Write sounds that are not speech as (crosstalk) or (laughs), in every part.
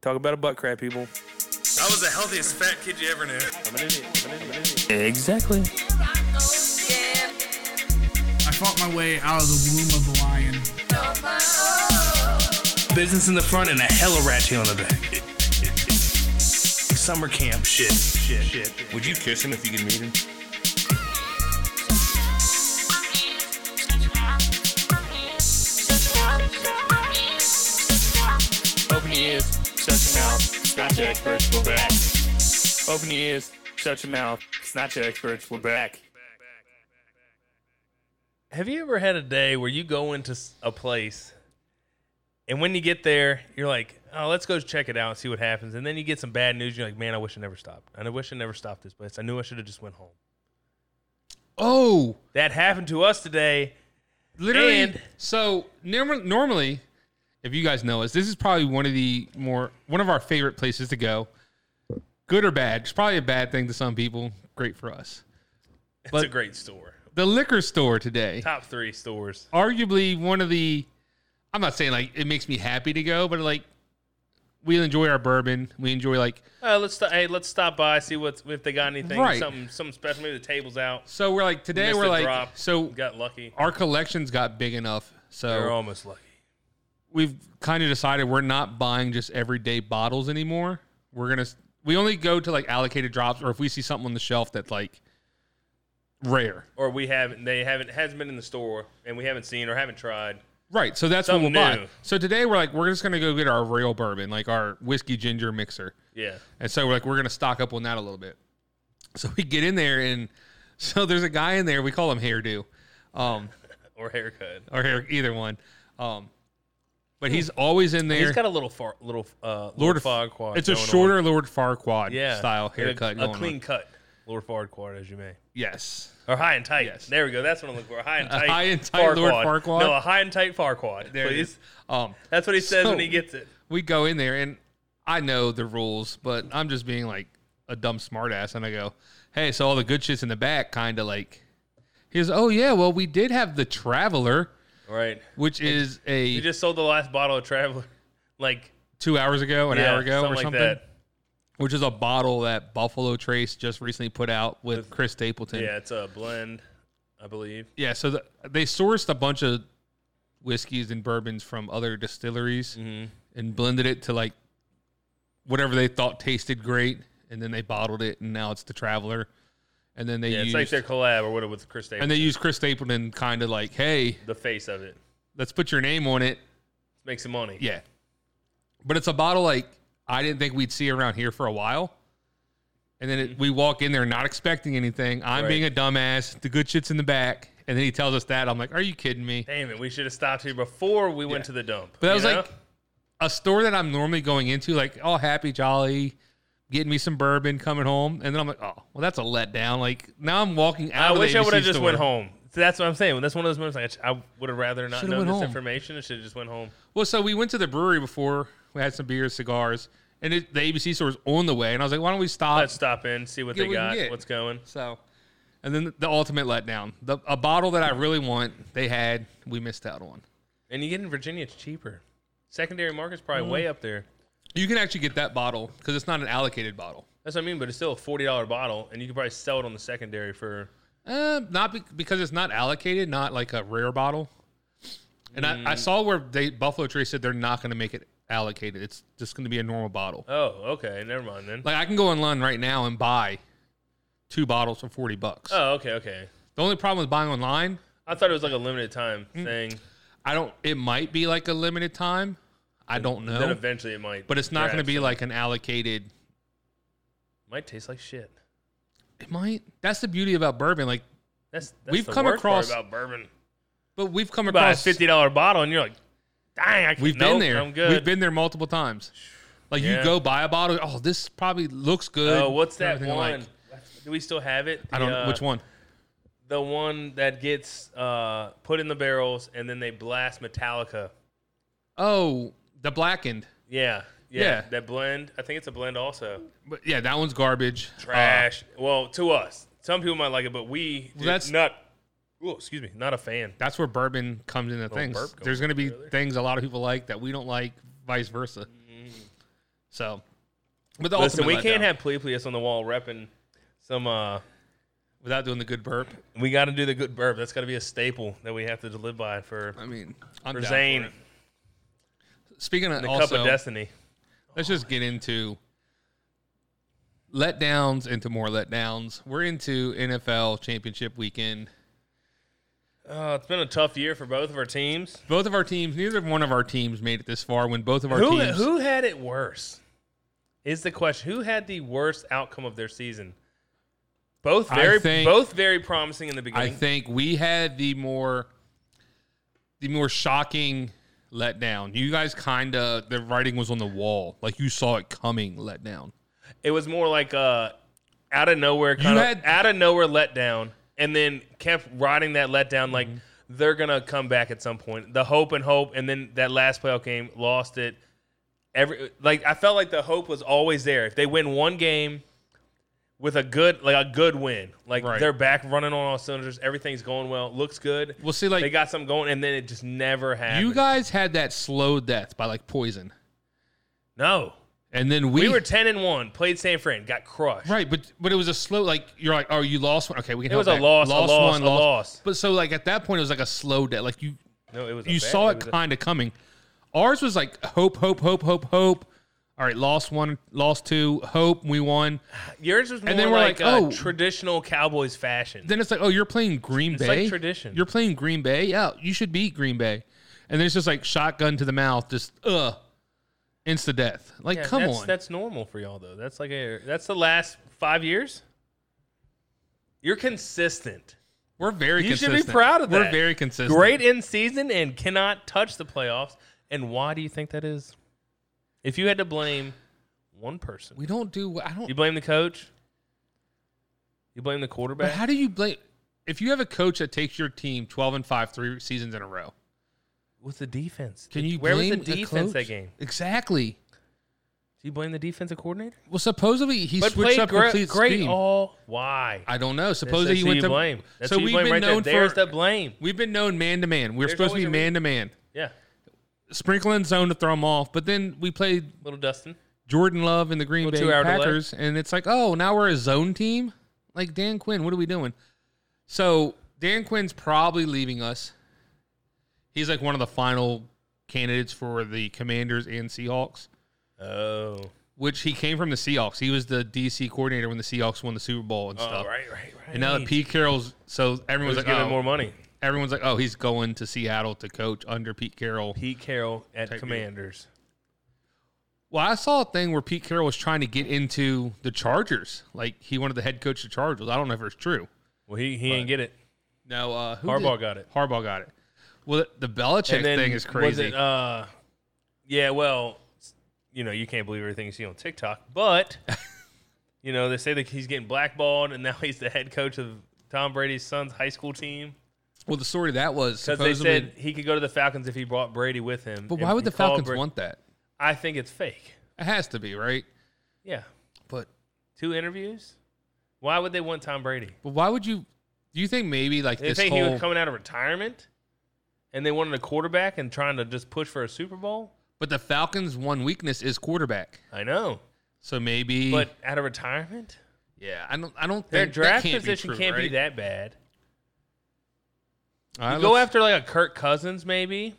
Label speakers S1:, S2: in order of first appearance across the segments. S1: Talk about a butt crack, people.
S2: I was the healthiest fat kid you ever knew.
S1: Exactly.
S3: I fought my way out of the womb of the lion.
S4: Business in the front and a hella rat tail on the back. Summer camp shit. Shit. Shit.
S5: Would you kiss him if you could meet him?
S6: Open your ears, shut your mouth. Snatch your experts, we're back. Open your ears, shut your mouth. Snatch your experts, we're back.
S4: Have you ever had a day where you go into s- a place and when you get there, you're like, oh, let's go check it out and see what happens. And then you get some bad news. You're like, man, I wish I never stopped. I wish I never stopped this place. I knew I should have just went home.
S3: Oh,
S4: That happened to us today.
S3: literally.
S4: And-
S3: so norm- normally, if you guys know us, this is probably one of the more one of our favorite places to go. Good or bad, it's probably a bad thing to some people. Great for us.
S4: It's
S3: But-
S4: a great store.
S3: The liquor store today,
S4: Top three stores.
S3: arguably one of the. I'm not saying like it makes me happy to go, but like we enjoy our bourbon. We enjoy like
S4: Uh, let's st- hey, let's stop by see what's if they got anything,
S3: Right.
S4: something, something special. Maybe the table's out.
S3: so we're like today
S4: Missed
S3: we're
S4: a
S3: like
S4: drop.
S3: so
S4: Got lucky.
S3: our collections got big enough.
S4: They're
S3: So
S4: almost lucky.
S3: we've kind of decided we're not buying just everyday bottles anymore. We're gonna we only go to like allocated drops, or if we see something on the shelf that's like rare.
S4: Or we haven't. They haven't hasn't been in the store, and we haven't seen or haven't tried.
S3: Right. So that's
S4: Something
S3: what we'll
S4: new.
S3: buy. So today we're like we're just gonna go get our real bourbon, like our whiskey ginger mixer.
S4: Yeah.
S3: And so we're like, we're gonna stock up on that a little bit. So we get in there and (laughs) so there's a guy in there, we call him hairdo. Um
S4: Or haircut.
S3: or hair either one. Um but he's always in there.
S4: He's got a little far, little uh,
S3: Lord
S4: Lord Farquaad.
S3: It's a
S4: going on.
S3: shorter Lord Farquaad
S4: yeah
S3: style
S4: Like a-
S3: haircut.
S4: a,
S3: going on.
S4: clean cut. Lord Farquaad, as you may, (laughs)
S3: Yes.
S4: or high and tight.
S3: Yes.
S4: There we go. That's what I'm looking for. A high and
S3: A
S4: tight.
S3: high and tight Lord Farquaad?
S4: No, a high and tight Farquaad.
S3: There it
S4: please.
S3: is. Um,
S4: That's what he says
S3: So-
S4: when he gets it.
S3: we go in there, and I know the rules, but I'm just being like a dumb smartass, and I go, "Hey, so all the good shit's in the back," kind of like. He goes, "Oh yeah, well we did have the Traveler,
S4: Right.
S3: which is a
S4: You just sold the last bottle of Traveler, (laughs) like
S3: two hours ago, an
S4: yeah,
S3: hour ago, or
S4: like
S3: something,
S4: that.
S3: which is a bottle that Buffalo Trace just recently put out with, Chris Stapleton.
S4: Yeah, it's a blend, I believe.
S3: Yeah, so the, they sourced a bunch of whiskeys and bourbons from other distilleries
S4: Mm-hmm.
S3: and blended it to like whatever they thought tasted great, and then they bottled it, and now it's the Traveler. And then they
S4: Yeah, it's
S3: used
S4: like their collab or whatever with Chris Stapleton.
S3: and they used Chris Stapleton kind of like, hey,
S4: the face of it.
S3: let's put your name on it.
S4: Make some money.
S3: Yeah, but it's a bottle like I didn't think we'd see around here for a while. And then it, we walk in there not expecting anything. I'm
S4: Mm-hmm. Right.
S3: being a dumbass. The good shit's in the back. And then he tells us that. I'm like, are you kidding me?
S4: Damn it, we should have stopped here before we went
S3: Yeah.
S4: to the dump.
S3: But that
S4: you
S3: was
S4: know?
S3: like a store that I'm normally going into, like all happy, jolly, getting me some bourbon, coming home, and then I'm like, oh, well, that's a letdown. Like now I'm walking out.
S4: I
S3: of the
S4: wish I
S3: ABC
S4: would have just
S3: store.
S4: went home. So that's what I'm saying. That's one of those moments. Like I sh- I, would have rather not
S3: Shoulda
S4: known
S3: went
S4: this
S3: home.
S4: information. I should have just went home.
S3: Well, so we went to the brewery before. We had some beers, cigars, and it, the ABC store was on the way, and I was like, why don't we stop?
S4: Let's stop in, see what
S3: Get
S4: they
S3: what Uh, we can
S4: got,
S3: get.
S4: what's going.
S3: so, and then the ultimate letdown, the, a bottle that I really want, they had, we missed out on.
S4: And you get in Virginia, it's cheaper. Secondary market's
S3: Mm.
S4: probably way up there.
S3: You can actually get that bottle because it's not an allocated bottle.
S4: That's what I mean. But it's still a forty dollar bottle, and you could probably sell it on the secondary for
S3: Uh, not be- because it's not allocated, not like a rare bottle. And
S4: Mm.
S3: I, I saw where they Buffalo Trace said they're not going to make it allocated. It's just going to be a normal bottle.
S4: Oh, okay. Never mind then.
S3: Like I can go online right now and buy two bottles for forty bucks.
S4: oh, okay, okay.
S3: the only problem with buying online,
S4: I thought it was like a limited time
S3: Mm.
S4: thing.
S3: I don't. It might be like a limited time. I don't
S4: Then
S3: know,
S4: eventually it might.
S3: but it's not going to
S4: crash.
S3: be like an allocated.
S4: Might taste like shit.
S3: It might. That's the beauty about bourbon. Like,
S4: That's, that's
S3: We've
S4: the
S3: come
S4: worst part
S3: across-
S4: about bourbon.
S3: but we've come
S4: Buy a
S3: across
S4: fifty dollar bottle and you're like, dang, I can't.
S3: We've been
S4: nope,
S3: there.
S4: I'm good.
S3: We've been there multiple times. Like
S4: Yeah.
S3: you go buy a bottle. Oh, this probably looks good.
S4: Oh, what's that
S3: everything
S4: one?
S3: alike."
S4: Do we still have it?
S3: I don't
S4: The,
S3: know
S4: uh,
S3: which one.
S4: The one that gets uh, put in the barrels and then they blast Metallica.
S3: Oh, the blackened.
S4: Yeah, yeah.
S3: Yeah. Uh.
S4: That blend. I think it's a blend also.
S3: But yeah, that one's garbage. Uh,
S4: Trash. well, to us, some people might like it, but we
S3: Well, that's-
S4: not. Oh, excuse me, not a fan.
S3: Uh, that's where bourbon comes
S4: Oh,
S3: into things.
S4: burp going
S3: There's going to be
S4: there.
S3: things a lot of people like that we don't like, vice versa. So, but the
S4: Mm-hmm. Listen,
S3: ultimate
S4: we can't
S3: letdown,
S4: have Pleplius on the wall repping some. uh
S3: without doing the good burp.
S4: We got to do the good burp. That's got to be a staple that we have to live by for
S3: I mean, I'm
S4: for
S3: down
S4: Zane.
S3: it. Speaking of
S4: the
S3: also,
S4: cup of destiny.
S3: let's just get into letdowns into more letdowns. We're into NFL championship weekend.
S4: Oh, it's been a tough year for both of our teams.
S3: Both of our teams, neither one of our teams made it this far. When both of our
S4: Who
S3: teams,
S4: who had it worse? Is the question. Who had the worst outcome of their season? Both
S3: I
S4: very
S3: think-
S4: both very promising in the
S3: I
S4: beginning.
S3: think we had the more the more shocking letdown. You guys kind of the writing was on the wall, like you saw it coming. Letdown.
S4: it was more like uh out of nowhere kind of
S3: had-
S4: out of nowhere letdown and then kept riding that letdown
S3: Mm-hmm.
S4: like they're gonna come back at some point the hope and hope and then that last playoff game lost it every like i felt like the hope was always there if they win one game with a good like a good win like
S3: Right.
S4: they're back running on all cylinders everything's going well looks good
S3: Well, see, like
S4: they got something going and then it just never happened
S3: you guys had that slow death by like poison,
S4: no
S3: and then
S4: we were 10 and 1 played san fran got crushed
S3: Right, but but it was a slow like you're like oh you lost one okay we can
S4: It
S3: help
S4: was a
S3: back.
S4: loss, a loss, a loss.
S3: but so like at that point it was like a slow death like you
S4: no it was a
S3: you
S4: bad-
S3: saw it
S4: was a-
S3: kind of coming ours was like hope hope hope hope hope all right lost one lost two hope we won
S4: Yours was more
S3: then we're
S4: like,
S3: like,
S4: uh,
S3: oh.
S4: traditional Cowboys fashion.
S3: then it's like oh you're playing Green
S4: It's like
S3: Bay
S4: tradition.
S3: you're playing Green Bay yeah you should beat Green Bay and then it's just like shotgun to the mouth just uh insta death like
S4: Yeah,
S3: come
S4: that's,
S3: on
S4: that's normal for y'all though. That's like a that's the last five years. You're consistent,
S3: we're very
S4: You should be
S3: consistent.
S4: proud of
S3: we're
S4: that.
S3: very consistent
S4: great in season, and cannot touch the playoffs. And why do you think that is? If you had to blame one person,
S3: we don't do I don't
S4: you blame the coach. You blame the
S3: But
S4: quarterback.
S3: how do you blame if you have a coach that takes your team twelve and five three seasons in a row?
S4: With the defense,
S3: Can you
S4: Where was
S3: blame
S4: the defense
S3: coach?
S4: that game?
S3: Exactly.
S4: Do you blame the defensive coordinator?
S3: Well, supposedly he
S4: But
S3: switched
S4: played
S3: up
S4: gre-
S3: complete
S4: great
S3: scheme.
S4: all. Why?
S3: I don't know.
S4: That's,
S3: Supposedly he
S4: who
S3: went
S4: you
S3: to
S4: blame. That's
S3: so
S4: who you
S3: we've
S4: blame
S3: been
S4: right
S3: known
S4: there. There's the
S3: for
S4: blame.
S3: we've been known man to man. We're
S4: There's
S3: supposed to
S4: always
S3: be
S4: a
S3: man to man,
S4: Yeah,
S3: sprinkling zone to throw him off. But then we played
S4: little Dustin.
S3: Jordan Love and the Green
S4: Well,
S3: Bay
S4: two-hour delay.
S3: Packers, and it's like, oh, now we're a zone team. Like Dan Quinn, what are we doing? So Dan Quinn's probably leaving us. He's like one of the final candidates for the Commanders and Seahawks,
S4: Oh,
S3: which he came from the Seahawks. He was the DC coordinator when the Seahawks won the Super Bowl and stuff.
S4: Oh, right, right, right.
S3: And now that Pete Carroll's, so everyone's like,
S4: giving
S3: oh,
S4: more money.
S3: everyone's like, oh, he's going to Seattle to coach under Pete Carroll.
S4: Pete Carroll at
S3: Take me.
S4: Commanders.
S3: Well, I saw a thing where Pete Carroll was trying to get into the Chargers. Like he wanted the head coach of the Chargers. I don't know if it's true.
S4: Well, he he ain't get it.
S3: No, uh, who
S4: Harbaugh
S3: did-
S4: got it.
S3: Harbaugh got it. Well, the Belichick thing
S4: Was
S3: is crazy.
S4: it, uh, yeah, well, you know, you can't believe everything you see on TikTok,
S3: (laughs)
S4: but you know, they say that he's getting blackballed, and now he's the head coach of Tom Brady's son's high school team
S3: well, the story of that was
S4: because they said
S3: supposedly.
S4: he could go to the Falcons if he brought Brady with him.
S3: but
S4: and-
S3: why would
S4: and
S3: the
S4: called
S3: Falcons
S4: Bra-
S3: want that?
S4: I think it's fake.
S3: It has to be right.
S4: Yeah,
S3: But
S4: two interviews. Why would they want Tom Brady?
S3: but why would you? Do you think maybe like
S4: They
S3: this
S4: think he
S3: whole?
S4: was coming out of retirement, and they wanted a quarterback and trying to just push for a Super Bowl.
S3: but the Falcons' one weakness is quarterback.
S4: I know,
S3: So maybe.
S4: but out of retirement,
S3: yeah, I don't. I don't
S4: their
S3: think
S4: draft
S3: that can't
S4: position
S3: be true,
S4: can't be
S3: right?
S4: that bad.
S3: All right,
S4: You go
S3: let's-
S4: after like a Kirk Cousins, maybe.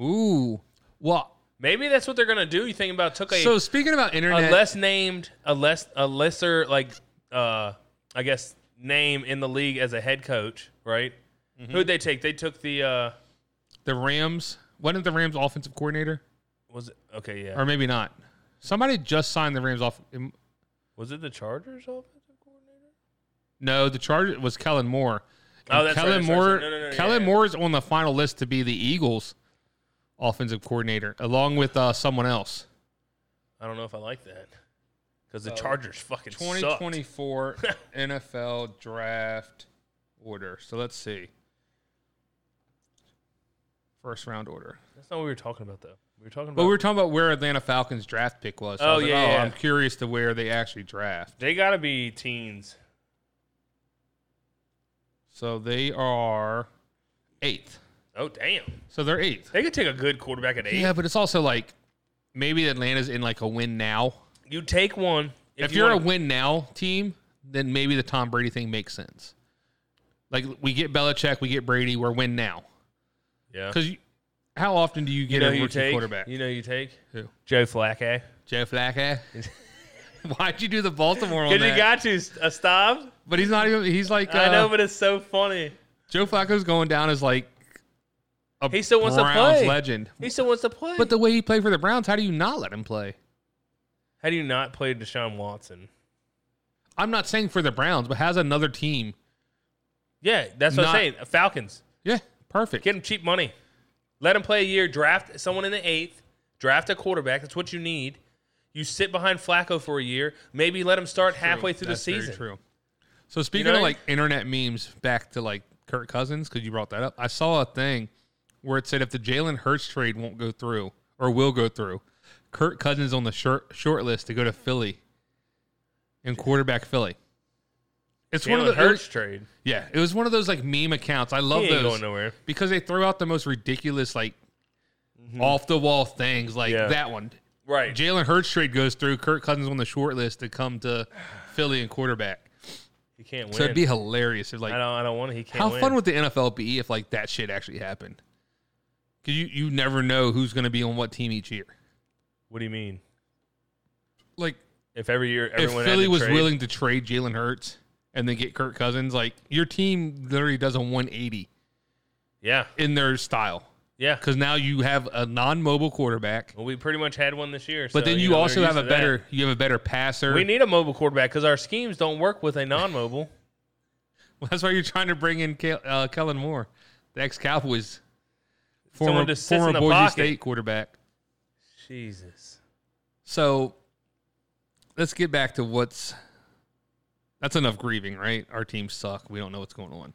S3: Ooh. Well,
S4: Maybe that's what they're gonna do. You think about took a,
S3: so speaking about
S4: a
S3: internet,
S4: less named, a less, a lesser like, uh, I guess name in the league as a head coach, right?
S3: Mm-hmm.
S4: Who'd they take? They took the uh,
S3: the Rams wasn't the Rams offensive coordinator,
S4: was it okay? Yeah,
S3: or maybe not. Somebody just signed the Rams off. um, im-
S4: was it the Chargers offensive coordinator?
S3: No, the charge was Kellen Moore.
S4: Oh, that's right,
S3: Kellen
S4: that's right,
S3: Moore.
S4: that's right. No, no, no,
S3: Kellen
S4: yeah, yeah.
S3: Moore is on the final list to be the Eagles' offensive coordinator, along with uh, someone else.
S4: I don't know if I like that because the Chargers fucking suck.
S3: 2024
S4: (laughs)
S3: NFL draft order. So let's see. First round order.
S4: That's not what we were talking about though. We were talking about
S3: But we were talking about where Atlanta Falcons draft pick was. So I
S4: Oh,
S3: was like,
S4: yeah, yeah.
S3: I'm curious to where they actually draft.
S4: they got to be teens.
S3: So they are eighth.
S4: Oh damn,
S3: So they're eighth.
S4: they could take a good quarterback at eight.
S3: Yeah, but it's also like maybe Atlanta's in like a win now.
S4: You take one.
S3: If, you're
S4: wanna-
S3: a win now team, then maybe the Tom Brady thing makes sense. Like we get Belichick, we get Brady, we're win now.
S4: yeah.
S3: Because how often do you get
S4: You know
S3: a
S4: who you
S3: rookie
S4: take?
S3: quarterback?
S4: You know who you take
S3: Who?
S4: Joe Flacco. (laughs)
S3: Joe Flacco. Why'd you do the Baltimore on
S4: Because you
S3: that?
S4: got to a stop.
S3: but he's not even. He's like uh,
S4: I know, but it's so funny.
S3: Joe Flacco's going down as like a
S4: He still wants to
S3: Browns
S4: play.
S3: legend.
S4: He still wants to play.
S3: But the way he played for the Browns, how do you not let him play?
S4: how do you not play Deshaun Watson?
S3: I'm not saying for the Browns, but has another team.
S4: Yeah, that's what
S3: Not-
S4: I'm saying. Falcons.
S3: Yeah, perfect.
S4: Get him cheap money. Let him play a year. Draft someone in the eighth. Draft a quarterback. That's what you need. You sit behind Flacco for a year. Maybe let him start halfway through
S3: That's
S4: the
S3: very
S4: season.
S3: true. So speaking
S4: know
S3: of
S4: what I
S3: like internet memes, back to like Kirk Cousins because you brought that up. I saw a thing where it said if the Jalen Hurts trade won't go through or will go through, Kirk Cousins on the short short list to go to Philly and quarterback Philly. It's one of
S4: Jalen
S3: the
S4: Hurts trade.
S3: yeah. It was one of those like meme accounts. I love
S4: He ain't
S3: those
S4: going nowhere.
S3: because they throw out the most ridiculous like off the wall things like
S4: Mm-hmm. Yeah.
S3: that one.
S4: Right.
S3: Jalen Hurts trade goes through. Kirk Cousins on the short list to come to Philly and quarterback.
S4: he can't win.
S3: So it'd be hilarious if
S4: I
S3: like
S4: don't. I don't want to. He can't
S3: how
S4: win.
S3: fun would the NFL be if like that shit actually happened? Cause you you never know who's gonna be on what team each year.
S4: what do you mean?
S3: Like
S4: If every year everyone
S3: if
S4: had
S3: Philly
S4: to
S3: was
S4: trade-
S3: willing to trade Jalen Hurts and then get Kirk Cousins, like your team literally does a 180
S4: yeah,
S3: in their style.
S4: yeah.
S3: Cause now you have a non-mobile quarterback,
S4: Well, we pretty much had one this year.
S3: but
S4: so,
S3: then you,
S4: know, they're
S3: also have
S4: used
S3: a
S4: to that.
S3: better you have a better passer.
S4: We need a mobile quarterback because our schemes don't work with a
S3: (laughs)
S4: non-mobile.
S3: Well, (laughs) that's why you're trying to bring in Ke- uh, Kellen Moore, the ex-Cowboys, former
S4: Someone just sits
S3: former
S4: in the
S3: Boise
S4: pocket.
S3: State quarterback.
S4: Jesus.
S3: So let's get back to what's that's enough grieving, right? Our teams suck. We don't know what's going on.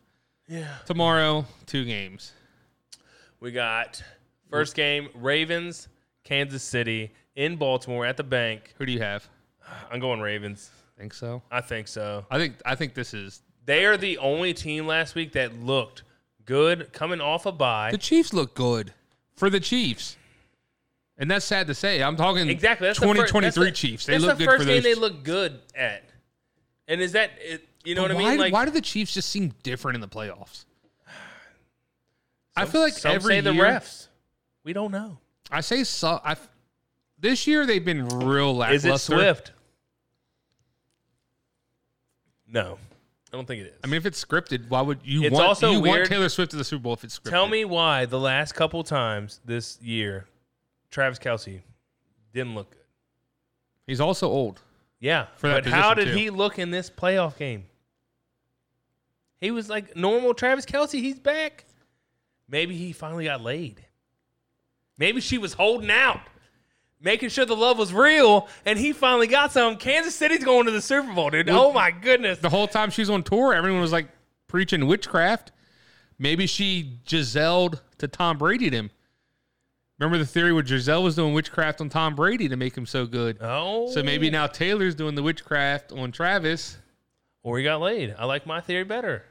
S4: Yeah.
S3: Tomorrow, two games.
S4: We got first game Ravens, Kansas City in Baltimore at the bank.
S3: Who do you have?
S4: I'm going Ravens.
S3: Think so?
S4: I think so.
S3: I think I think this is
S4: They are the only team last week that looked good coming off a bye.
S3: the Chiefs look good for the Chiefs. And that's sad to say. I'm talking
S4: Exactly. That's the fir-
S3: 2023
S4: that's the-
S3: Chiefs. They
S4: that's
S3: look
S4: the
S3: good
S4: first
S3: for
S4: game they
S3: those.
S4: look good at. And is that it, you know
S3: But
S4: what
S3: why,
S4: I mean? Like
S3: why do the Chiefs just seem different in the playoffs? I feel like
S4: some
S3: every
S4: say the
S3: year-
S4: refs. We don't know.
S3: I say so. I this year they've been real
S4: Is
S3: lackluster.
S4: it Swift? No, I don't think it is.
S3: I mean, if it's scripted, why would you
S4: It's
S3: want?
S4: also
S3: you want
S4: weird-
S3: Taylor Swift to the Super Bowl if it's scripted.
S4: tell me why the last couple times this year, Travis Kelsey didn't look good.
S3: he's also old.
S4: Yeah,
S3: For that
S4: but how
S3: position,
S4: did
S3: too.
S4: he look in this playoff game? He was like normal Travis Kelsey. He's back. Maybe he finally got laid. Maybe she was holding out, making sure the love was real, and he finally got some. Kansas City's going to the Super Bowl, dude. oh my goodness.
S3: The whole time she's on tour, everyone was like preaching witchcraft. Maybe she Giselle to Tom Brady him. Remember the theory where Giselle was doing witchcraft on Tom Brady to make him so good.
S4: oh,
S3: So maybe now Taylor's doing the witchcraft on Travis.
S4: or he got laid. I like my theory better.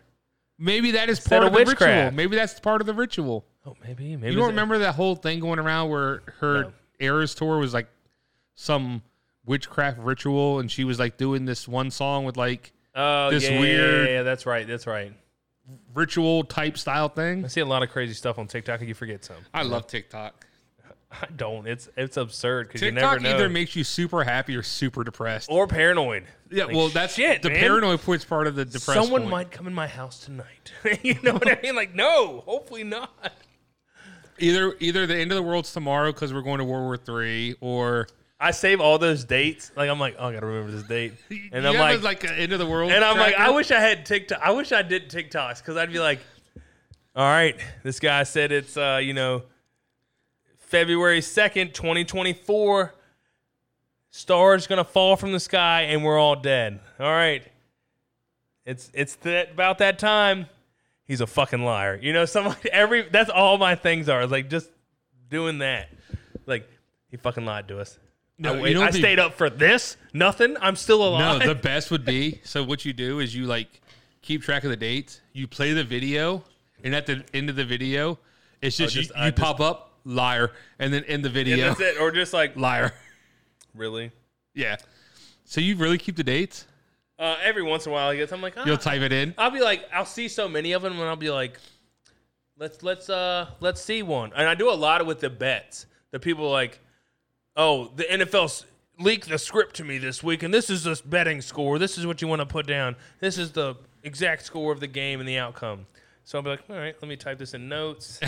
S3: Maybe that is
S4: Instead of
S3: part of, the ritual.
S4: witchcraft.
S3: Maybe that's part of the ritual.
S4: Oh, maybe maybe
S3: You
S4: it's-
S3: don't remember that whole thing going around where her
S4: No.
S3: Eras tour was like some witchcraft ritual, and she was like doing this one song with like
S4: Oh,
S3: this
S4: yeah, yeah,
S3: weird-
S4: Yeah, yeah, that's right. That's right.
S3: ritual type style
S4: I
S3: thing.
S4: see a lot of crazy stuff on TikTok, and you forget some.
S3: (laughs) I love TikTok.
S4: (laughs) I don't. It's it's absurd because you never
S3: TikTok
S4: know.
S3: either makes you super happy or super depressed.
S4: or paranoid.
S3: yeah,
S4: Like,
S3: well, that's
S4: shit,
S3: the
S4: man.
S3: paranoid part's part of the depressed.
S4: Someone
S3: point.
S4: might come in my house tonight. (laughs) you know what I mean? Like, no, hopefully not.
S3: either either the end of the world's tomorrow because we're going to World War Three, or
S4: I save all those dates. Like, I'm like, oh, I gotta remember this (laughs) date, and
S3: You
S4: I'm
S3: have
S4: like,
S3: a, like an end of the world.
S4: and I'm like,
S3: tracker?
S4: I wish I had TikTok. I wish I did TikToks because I'd be like, all right, this guy said it's uh, you know, February second, 2024. Stars gonna fall from the sky and we're all dead. All right, it's it's that about that time. He's a fucking liar. You know, (laughs) some every that's all my things are like just doing that. Like he fucking lied to us.
S3: No,
S4: I,
S3: you
S4: wait-
S3: know
S4: I
S3: what'd be-
S4: stayed up for this. Nothing. I'm still
S3: No,
S4: alive.
S3: the best would be so what you do is you like keep track of the dates, you play the video, and at the end of the video, it's just,
S4: Oh, just-
S3: you,
S4: I
S3: you
S4: just-
S3: pop up liar, and then end the video.
S4: And
S3: (laughs)
S4: that's it. Or just like,
S3: Liar.
S4: really?
S3: Yeah. So you really keep the dates?
S4: Uh, every once in a while, I guess I'm like,
S3: You'll
S4: ah.
S3: type it in.
S4: I'll be like, I'll see so many of them, and I'll be like, let's let's uh let's see one. And I do a lot with the bets. The people are like, oh, the NFL's leaked the script to me this week, and this is the betting score. This is what you want to put down. This is the exact score of the game and the outcome. So I'll be like, all right, let me type this in notes,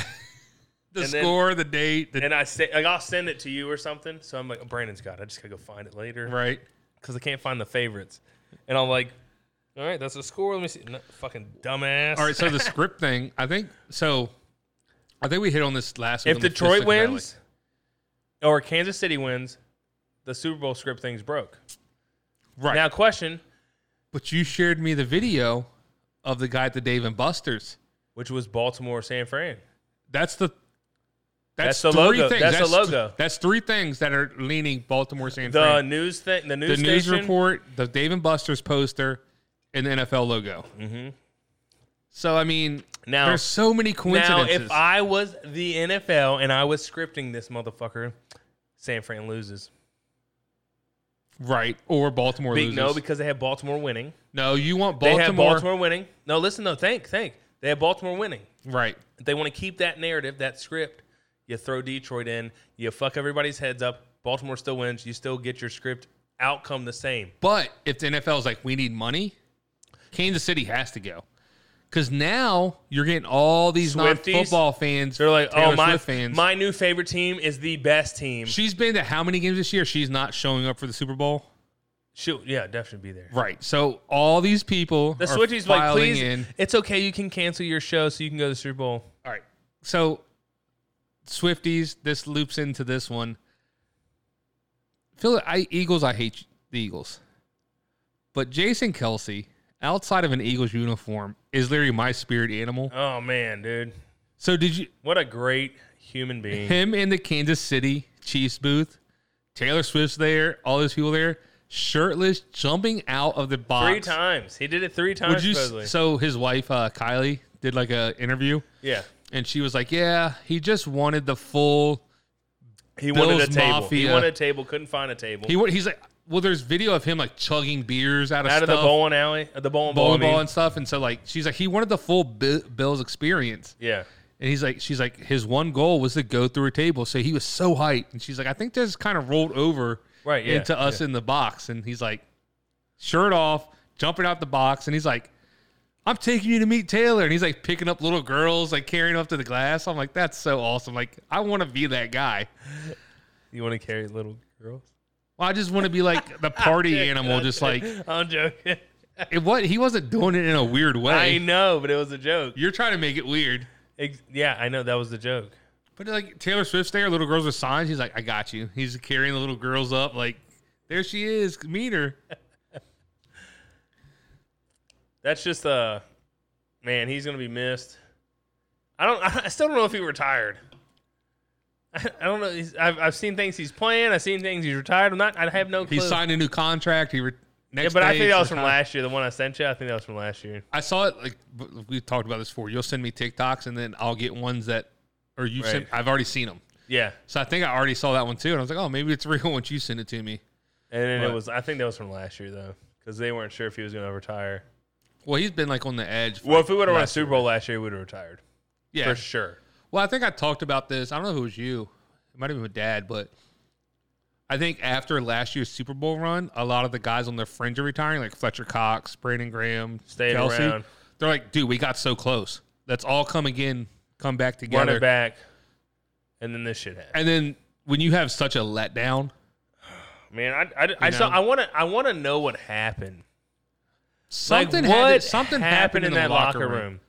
S3: The
S4: and then-
S3: score, the date, the
S4: and I say, like, I'll send it to you or something. So I'm like, Brandon's got. it. I just gotta go find it later
S3: right.
S4: because I can't find the favorites. And I'm like, all right, that's the score. Let me see. No, fucking dumbass.
S3: All right. So the script thing, I think. So I think we hit on this last.
S4: if
S3: one on the
S4: Detroit
S3: Fistic Valley.
S4: wins or Kansas City wins, the Super Bowl script thing's broke.
S3: right?
S4: Now, question,
S3: but you shared me the video of the guy at the Dave and Buster's.
S4: which was Baltimore or San Fran?
S3: That's the.
S4: That's the logo. That's the
S3: th-
S4: logo.
S3: that's three things that are leaning Baltimore San
S4: The
S3: Fran.
S4: news thing, the
S3: The
S4: news,
S3: news
S4: station,
S3: report, the Dave and Buster's poster, and the NFL logo. Mm-hmm. So I mean,
S4: Now-
S3: there's so many
S4: Now,
S3: coincidences.
S4: if I was the NFL and I was scripting this motherfucker, San Fran loses.
S3: right or Baltimore
S4: Big
S3: loses.
S4: no, because they had Baltimore winning.
S3: no, you want
S4: They
S3: Baltimore,
S4: had Baltimore winning. No, listen, no, think, think. They had Baltimore winning.
S3: right?
S4: If they want to keep that narrative, that script. You throw Detroit in, you fuck everybody's heads up. Baltimore still wins. You still get your script outcome the same.
S3: But if the NFL is like, we need money, Kansas City has to go. Because now you're getting all these non
S4: Swifties?
S3: football fans.
S4: They're like,
S3: Taylor
S4: oh my,
S3: Swift fans.
S4: my new favorite team is the best team.
S3: She's been to how many games this year? She's not showing up for the Super Bowl.
S4: Shoot, yeah, definitely be there.
S3: Right. So all these people
S4: The
S3: are
S4: Swifties like,
S3: filing
S4: please,
S3: in.
S4: it's okay. You can cancel your show so you can go to the Super Bowl.
S3: All right. So Swifties, this loops into this one. Phil, I Eagles, I hate the Eagles. But Jason Kelsey, outside of an Eagles uniform, is literally my spirit animal.
S4: Oh man, dude,
S3: So did you
S4: what a great human being.
S3: him in the Kansas City Chiefs booth, Taylor Swift's there, all those people there, shirtless, jumping out of the box.
S4: (laughs) three times he did it. Three times.
S3: Would you,
S4: supposedly.
S3: so his wife uh, Kylie did like a interview,
S4: yeah,
S3: and she was like, "Yeah, he just wanted the full.
S4: he
S3: Bills
S4: wanted a table. He
S3: Mafia.
S4: wanted a table. Couldn't find a table.
S3: He wa- he's like, well, there's video of him like chugging beers out of
S4: out of the
S3: stuff,
S4: bowling alley, uh, the bowling ball. I
S3: bowling
S4: mean.
S3: ball and stuff, and so like she's like, he wanted the full Bi- Bills experience,
S4: Yeah.
S3: and he's like, she's like, his one goal was to go through a table, so he was so hyped, and she's like, I think this kind of rolled over
S4: Right, yeah,
S3: into us in the box, and he's like, shirt off, jumping out the box, and he's like. I'm taking you to meet Taylor, and he's like picking up little girls, like carrying them up to the glass. I'm like, that's so awesome. Like, I want to be that guy.
S4: You want to carry little
S3: (laughs)
S4: girls?
S3: Well, I just want to be
S4: (laughs)
S3: like the party animal, just like
S4: I'm joking.
S3: It what he wasn't doing it in a weird
S4: I
S3: way.
S4: know, but it was a joke.
S3: You're trying to make it weird.
S4: Ex- yeah, I know that was the joke.
S3: But like Taylor Swift's there, little girls with signs. He's like, I got you. He's carrying the little girls up, like, there she is, meet her.
S4: That's just uh man, he's gonna be missed. I don't. (laughs) I still don't know if he retired. (laughs) I, I don't know. He's, I've, I've seen things he's playing. I've seen things he's retired. I'm not. I have no clue.
S3: He signed a new contract. He re-
S4: yeah,
S3: next
S4: but I
S3: day
S4: think that
S3: it's
S4: was from
S3: retired.
S4: last year. The one I sent you, I think that was from last year.
S3: I saw it like b- we talked about this before. You'll send me TikToks and then I'll get ones that or you sent
S4: Right.
S3: I've already seen them.
S4: Yeah,
S3: So I think I already saw that one too, and I was like, oh, maybe it's (laughs) real once you send it to me.
S4: and then
S3: What?
S4: it was. I think that was from last year though, because they weren't sure if he was gonna retire.
S3: Well, he's been like on the edge. for,
S4: Well, if we would have won a
S3: last
S4: Super Bowl last year, we would have retired
S3: yeah,
S4: for sure.
S3: Well, I think I talked about this. I don't know if it was you. It might have been with Dad, but I think after last year's Super Bowl run, a lot of the guys on the fringe are retiring, like Fletcher Cox, Brandon Graham,
S4: Staying
S3: Kelsey.
S4: around.
S3: They're like, dude, we got so close. Let's all come again, come back
S4: Run
S3: together.
S4: it back, and then this shit happened.
S3: And then when you have such a letdown,
S4: Man, I, I, I,
S3: You
S4: saw,
S3: know?
S4: I want to I want to know what happened.
S3: something
S4: like, what
S3: had to- something happened, in,
S4: that
S3: the locker room.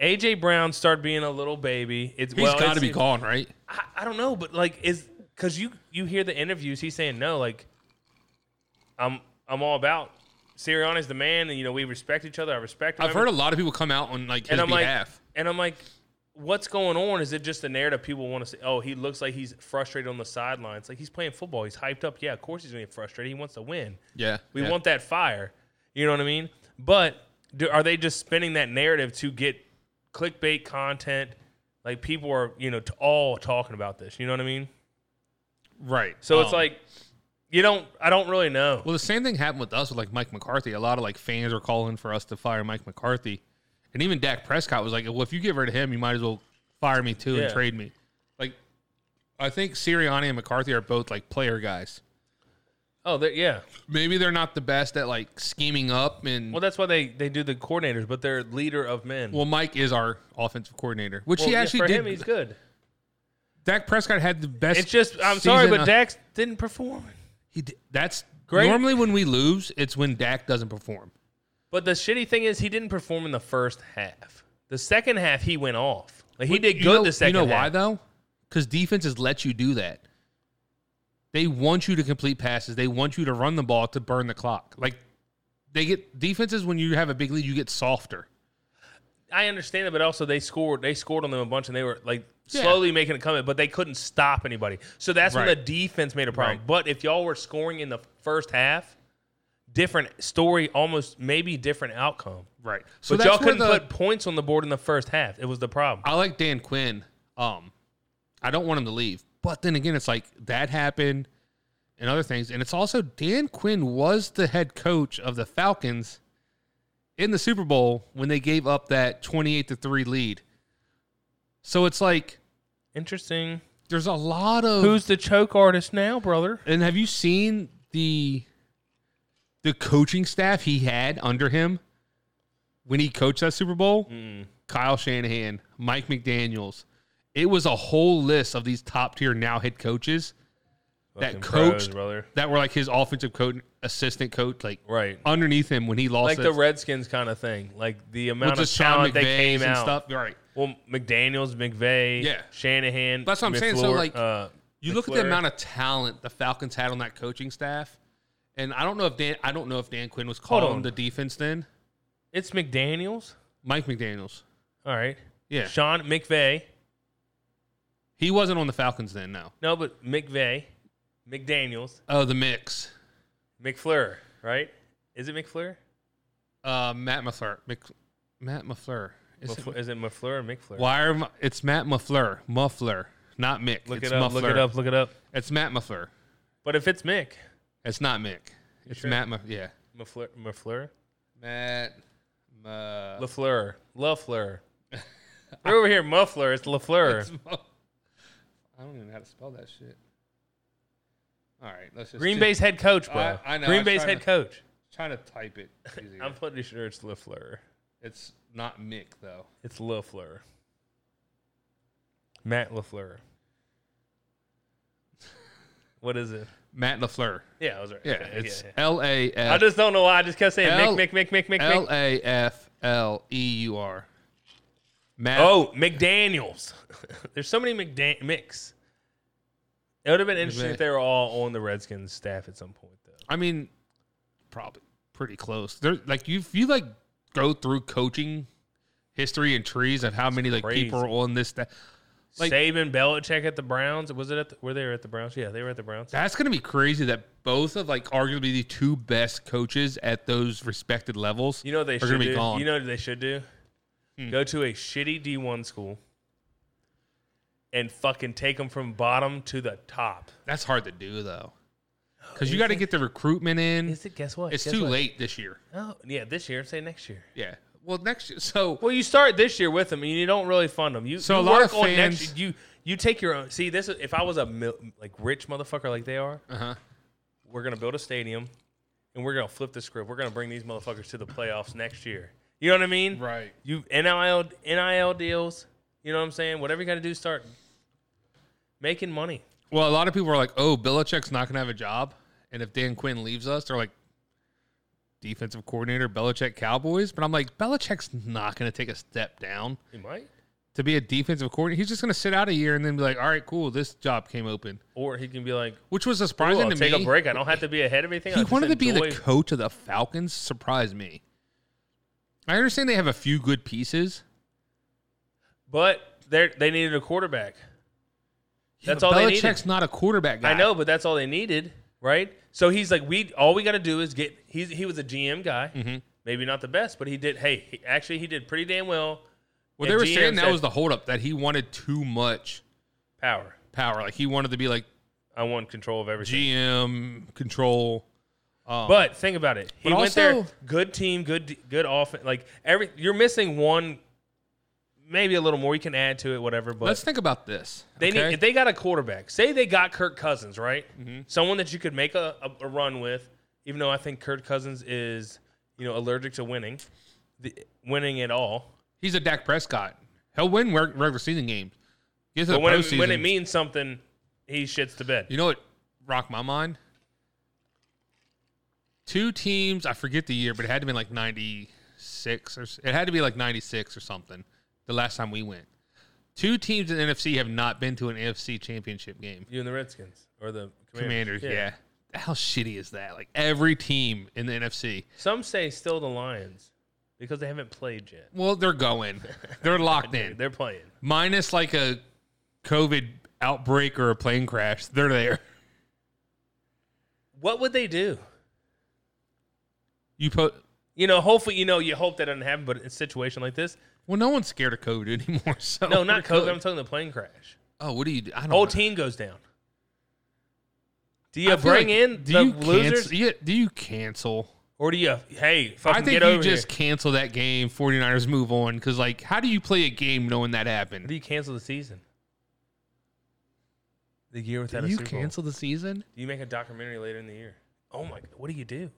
S4: AJ Brown started being a little baby. It's
S3: He's
S4: well,
S3: got to
S4: it's-
S3: be gone, right?
S4: I, I don't know, but like is because you you hear the interviews. He's saying no, like I'm I'm all about Sirianni's the man, and you know we respect each other. I respect. Him,
S3: I've heard a lot of people come out on like his
S4: and I'm
S3: behalf.
S4: like, and I'm like, what's going on? Is it just a narrative people want to say? Oh, he looks like he's frustrated on the sidelines. Like he's playing football. He's hyped up. Yeah, of course he's gonna get frustrated. He wants to win.
S3: yeah,
S4: We
S3: yeah.
S4: want that fire. You know what I mean? But do, are they just spinning that narrative to get clickbait content? Like people are, you know, t- all talking about this. You know what I mean?
S3: Right.
S4: So it's
S3: Um,
S4: like you don't. I don't really know.
S3: Well, the same thing happened with us with like Mike McCarthy. A lot of like fans are calling for us to fire Mike McCarthy, and even Dak Prescott was like, "Well, if you get rid of him, you might as well fire me too
S4: Yeah.
S3: and trade me." Like, I think Sirianni and McCarthy are both like player guys.
S4: Oh, they're- yeah.
S3: Maybe they're not the best at like scheming up and.
S4: Well,
S3: Well,
S4: that's why they they do the coordinators, but they're leader of men.
S3: Mike is our offensive coordinator, which
S4: Well,
S3: he
S4: yeah,
S3: actually
S4: for
S3: did.
S4: him, he's good.
S3: Dak Prescott had the best.
S4: It's just I'm sorry,
S3: season
S4: but
S3: of-
S4: Dax didn't perform.
S3: he did- that's
S4: Great.
S3: Normally, when we lose, it's when Dak doesn't perform.
S4: But the shitty thing is he didn't perform in the first half. The second half he went off. Like he did
S3: You
S4: good
S3: know-
S4: the second.
S3: You know
S4: half.
S3: why though? Because defenses let you do that. They want you to complete passes. They want you to run the ball to burn the clock. Like they get defenses when you have a big lead, you get softer.
S4: I understand it, but also they scored. They scored on them a bunch, and they were like
S3: Yeah.
S4: slowly making a comeback, but they couldn't stop anybody. So that's when
S3: Right.
S4: the defense made a problem.
S3: Right.
S4: But if y'all were scoring in the first half, different story, almost maybe different outcome.
S3: Right. So
S4: but
S3: that's
S4: y'all
S3: where
S4: couldn't
S3: the-
S4: put points on the board in the first half. It was the problem.
S3: I like Dan Quinn. Um, I don't want him to leave. But then again, it's like that happened and other things. And it's also Dan Quinn was the head coach of the Falcons in the Super Bowl when they gave up that 28 to 3 lead. So it's like
S4: Interesting.
S3: there's a lot of
S4: Who's the choke artist now, brother?
S3: and have you seen the the coaching staff he had under him when he coached that Super Bowl? Kyle Shanahan, Mike McDaniels. It was a whole list of these top tier now head coaches that
S4: Fucking pros,
S3: coached
S4: brother.
S3: that were like his offensive coach, assistant coach, like
S4: Right.
S3: underneath him when he lost
S4: Like
S3: it.
S4: the Redskins kind of thing. Like the
S3: with
S4: amount of
S3: just Sean
S4: talent that
S3: McVay
S4: came
S3: and
S4: out.
S3: stuff. Right.
S4: Well, McDaniel's, McVay,
S3: Yeah.
S4: Shanahan.
S3: That's what I'm saying. So,
S4: McFlure-
S3: like,
S4: uh,
S3: You look
S4: McFlure.
S3: at the amount of talent the Falcons had on that coaching staff, and I don't know if Dan. I don't know if Dan Quinn was
S4: Hold
S3: calling
S4: on.
S3: the defense then.
S4: It's McDaniels.
S3: Mike McDaniels.
S4: All right.
S3: Yeah.
S4: Sean McVay.
S3: He wasn't on the Falcons then, no.
S4: No, but McVay, McDaniels,
S3: Oh, the mix.
S4: McFleur, right? Is it McFleur?
S3: Uh, Matt Muffler. Mc, Matt Muffler. Is it,
S4: McFleur- Is it McFleur or McFleur?
S3: why are my, it's Matt Muffler? Muffler, not Mick.
S4: Look
S3: it's
S4: it up. Look
S3: Muffler.
S4: it up. Look it up.
S3: It's Matt Muffler.
S4: But if it's Mick,
S3: It's not Mick. It's
S4: sure?
S3: Matt. Muff- yeah.
S4: McFleur, McFleur,
S3: Matt. Uh, (laughs)
S4: LaFleur, LaFleur. We're over here, Muffler. It's LaFleur.
S3: I don't even know how to spell that shit. All right, let's just
S4: Green
S3: do-
S4: Bay's head coach, bro.
S3: I- I know, I
S4: Green Bay's
S3: tried
S4: head
S3: to-
S4: coach.
S3: Trying to type it. easier.
S4: I'm pretty sure it's LaFleur.
S3: it's not Mick though.
S4: It's LaFleur. Matt LaFleur. What is it?
S3: Matt Lafleur.
S4: Yeah, I was right.
S3: Yeah,
S4: Okay,
S3: it's
S4: yeah.
S3: L A F.
S4: I just don't know why. I just kept saying
S3: L-
S4: Mick, Mick, Mick, Mick, Mick,
S3: L
S4: Mick.
S3: A F L E U R. Matt.
S4: Oh, McDaniels. (laughs) There's so many McDan- Micks. It would have been interesting if they were all on the Redskins staff at some point, though.
S3: I mean, probably pretty close. There, like you, if you like go through coaching history and trees of how many like
S4: crazy.
S3: people are on this. That, Like-
S4: Saban, Belichick at the Browns. Was it? At the, were they at the Browns? Yeah, they were at the Browns.
S3: that's gonna be crazy. That both of like arguably the two best coaches at those respected levels.
S4: You know what they
S3: are
S4: should
S3: gonna be
S4: do.
S3: gone. Hmm.
S4: You know what they should do. Go to a shitty D one school and fucking take them from bottom to the top.
S3: that's hard to
S4: (gasps)
S3: do though, because you got to get the recruitment in.
S4: Is it? Guess what?
S3: It's
S4: Guess
S3: too
S4: what?
S3: late this year.
S4: Oh, yeah, this year. Say next year.
S3: Yeah. Well, next year. So
S4: Well, you start this year with them, and you don't really fund them. You
S3: So
S4: you
S3: a lot
S4: work
S3: of
S4: on next
S3: fans-
S4: year. you you take your own. See, this is if I was a mil- like rich motherfucker like they are,
S3: Uh-huh.
S4: we're gonna build a stadium, and we're gonna flip the script. We're gonna bring these motherfuckers to the playoffs next year. You know what I mean?
S3: Right.
S4: You nil nil deals. You know what I'm saying? Whatever you got to do, start making money.
S3: Well, a lot of people are like, "Oh, Belichick's not going to have a job," and if Dan Quinn leaves us, they're like, "Defensive coordinator, Belichick, Cowboys." But I'm like, Belichick's not going to take a step down
S4: You might,
S3: to be a defensive coordinator. He's just going to sit out a year and then be like, "All right, cool, this job came open,"
S4: or he can be like,
S3: which was
S4: "Cool,
S3: surprising
S4: I'll
S3: to
S4: take
S3: me.
S4: a break. I don't have to be ahead of anything."
S3: He
S4: I'll just
S3: wanted to be the
S4: enjoy-
S3: coach of the Falcons. Surprised me. I understand they have a few good pieces.
S4: but they they needed a quarterback.
S3: Yeah,
S4: That's
S3: but
S4: all they needed.
S3: Belichick's not a quarterback guy.
S4: I know, but that's all they needed, right? So he's like, we all we got to do is get. He's he was a GM guy, maybe not the best, but he did. Hey, he, actually, he did pretty damn well.
S3: Well,
S4: Yeah,
S3: they were
S4: GM
S3: saying that
S4: said-
S3: was the holdup that he wanted too much
S4: Power.
S3: power. Like he wanted to be like
S4: I want control of everything.
S3: GM control. Um,
S4: But think about it. He
S3: But
S4: went there.
S3: also-
S4: Good team. Good good offense. Like every you're missing one, maybe a little more. You can add to it, whatever. But
S3: let's think about this.
S4: they
S3: okay? Mm-hmm.
S4: need if they got a quarterback. Say they got Kirk Cousins, right? Someone that you could make a, a, a run with. Even though I think Kirk Cousins is you know allergic to winning, the, winning at all.
S3: He's a Dak Prescott. He'll win reg- regular season games. Get to the
S4: But when it,
S3: postseason.
S4: when it means something, he shits the bed.
S3: You know what rocked my mind? Two teams, I forget the year, but it had to be like 96 or s- it had to be like 96 or something the last time we went. Two teams in the NFC have not been to an AFC championship game.
S4: You and the Redskins or the Commanders.
S3: Commanders, yeah. How shitty is that? Like every team in the NFC.
S4: Some say still the Lions because they haven't played yet.
S3: Well, they're going.
S4: (laughs)
S3: They're locked in.
S4: They're playing.
S3: Minus like a COVID outbreak or a plane crash, they're there.
S4: What would they do?
S3: You put
S4: You know, hopefully, you know, you hope that doesn't happen, but in a situation like this,
S3: Well, no one's scared of COVID anymore. (laughs) So
S4: no, not
S3: we're
S4: COVID.
S3: good.
S4: I'm talking the plane crash.
S3: (laughs) Oh, what do you do? I don't
S4: Whole
S3: know.
S4: team goes down. Do
S3: I
S4: you
S3: feel
S4: bring
S3: like-
S4: in
S3: do
S4: the
S3: you
S4: losers,
S3: Cancel, yeah, do you cancel?
S4: or do you? Hey,
S3: I
S4: fucking
S3: think
S4: get
S3: you
S4: over
S3: just
S4: here.
S3: cancel that game. 49ers move on because, like, how do you play a game knowing that happened?
S4: Do you cancel the season? The year without
S3: Do
S4: a
S3: you
S4: Super Bowl.
S3: cancel the season?
S4: Do you make a documentary later in the year? Oh my! What do you do?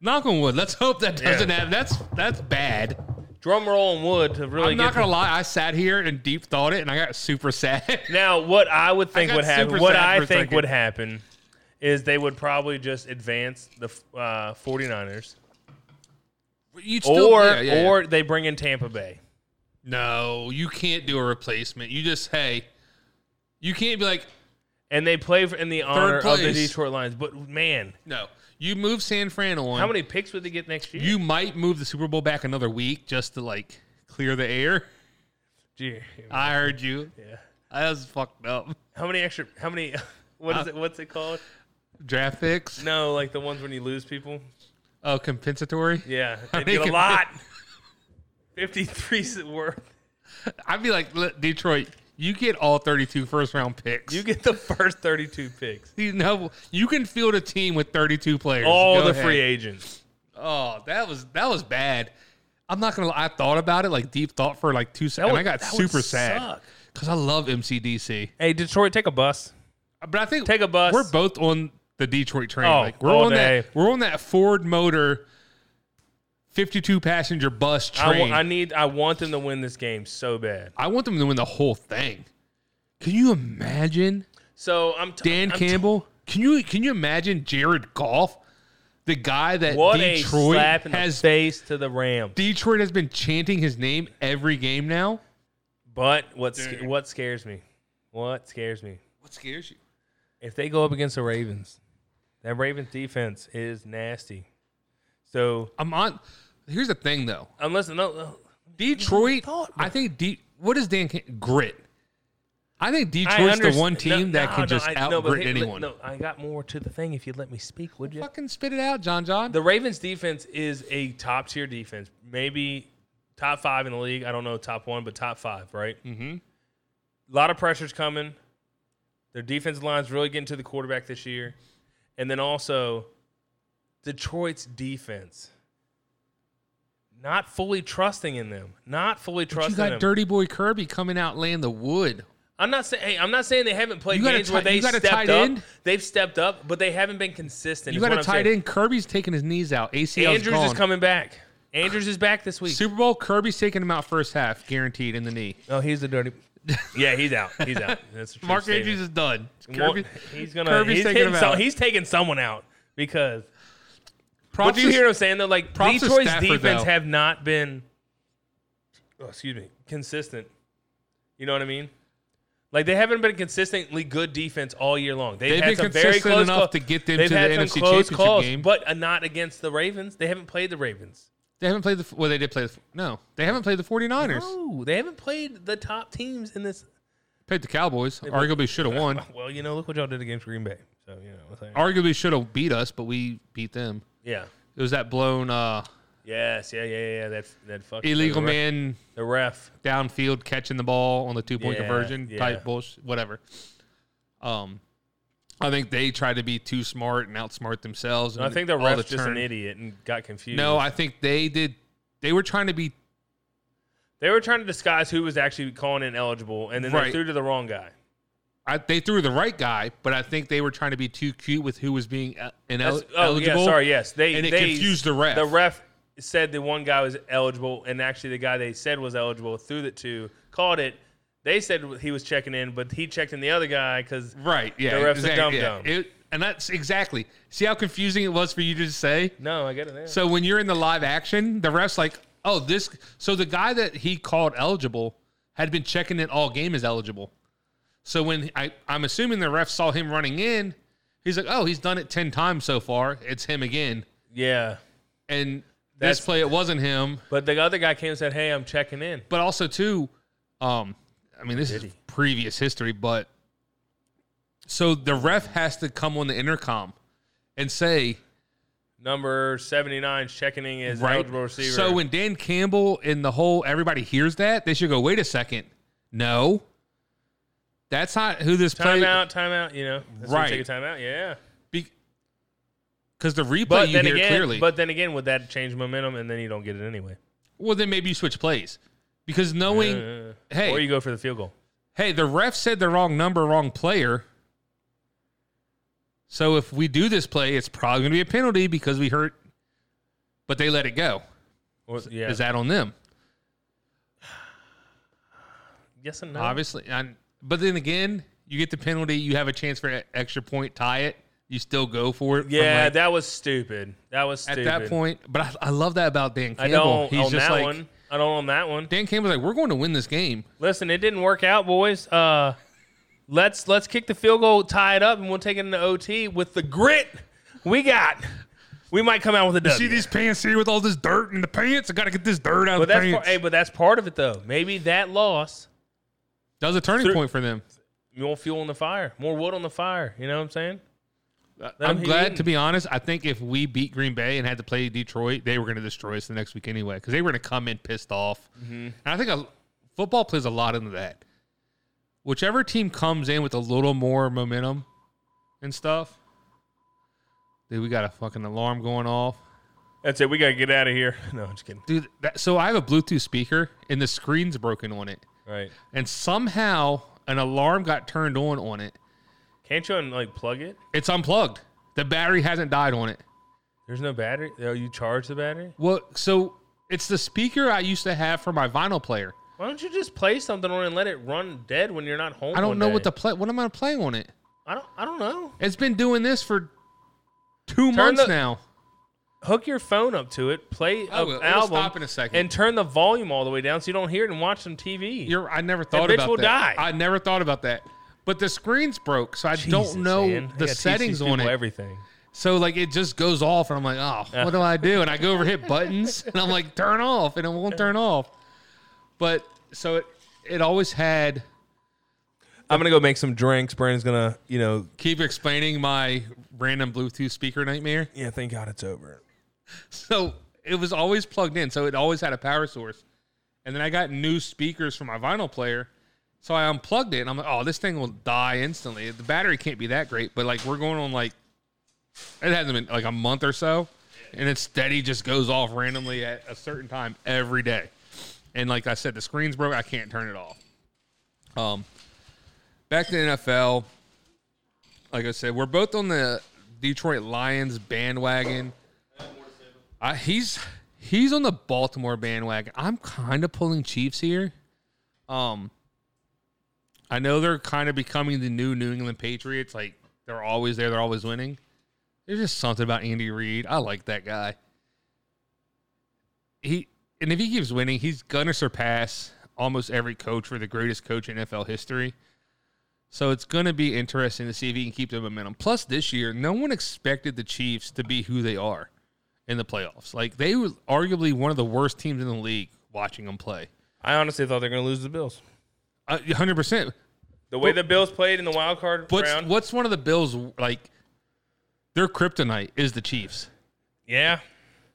S3: Knock on wood. Let's hope that
S4: Yeah.
S3: doesn't happen. That's that's bad.
S4: Drum roll and wood to really.
S3: I'm
S4: get
S3: not gonna
S4: the-
S3: lie. I sat here and deep thought it, and I got super (laughs) sad.
S4: Now, what I would think
S3: got
S4: would happen,
S3: super
S4: what
S3: sad
S4: I
S3: for a
S4: think
S3: second.
S4: would happen, is they would probably just advance the uh, 49ers,
S3: You'd
S4: or
S3: yeah, yeah, yeah.
S4: or they bring in Tampa Bay.
S3: no, you can't do a replacement. You just hey, you can't be like
S4: And they play for, in the honor of the
S3: place.
S4: Detroit Lions. But man,
S3: no. You move San Fran on.
S4: how many picks would they get next year?
S3: You might move the Super Bowl back another week just to like clear the air.
S4: Gee,
S3: I heard you.
S4: yeah.
S3: That was fucked up.
S4: How many extra? How many? (laughs) What is it? What's it called?
S3: Draft picks?
S4: No, like the ones when you lose people.
S3: Oh, compensatory? (laughs)
S4: Yeah,
S3: I
S4: they get a
S3: think-
S4: lot. Fifty-three worth.
S3: I'd be like, "Look, Detroit, you get all 32 first round picks.
S4: You
S3: You,
S4: get the first thirty-two picks.
S3: know, (laughs) you can field a team with 32 players.
S4: All
S3: Go
S4: the
S3: ahead.
S4: free agents.
S3: Oh, that was that was bad. I'm not gonna. lie. I thought about it like deep thought for like two seconds.
S4: would-
S3: and I got
S4: that would
S3: super sad
S4: suck.
S3: because I love MCDC.
S4: Hey, Detroit, take a bus.
S3: But I think
S4: Take a bus.
S3: We're both on the Detroit train.
S4: Oh,
S3: like we're
S4: all
S3: on
S4: day.
S3: that. We're on that Ford Motor, fifty-two passenger bus
S4: I,
S3: train.
S4: wa- I need. I want them to win this game so bad.
S3: I want them to win the whole thing. Can you imagine
S4: So I'm t-
S3: Dan
S4: I'm t-
S3: Campbell? can you can you imagine Jared Goff, the guy that
S4: what a
S3: Detroit
S4: slap in
S3: has?
S4: the face to the Rams.
S3: Detroit has been chanting his name every game now.
S4: But what sca- what scares me? What scares me?
S3: What scares you?
S4: If they go up against the Ravens, that Ravens defense is nasty. So
S3: I'm on. Here's the thing, though.
S4: unless no, no
S3: Detroit.
S4: thought-
S3: I think. De- what is Dan Can- grit? I think Detroit's the
S4: underst-
S3: one team
S4: no,
S3: that
S4: no,
S3: can
S4: no,
S3: just
S4: I-
S3: outgrit
S4: no, but here-
S3: anyone.
S4: No, I got more to the thing. If you'd let me speak, would you?
S3: Fucking spit it out, John. John.
S4: The Ravens defense is a top tier defense, maybe top five in the league. I don't know top one, but top five, right? Mm-hmm. A lot of pressure's coming. Their defensive line's really getting to the quarterback this year, and then also Detroit's defense. Not fully trusting in them. Not fully
S3: you
S4: trusting
S3: got
S4: them.
S3: Dirty Boy Kirby coming out laying the wood.
S4: I'm not saying. Hey, I'm not saying they haven't played
S3: You got a
S4: games where
S3: ti-
S4: they
S3: you got a
S4: stepped
S3: tight
S4: up.
S3: end?
S4: They've stepped up, but they haven't been consistent.
S3: You
S4: is
S3: got
S4: what
S3: a
S4: I'm
S3: tight
S4: saying.
S3: end. Kirby's taking his knees out. ACL
S4: Andrews is coming back. Andrews is back this week.
S3: Super Bowl. Kirby's taking him out first half, guaranteed in the knee.
S4: Oh, he's the dirty. Yeah, he's out. He's out. That's a true
S3: (laughs) Mark
S4: statement.
S3: Andrews is done.
S4: Well,
S3: Kirby,
S4: he's gonna.
S3: Kirby's
S4: he's,
S3: taking
S4: taking
S3: him
S4: some,
S3: out.
S4: he's taking someone out because.
S3: props
S4: But you
S3: to-
S4: hear what I'm saying? Though, like
S3: props to
S4: Detroit's
S3: Stafford,
S4: defense
S3: though.
S4: have not been. oh, excuse me. Consistent. You know what I mean? Like they haven't been consistently good defense all year long. They've,
S3: They've
S4: had some
S3: been
S4: very
S3: consistent
S4: close
S3: enough
S4: call-
S3: to get them
S4: They've
S3: to the
S4: had some
S3: NFC
S4: close
S3: Championship
S4: calls,
S3: game.
S4: but uh, not against the Ravens. They haven't played the Ravens.
S3: They haven't played the. Well, they did play the. No, they haven't played the 49ers.
S4: No, they haven't played the top teams in this.
S3: Played the Cowboys. Arguably should
S4: (laughs)
S3: have won.
S4: Well, you know, look what y'all did against Green Bay. So you know, it's like-
S3: Arguably should have beat us, but we beat them.
S4: yeah,
S3: It was that blown. uh
S4: Yes, yeah, yeah, yeah. That that fucking
S3: Illegal
S4: the ref-
S3: man
S4: The ref.
S3: downfield catching the ball on the two point
S4: Yeah,
S3: conversion
S4: yeah.
S3: type bullshit, whatever. Um, I think they try to be too smart and outsmart themselves.
S4: I
S3: and
S4: think the
S3: all
S4: ref's just
S3: turn-
S4: an idiot and got confused.
S3: No, I think they did. They were trying to be
S4: they were trying to disguise who was actually calling in eligible, and then they
S3: Right.
S4: threw to the wrong guy.
S3: I, they threw the right guy, but I think they were trying to be too cute with who was being el- inel-
S4: That's- oh
S3: eligible.
S4: yeah, sorry, yes, they
S3: and it
S4: they-
S3: confused the ref.
S4: The ref said the one guy was eligible, and actually the guy they said was eligible threw it to called it. They said he was checking in, but he checked in the other guy because
S3: Right? Yeah.
S4: The ref's a
S3: exact-
S4: dumb
S3: yeah.
S4: dumb.
S3: It- and that's exactly. See how confusing it was for you to just say.
S4: no, I get it. There.
S3: So when you're in the live action, the ref's like, "Oh, this." So the guy that he called eligible had been checking in all game as eligible. So when I, I'm assuming the ref saw him running in, he's like, "Oh, he's done it ten times so far. It's him again."
S4: yeah,
S3: And
S4: That's-
S3: this play, it wasn't him.
S4: but the other guy came and said, "Hey, I'm checking in."
S3: But also too, um, I mean, this is
S4: Did he?
S3: previous history, but so the ref has to come on the intercom and say,
S4: Number seventy nine checking in is
S3: right?
S4: eligible receiver.
S3: So when Dan Campbell and the whole everybody hears that, they should go, wait a second. No. That's not who this play
S4: timeout, timeout, you know, that's when you Take a timeout, yeah.
S3: Because the replay
S4: But
S3: you
S4: then
S3: hear
S4: again,
S3: clearly.
S4: but then again, would that change momentum and then you don't get it anyway?
S3: well, then maybe you switch plays. Because knowing,
S4: Uh,
S3: hey,
S4: or you go for the field goal.
S3: hey, the ref said the wrong number, wrong player. So if we do this play, it's probably going to be a penalty because we hurt, but they let it go.
S4: Or, yeah.
S3: Is that on them?
S4: yes and no?
S3: Obviously, and, but then again, you get the penalty. You have a chance for an extra point, tie it. You still go for it. from,
S4: Yeah,
S3: like,
S4: that was stupid. That was
S3: at
S4: stupid.
S3: that point. But I, I love that about Dan
S4: I
S3: Campbell.
S4: don't
S3: He's
S4: on
S3: just
S4: that
S3: like
S4: one. I don't on that one.
S3: Dan Campbell's like, we're going to win this game.
S4: Listen, it didn't work out, boys. Uh, let's let's kick the field goal, tie it up, and we'll take it into OT with the grit we got. We might come out with a W.
S3: pants here with all this dirt in the pants. I got to get this dirt out
S4: but that's part, hey, but that's part of it though. Maybe that loss
S3: that was a turning
S4: Through-
S3: point for them.
S4: more fuel on the fire, more wood on the fire. You know what I'm saying? Let
S3: Uh, I'm
S4: him
S3: glad
S4: eat.
S3: to be honest. I think if we beat Green Bay and had to play Detroit, they were going to destroy us the next week anyway because they were going to come in pissed off.
S4: Mm-hmm.
S3: And I think a, football plays a lot into that. Whichever team comes in with a little more momentum and stuff, dude, we got a fucking alarm going off,
S4: That's it. We gotta get out of here. (laughs) No, I'm just kidding.
S3: dude. That, so I have a Bluetooth speaker and the screen's broken on it,
S4: Right?
S3: and somehow an alarm got turned on on it.
S4: Can't you like plug it?
S3: It's unplugged. The battery hasn't died on it.
S4: There's no battery. Oh, you charge the battery?
S3: Well, so it's the speaker I used to have for my vinyl player.
S4: Why don't you just play something on it and let it run dead when you're not home?
S3: I don't
S4: one
S3: know what
S4: day?
S3: the play. What am I playing on it?
S4: I don't. I don't know.
S3: It's been doing this for two months
S4: the-
S3: now.
S4: Hook your phone up to it. Play
S3: I
S4: a
S3: will. It'll
S4: album.
S3: stop in a second.
S4: And turn the volume all the way down so you don't hear it and watch some TV.
S3: You're. I never thought
S4: bitch
S3: about
S4: will die.
S3: that. I never thought about that. But the screen's broke, so I
S4: Jesus,
S3: don't know
S4: man. I
S3: the
S4: gotta teach
S3: settings
S4: these
S3: on it.
S4: people Everything.
S3: so like it just goes off, and I'm like, oh, what do I do? And I go over
S4: (laughs)
S3: hit buttons, and I'm like, turn off, and it won't turn off. But so it it always had.
S4: I'm gonna go make some drinks. Brandon's gonna, you know,
S3: Keep explaining my random Bluetooth speaker nightmare.
S4: yeah. Thank God it's over.
S3: So it was always plugged in, so it always had a power source. And then I got new speakers for my vinyl player, so I unplugged it, and I'm like, oh, this thing will die instantly. The battery can't be that great, but like we're going on like it hasn't been like a month or so, and it steady just goes off randomly at a certain time every day. And like I said, the screen's broke. I can't turn it off. Um, back to NFL. Like I said, we're both on the Detroit Lions bandwagon. I, he's he's on the Baltimore bandwagon. I'm kind of pulling Chiefs here. Um, I know they're kind of becoming the new New England Patriots. Like they're always there, they're always winning. There's just something about Andy Reid. I like that guy. He and if he keeps winning, he's gonna surpass almost every coach for the greatest coach in NFL history. So it's gonna be interesting to see if he can keep the momentum. Plus, this year, no one expected the Chiefs to be who they are in the playoffs. Like they were arguably one of the worst teams in the league. Watching them play, Uh,
S4: I honestly thought they're gonna lose to the Bills.
S3: hundred percent.
S4: The way the Bills played in the wild card
S3: What's
S4: round.
S3: what's one of the Bills like? Their kryptonite is the Chiefs.
S4: Yeah.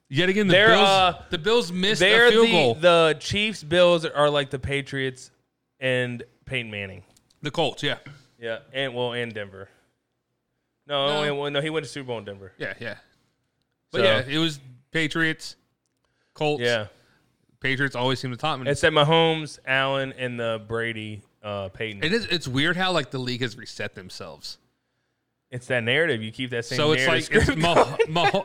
S3: Yet again, the
S4: They're,
S3: Bills.
S4: uh,
S3: the Bills missed
S4: They're
S3: a field
S4: the,
S3: goal. The,
S4: the Chiefs, Bills are like the Patriots and Peyton Manning.
S3: Colts. Yeah.
S4: Yeah, and well, and Denver. No,
S3: No.
S4: and- well, no, he went to Super Bowl in Denver.
S3: Yeah. Yeah. But
S4: So-
S3: yeah, it was Patriots, Colts.
S4: Yeah,
S3: Patriots always seem to top. And
S4: it's that Mahomes, Allen, and the Brady, uh, Peyton.
S3: it is, it's weird how like the league has reset themselves.
S4: it's that narrative. You keep that same.
S3: so it's like
S4: narrative
S3: it's
S4: script
S3: Mah-
S4: (laughs)
S3: Mah-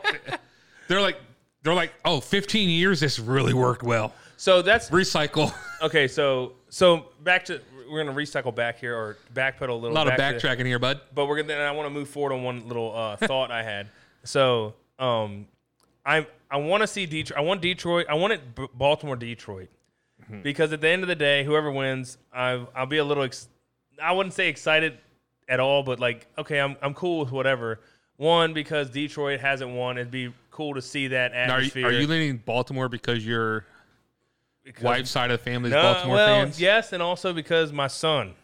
S3: they're like they're like oh 15 years this really worked well
S4: So that's
S3: recycle
S4: okay. So so back to we're gonna recycle back here or backpedal a little.
S3: a lot of
S4: back to-
S3: backtracking here bud
S4: but we're gonna. And I want to move forward on one little uh, (laughs) thought I had. So, um, I I want to see Detroit. I want Detroit. I want it B- Baltimore Detroit
S3: Mm-hmm.
S4: because at the end of the day, whoever wins, I I'll be a little. Ex- I wouldn't say excited at all, but like okay, I'm I'm cool with whatever. One because Detroit hasn't won. It'd be cool to see that
S3: Now, are,
S4: atmosphere.
S3: you, are you leaning baltimore because your
S4: Because-
S3: wife's side of the family is
S4: No,
S3: baltimore
S4: well,
S3: fans
S4: yes, and also because my son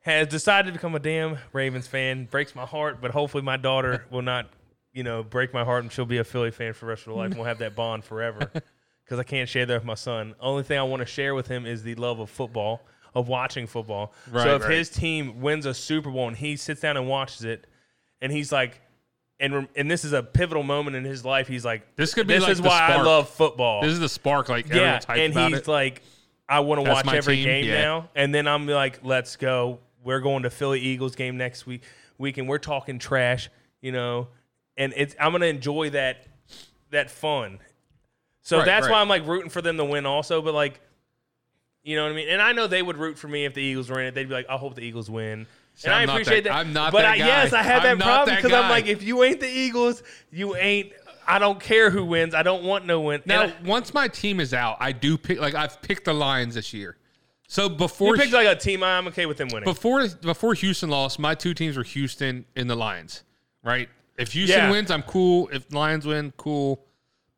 S4: has decided to become a damn Ravens fan. Breaks my heart, but hopefully my
S3: (laughs)
S4: daughter will not, you know, break my heart and she'll be a Philly fan for the rest of her life. and We'll have that bond
S3: (laughs)
S4: forever because I can't share that with my son. Only thing I want to share with him is the love of football, of watching football.
S3: Right,
S4: so if
S3: right.
S4: his team wins a Super Bowl and he sits down and watches it, and he's like. And, rem- and this is a pivotal moment in his life. He's like,
S3: This could be
S4: this
S3: like
S4: is
S3: the
S4: why I
S3: spark.
S4: love football
S3: this is the spark like everyone's hyped
S4: and
S3: about
S4: he's
S3: it
S4: like, I want to
S3: That's
S4: watch
S3: my
S4: every
S3: team,
S4: game
S3: yeah.
S4: now. And then I'm like, let's go. We're going to Philly Eagles game next week. Week and we're talking trash, you know. And it's I'm gonna enjoy that that fun. So
S3: Right,
S4: that's
S3: right.
S4: why I'm like rooting for them to win also. But like, you know what I mean. And I know they would root for me if the Eagles were in it. They'd be like, I hope the Eagles win. and
S3: I'm
S4: I
S3: not
S4: appreciate
S3: that-
S4: that.
S3: I'm not
S4: But
S3: that
S4: I, yes,
S3: guy.
S4: I have that
S3: I'm not
S4: problem
S3: that
S4: because I'm
S3: guy.
S4: like, if you ain't the Eagles, you ain't. I don't care who wins. I don't want no win. And
S3: now
S4: I-
S3: once my team is out i do pick like i've picked the lions this year so
S4: You
S3: before
S4: picked like a team. I'm okay with them winning.
S3: before before Houston lost, my two teams were Houston and the Lions, right? If Houston
S4: Yeah.
S3: wins, I'm cool. If the Lions win, cool.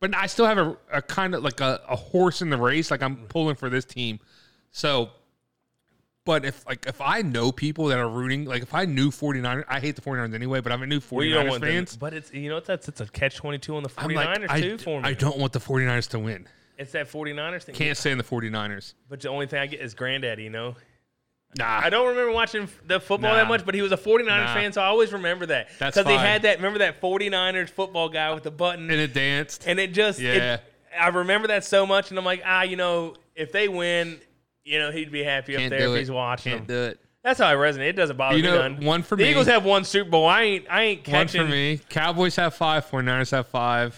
S3: But I still have a, a kind of like a, a horse in the race. Like I'm pulling for this team. So, but if like if I know people that are rooting, like if I knew 49ers, I hate the 49ers anyway, but I'm a new 49ers
S4: Well, you don't want
S3: fans.
S4: them, but it's you know what that's it's a catch twenty two on the
S3: I'm
S4: 49ers
S3: like, I,
S4: too for me.
S3: I don't want the 49ers to win.
S4: it's that 49ers thing.
S3: Can't stand the 49ers.
S4: But the only thing I get is granddaddy. You know,
S3: Nah,
S4: I don't remember watching the football
S3: Nah.
S4: that much, but he was a 49ers
S3: Nah.
S4: fan, so I always remember that
S3: That's
S4: they
S3: fine.
S4: had that. Remember that 49ers football guy with the button,
S3: And it danced.
S4: and it just it-
S3: Yeah.
S4: I remember that so much, and I'm like, ah, you know, if they win, you know, he'd be happy up
S3: Can't
S4: there
S3: do
S4: if
S3: it.
S4: he's watching
S3: Can't
S4: them.
S3: do it.
S4: That's how I resonate. It doesn't bother
S3: You
S4: me
S3: know,
S4: none.
S3: one for
S4: the
S3: me.
S4: Eagles have one Super Bowl. I ain't I ain't
S3: One
S4: catching
S3: for me. Cowboys have five. 49ers have five.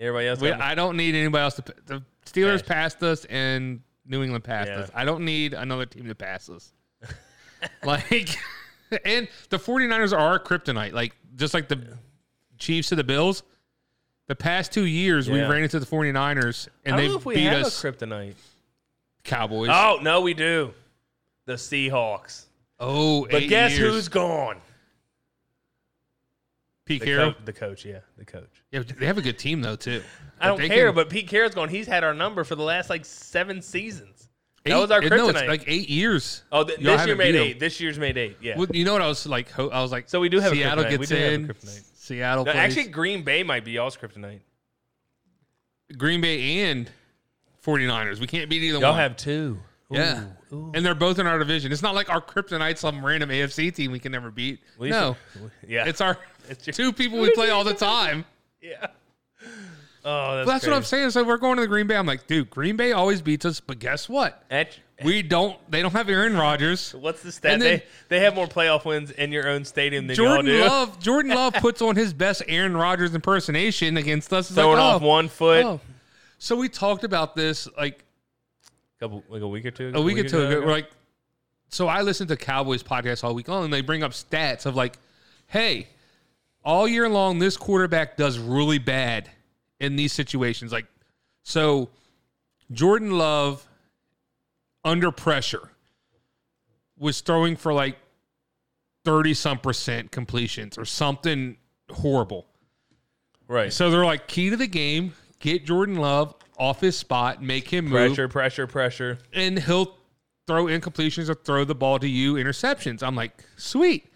S4: Everybody else.
S3: We,
S4: got-
S3: I don't need anybody else to. p- The Steelers
S4: Pass.
S3: passed us, and New England passed
S4: Yeah.
S3: us. I don't need another team to pass us. (laughs) like, (laughs) and the 49ers are our kryptonite. Like, just like the Chiefs to the Bills, the past two years we
S4: Yeah.
S3: ran into the 49ers, and
S4: I don't
S3: they
S4: know if we
S3: beat
S4: have
S3: us
S4: a kryptonite.
S3: Cowboys.
S4: Oh no, we do. The Seahawks.
S3: oh,
S4: But
S3: eight
S4: guess
S3: years.
S4: who's gone?
S3: Pete
S4: The,
S3: Carroll?
S4: co- the coach, yeah, the coach.
S3: Yeah, they have a good team though too.
S4: I
S3: Like,
S4: don't
S3: they
S4: care,
S3: can-
S4: but Pete Carroll's gone. He's had our number for the last like seven seasons.
S3: eight,
S4: that was our
S3: No, it's
S4: kryptonite.
S3: like eight years.
S4: Oh, th-
S3: Y'all
S4: this year
S3: haven't
S4: made
S3: beat 'em.
S4: eight. This year's made eight. Yeah.
S3: Well, you know what I was like? Ho- I was like,
S4: So we do have a
S3: Seattle
S4: kryptonite. We
S3: gets
S4: do have a
S3: in.
S4: kryptonite.
S3: Seattle
S4: No,
S3: plays
S4: actually, Green Bay might be y'all's kryptonite.
S3: Green Bay and 49ers. We can't beat either
S4: Y'all
S3: one.
S4: have two. Ooh,
S3: yeah,
S4: ooh.
S3: and they're both in our division. It's not like our kryptonite's some random AFC team we can never beat.
S4: We
S3: no,
S4: Yeah. (laughs)
S3: it's our
S4: It's your-
S3: two people we play all the time.
S4: yeah. Oh, (laughs) that's,
S3: But that's what I'm saying. So we're going to the Green Bay. I'm like, dude, Green Bay always beats us, but guess what?
S4: saying.
S3: We don't. They don't have Aaron Rodgers.
S4: What's the stat?
S3: And then-
S4: they they have more playoff wins in your own stadium than y'all
S3: Jordan
S4: do.
S3: Love. Jordan Love puts on his best Aaron Rodgers impersonation against us. It's
S4: Throwing
S3: like,
S4: off
S3: oh,
S4: one foot,
S3: oh. So we talked about this like
S4: couple like a week or two.
S3: a week or two ago. We're like, so I listened to Cowboys podcast all week long, and they bring up stats of like, hey, all year long, this quarterback does really bad in these situations. Like, so Jordan Love under pressure was throwing for like 30 some percent completions or something horrible.
S4: right.
S3: So they're like, key to the game, get Jordan Love off his spot, make him move
S4: Pressure, pressure, pressure.
S3: and he'll throw incompletions or throw the ball to you interceptions. I'm like, sweet.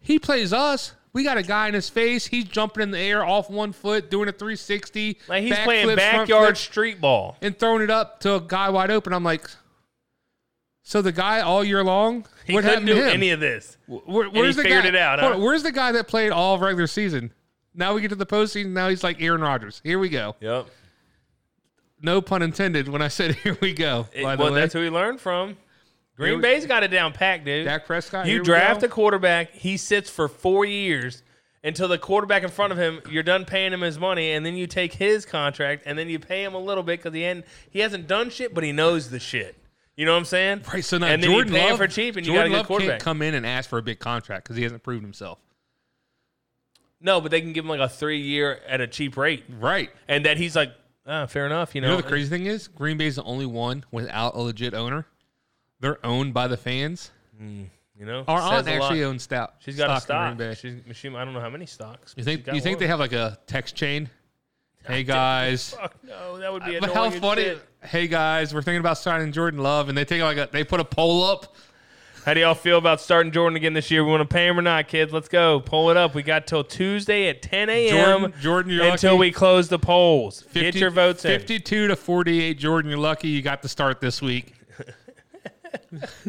S3: He plays us. We got a guy in his face. He's jumping in the air off one foot, doing a 360.
S4: Like he's
S3: back
S4: playing
S3: flips, front
S4: backyard
S3: flips,
S4: street ball.
S3: and throwing it up to a guy wide open. I'm like, so the guy all year long,
S4: He
S3: what
S4: couldn't
S3: happened to
S4: do
S3: him?
S4: any of this.
S3: Where, where's the
S4: figured
S3: guy?
S4: it out,
S3: hold
S4: huh?
S3: on, Where's the guy that played all of regular season? Now we get to the postseason. Now he's like Aaron Rodgers. Here we go.
S4: Yep.
S3: No pun intended when I said (laughs) here we go. by the
S4: well,
S3: way,
S4: that's who we learned from. Green
S3: Here we-
S4: Bay's got it down packed, dude.
S3: Dak Prescott. here
S4: you
S3: we
S4: draft
S3: go.
S4: a quarterback, he sits for four years until the quarterback in front of him, you're done paying him his money, and then you take his contract, and then you pay him a little bit because he hadn't, he hasn't done shit, but he knows the shit. You know what I'm saying?
S3: Right, so now
S4: and then
S3: Jordan
S4: you pay him
S3: Love
S4: for cheap, and you got
S3: Jordan
S4: to get a
S3: Love
S4: quarterback.
S3: can't come in and ask for a big contract because he hasn't proven himself.
S4: No, but they can give him like a three year at a cheap rate,
S3: Right.
S4: and that he's like, ah, fair enough. You know,
S3: You know the crazy thing is, Green Bay's the only one without a legit owner. They're owned by the fans.
S4: you know,
S3: Our
S4: says
S3: aunt
S4: a lot.
S3: actually owns stout.
S4: She's got
S3: in
S4: a
S3: Green
S4: stock.
S3: Bay.
S4: She's, she, I don't know how many stocks.
S3: You think you think they have like a
S4: (laughs)
S3: text chain? Hey guys,
S4: Fuck no, that would be
S3: but
S4: annoying.
S3: how
S4: as
S3: funny!
S4: shit.
S3: Hey guys, we're thinking about signing Jordan Love, and they take like a they put a poll up.
S4: How do y'all feel about starting Jordan again this year? We want to pay him or not, kids? Let's go. Pull it up. We got till Tuesday at 10 a.m.
S3: Jordan, Jordan, you're
S4: until
S3: lucky.
S4: we close the polls. Get
S3: 50
S4: your votes in.
S3: Fifty-two to forty-eight. Jordan, you're lucky. You got the start this week.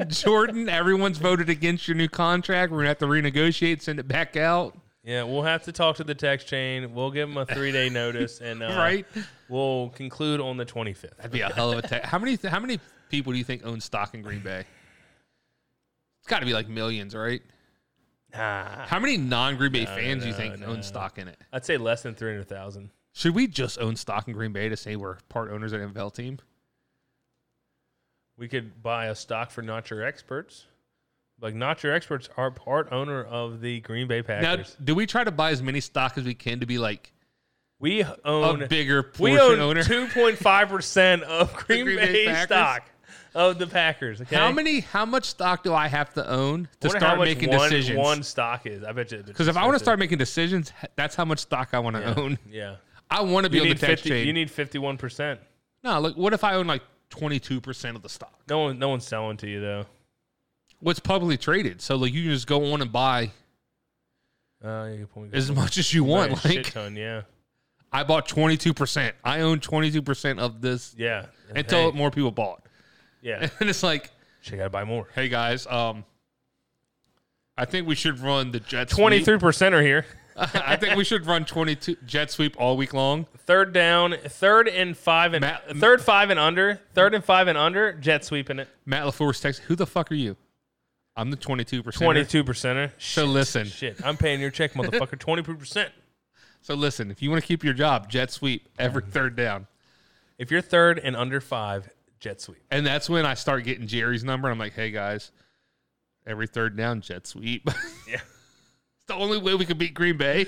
S3: Jordan, everyone's voted against your new contract. We're gonna have to renegotiate, send it back out.
S4: Yeah, we'll have to talk to the text chain. We'll give him a three day notice, and uh,
S3: (laughs) Right?
S4: we'll conclude on the 25th.
S3: That'd be a hell of a text. How many how many people do you think own stock in Green Bay? It's got to be like millions, right?
S4: Ah,
S3: How many non-Green Bay fans do you think own stock in it?
S4: I'd say less than 300,000.
S3: Should we just own stock in Green Bay to say we're part owners of an NFL team?
S4: We could buy a stock for Not Your Experts. Like, Not Your Experts are part owner of the Green Bay
S3: Now,
S4: Packers.
S3: do we try to buy as many stock as we can to be like
S4: we
S3: a
S4: own
S3: bigger portion
S4: We own
S3: owner? (laughs)
S4: two point five percent of Green,
S3: Green Bay
S4: Bay,
S3: Packers?
S4: stock of the Packers. Okay,
S3: How many? How much stock do I have to own
S4: I
S3: to
S4: wonder
S3: start
S4: how much
S3: making
S4: one,
S3: decisions?
S4: One stock is. I bet you.
S3: because if I want to start making decisions, h- that's how much stock I want to own. (laughs)
S4: yeah,
S3: I want to be
S4: you
S3: on the
S4: need
S3: tech
S4: fifty.
S3: chain.
S4: You need fifty-one percent.
S3: no, look, what if I own like twenty two percent of the stock?
S4: No one, no one's selling to you though.
S3: What's publicly traded? So like you can just go on and buy
S4: Uh, you can point
S3: as much as you
S4: Right,
S3: want.
S4: shit
S3: Like
S4: ton, yeah,
S3: I bought twenty two percent. I own twenty two percent of this
S4: yeah.
S3: until
S4: hey,
S3: more people bought. (laughs)
S4: yeah,
S3: And it's like,
S4: she gotta buy more.
S3: hey guys, um, I think we should run the jet sweep.
S4: Twenty-three percent are here.
S3: (laughs) I think we should run twenty two jet sweep all week long.
S4: Third down, third and five and
S3: Matt-
S4: third five and under, third and five and under. Jet sweeping it.
S3: Matt LaFour's text, who the fuck are you? I'm the 22%.
S4: Twenty-two percenter.
S3: So listen,
S4: Shit, I'm paying your check, motherfucker. Twenty-three percent.
S3: so listen, if you want to keep your job, jet sweep every third down.
S4: If you're third and under five, jet sweep.
S3: And that's when I start getting Jerry's number. I'm like, hey guys, every third down, jet sweep. (laughs)
S4: Yeah.
S3: It's the only way we could beat Green Bay.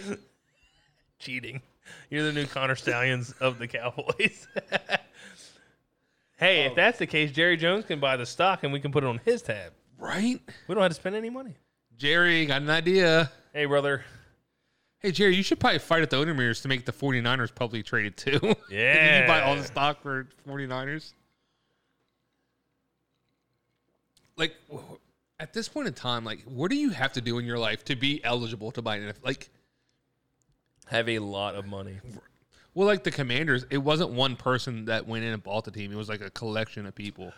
S4: Cheating. You're the new Connor Stallions of the Cowboys. (laughs)
S3: Oh.
S4: hey, if that's the case, Jerry Jones can buy the stock and we can put it on his tab.
S3: Right?
S4: We don't have to spend any money.
S3: Jerry, got an idea.
S4: Hey, brother.
S3: Hey Jerry, you should probably fight at the owner mirrors to make the 49ers publicly traded too. (laughs) And you buy all
S4: Yeah.
S3: the stock for 49ers. Like wh- at this point in time, like what do you have to do in your life to be eligible to buy an NFL? Like
S4: Have a lot of money.
S3: well, like the Commanders, it wasn't one person that went in and bought the team. It was like a collection of people.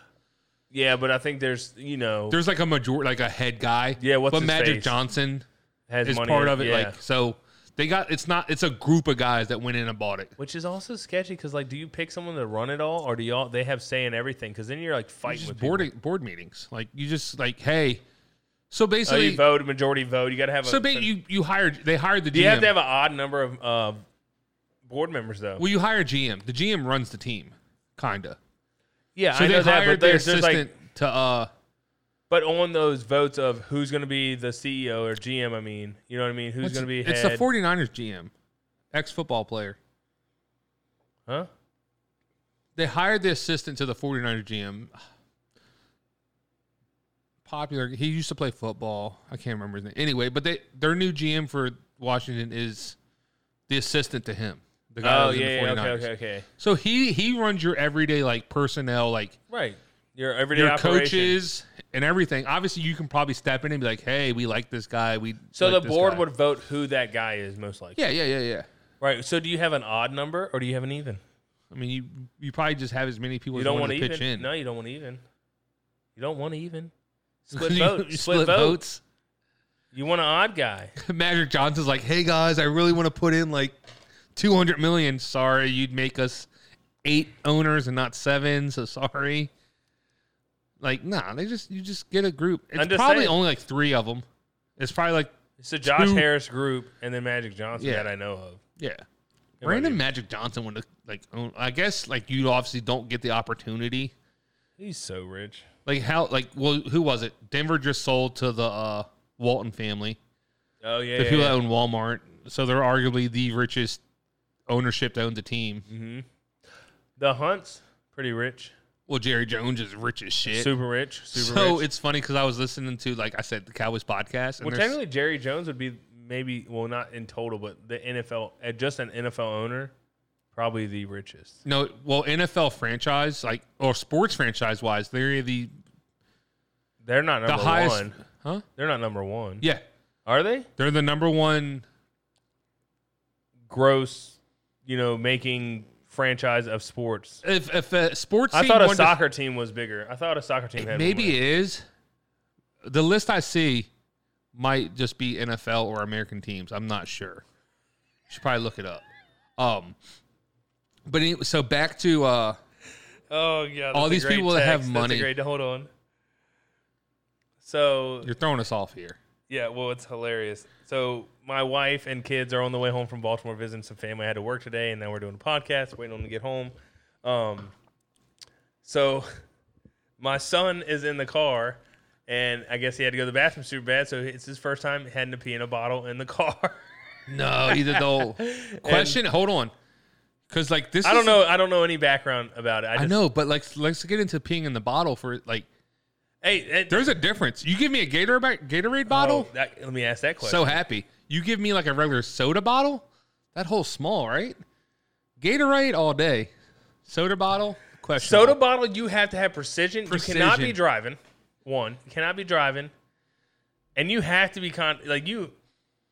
S4: Yeah, but I think there's, you know,
S3: There's like a major, like a head guy.
S4: Yeah, what's
S3: but
S4: his
S3: Magic
S4: face?
S3: Johnson
S4: has
S3: is
S4: money
S3: part
S4: in-
S3: of it.
S4: yeah.
S3: Like so, they got it's not it's a group of guys that went in and bought it.
S4: which is also sketchy because, like, do you pick someone to run it all, or do y'all they have say in everything? Because then you're like fighting
S3: just
S4: with
S3: board
S4: people.
S3: board meetings. Like you just like, hey,
S4: So
S3: so
S4: Oh, you
S3: basically,
S4: vote majority vote. You got to have.
S3: so
S4: a,
S3: ba- you you hired they hired the GM.
S4: Do you have to have an odd number of uh, board members though?
S3: well, you hire a GM. The GM runs the team, kinda.
S4: yeah,
S3: So
S4: I
S3: they
S4: know that, but
S3: hired their
S4: there's, there's
S3: assistant
S4: like,
S3: to uh,
S4: but on those votes of who's going to be the CEO or GM, I mean, you know what I mean? Who's
S3: what's-
S4: going to be head?
S3: It's the 49ers GM, ex football player.
S4: Huh?
S3: They hired the assistant to the 49ers GM. Popular, he used to play football. I can't remember his name. Anyway, but they their new GM for Washington is the assistant to him. The guy that
S4: Oh
S3: was in the
S4: yeah, yeah, okay,
S3: 49ers.
S4: okay, okay.
S3: So he he runs your everyday like personnel like
S4: Right. Your everyday
S3: your
S4: operation.
S3: coaches and everything. Obviously, you can probably step in and be like, "Hey, we like this guy." We
S4: So
S3: like
S4: the
S3: this
S4: board
S3: guy."
S4: would vote who that guy is most likely.
S3: Yeah, yeah, yeah, yeah.
S4: Right. So do you have an odd number or do you have an even?
S3: I mean, you you probably just have as many people
S4: You
S3: as
S4: don't
S3: want
S4: want
S3: to
S4: even.
S3: pitch in. (laughs)
S4: No, you don't want even. You don't want even. Split
S3: You- (laughs)
S4: vote.
S3: you
S4: Split, vote. You want an odd guy.
S3: (laughs) Magic Johnson's like, "Hey guys, I really want to put in like 200 million. Sorry, you'd make us eight owners and not seven. So sorry." Like, nah, they just you just get a group. It's
S4: I'm just
S3: probably
S4: saying.
S3: only like three of them. It's probably like
S4: It's a Josh
S3: Two.
S4: Harris group and then Magic Johnson
S3: Yeah.
S4: that I know of.
S3: yeah.
S4: might
S3: Brandon
S4: be.
S3: Magic Johnson would like own, I guess like you obviously don't get the opportunity.
S4: He's so rich.
S3: Like how like well who was it? Denver just sold to the uh, Walton family.
S4: Oh yeah.
S3: the
S4: yeah,
S3: people
S4: yeah.
S3: that own Walmart. So they're arguably the richest ownership that owns a team.
S4: Mm-hmm. The Hunts pretty rich.
S3: Well, Jerry Jones is rich as shit.
S4: super rich. Super
S3: so
S4: rich.
S3: it's funny because I was listening to, like I said, the Cowboys podcast. And
S4: well,
S3: there's-
S4: technically Jerry Jones would be maybe well not in total, but the NFL uh, just an NFL owner, probably the richest.
S3: no, well, NFL franchise, like or sports franchise wise, they're the
S4: They're not
S3: the
S4: number
S3: highest.
S4: one.
S3: Huh?
S4: They're not number one.
S3: Yeah,
S4: Are they?
S3: they're the number one.
S4: Gross, you know, making franchise of sports.
S3: If if a sports,
S4: I
S3: team
S4: thought a
S3: wanted to-
S4: soccer team was bigger. I thought a soccer team had
S3: maybe
S4: more.
S3: it is. The list I see might just be NFL or American teams. I'm not sure. Should probably look it up. Um, but anyway, so back to uh,
S4: Oh yeah,
S3: All these people that have money.
S4: Great, hold on. So
S3: you're throwing us off here.
S4: yeah, well, it's hilarious. So my wife and kids are on the way home from Baltimore visiting some family. I had to work today, and now we're doing a podcast, waiting on them to get home. Um, so (laughs) my son is in the car, and I guess he had to go to the bathroom super bad. So it's his first time having to pee in a bottle in the (laughs)
S3: (laughs)
S4: car.
S3: No, either (laughs) though. Question. hold on, because like this.
S4: I don't
S3: is-
S4: know. I don't know any background about it. I,
S3: I
S4: just,
S3: know, but like, let's get into peeing in the bottle for like.
S4: Hey, it,
S3: There's a difference. You give me a Gatorade ba- Gatorade
S4: oh,
S3: bottle,
S4: that, let me ask that question.
S3: so happy. You give me like a regular soda bottle, that whole small, right? Gatorade all day, soda bottle. Question.
S4: Soda bottle, you have to have precision. You cannot be
S3: Precision.
S4: driving. One, you cannot be driving, and you have to be con like you.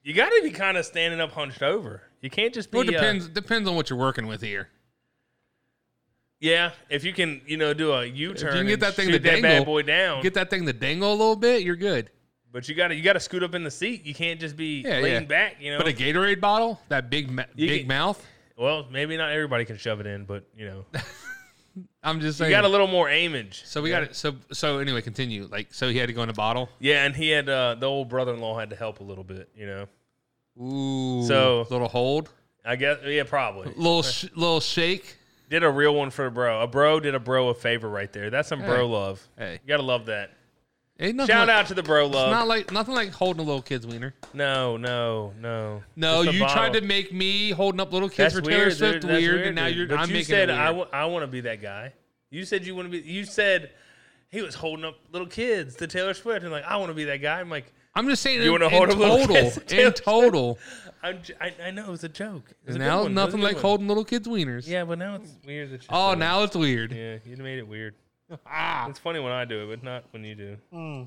S4: You got to be kind of standing up, hunched over. You can't just be.
S3: Well, it
S4: uh,
S3: depends. Depends on what you're working with here.
S4: yeah, if you can, you know, do a U turn.
S3: can get
S4: and
S3: that thing
S4: shoot
S3: to
S4: that bad
S3: dangle,
S4: boy down.
S3: Get that thing to dangle a little bit. You're good.
S4: but you got to you got to scoot up in the seat. You can't just be
S3: Yeah,
S4: leaning
S3: yeah.
S4: back. You know.
S3: But a Gatorade bottle, that big, ma-
S4: You
S3: big
S4: can-
S3: mouth.
S4: well, maybe not everybody can shove it in, but you
S3: (laughs)
S4: know,
S3: I'm just
S4: you
S3: saying.
S4: got a little more aimage.
S3: So we got it. So so anyway, continue. Like so, he had to go in a bottle.
S4: Yeah, and he had uh, the old brother-in-law had to help a little bit. You know,
S3: Ooh.
S4: So-
S3: little hold,
S4: I guess yeah, probably.
S3: little sh- little shake.
S4: Did a real one for the bro. A bro did a bro a favor right there. That's some
S3: Hey.
S4: bro love.
S3: Hey,
S4: You gotta love that.
S3: ain't nothing
S4: Shout
S3: like-
S4: out to the bro
S3: It's not
S4: love.
S3: like nothing like holding a little kid's wiener.
S4: No, no, no.
S3: No,
S4: Just a
S3: you
S4: bottle.
S3: tried to make me holding up little
S4: That's
S3: kids for Taylor
S4: weird,
S3: Swift
S4: dude. That's
S3: weird, and now
S4: dude.
S3: you're.
S4: But
S3: I'm
S4: you
S3: making
S4: said
S3: it weird.
S4: I, w- I want to be that guy. You said you want to be. You said he was holding up little kids to Taylor Swift, and like I want to be that guy. I'm like,
S3: I'm just saying.
S4: You
S3: in,
S4: wanna hold
S3: in
S4: a little
S3: total,
S4: kid's Taylor
S3: in total.
S4: I'm j- I, I know it was a joke. It was a good one.
S3: Now
S4: It was a
S3: nothing
S4: good
S3: like
S4: one.
S3: holding little kids wieners.
S4: Yeah, but now it's weird that. You
S3: Oh,
S4: said it.
S3: now it's weird.
S4: Yeah, you made it
S3: (laughs)
S4: weird.
S3: Ah.
S4: It's funny when I do it, but not when you do.
S3: Mm.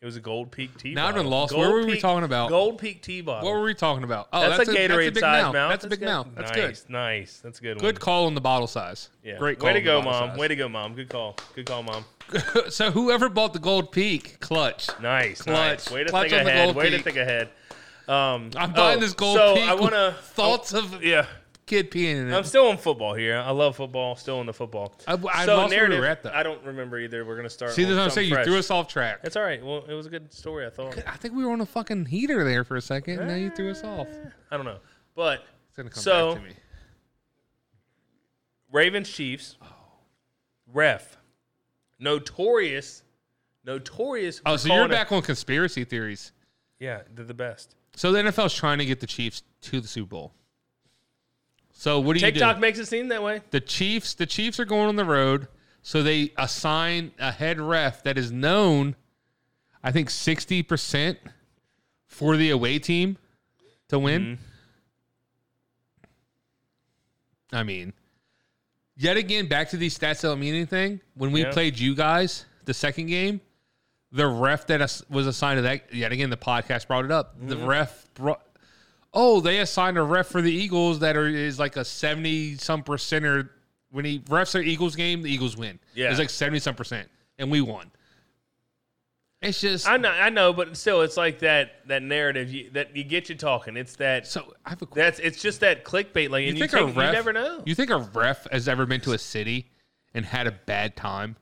S4: It was a Gold Peak tea.
S3: Now I've
S4: bottle.
S3: been lost. What
S4: Gold
S3: were we talking about?
S4: Gold Peak tea bottle.
S3: What were we talking about? Oh,
S4: that's,
S3: that's,
S4: a Gatorade
S3: that's a big
S4: size
S3: mouth.
S4: mouth.
S3: That's a big
S4: good.
S3: mouth. That's
S4: nice,
S3: good.
S4: Nice. That's a good.
S3: Good
S4: One.
S3: call on the bottle size.
S4: Yeah.
S3: Great call.
S4: Way to
S3: on the
S4: go,
S3: bottle
S4: mom.
S3: size.
S4: Way to go, mom. Good call. Good call, mom.
S3: so whoever bought the gold peak, clutch.
S4: Nice.
S3: Clutch.
S4: Nice. Way to
S3: Clutch
S4: think
S3: on the
S4: ahead.
S3: Gold
S4: Way to
S3: Peak.
S4: think ahead. Um,
S3: I'm
S4: oh,
S3: buying this gold
S4: so
S3: peak.
S4: I want to.
S3: thoughts of
S4: Yeah.
S3: kid peeing in
S4: I'm
S3: it.
S4: still on football here. I love football. Still in the football.
S3: I- I lost where we were at, though.
S4: I don't remember either. We're gonna start.
S3: See,
S4: on
S3: that's what I'm
S4: something
S3: saying. You
S4: fresh.
S3: threw us off track.
S4: That's all right. Well, it was a good story. I thought.
S3: I think we were on a fucking heater there for a second. and now you threw us off.
S4: I don't know, but
S3: It's gonna come
S4: So-
S3: back to me.
S4: Ravens Chiefs. Ref, notorious, notorious.
S3: Oh,
S4: for
S3: so
S4: calling
S3: you're
S4: it-
S3: back on conspiracy theories.
S4: Yeah, they're the best.
S3: So the NFL's trying to get the Chiefs to the Super Bowl. So what do you
S4: TikTok
S3: do?
S4: makes it seem that way.
S3: The Chiefs, the Chiefs are going on the road, so they assign a head ref that is known, I think sixty percent for the away team to win. I mean, yet again, back to these stats don't mean anything. When we
S4: Yeah.
S3: played you guys the second game, the ref that ass- was assigned to that, yet again, the podcast brought it up. The ref brought, oh, they assigned a ref for the Eagles that are, is like a 70 some percenter. When he refs their Eagles game, the Eagles win.
S4: Yeah.
S3: It's like 70 some percent, and we won. It's just,
S4: I know, I know, but still, it's like that that narrative you, that you get you talking. It's that
S3: so I have a question.
S4: that's it's just that clickbait. Like, and you, take, you never know.
S3: You think a ref has ever been to a city and had a bad time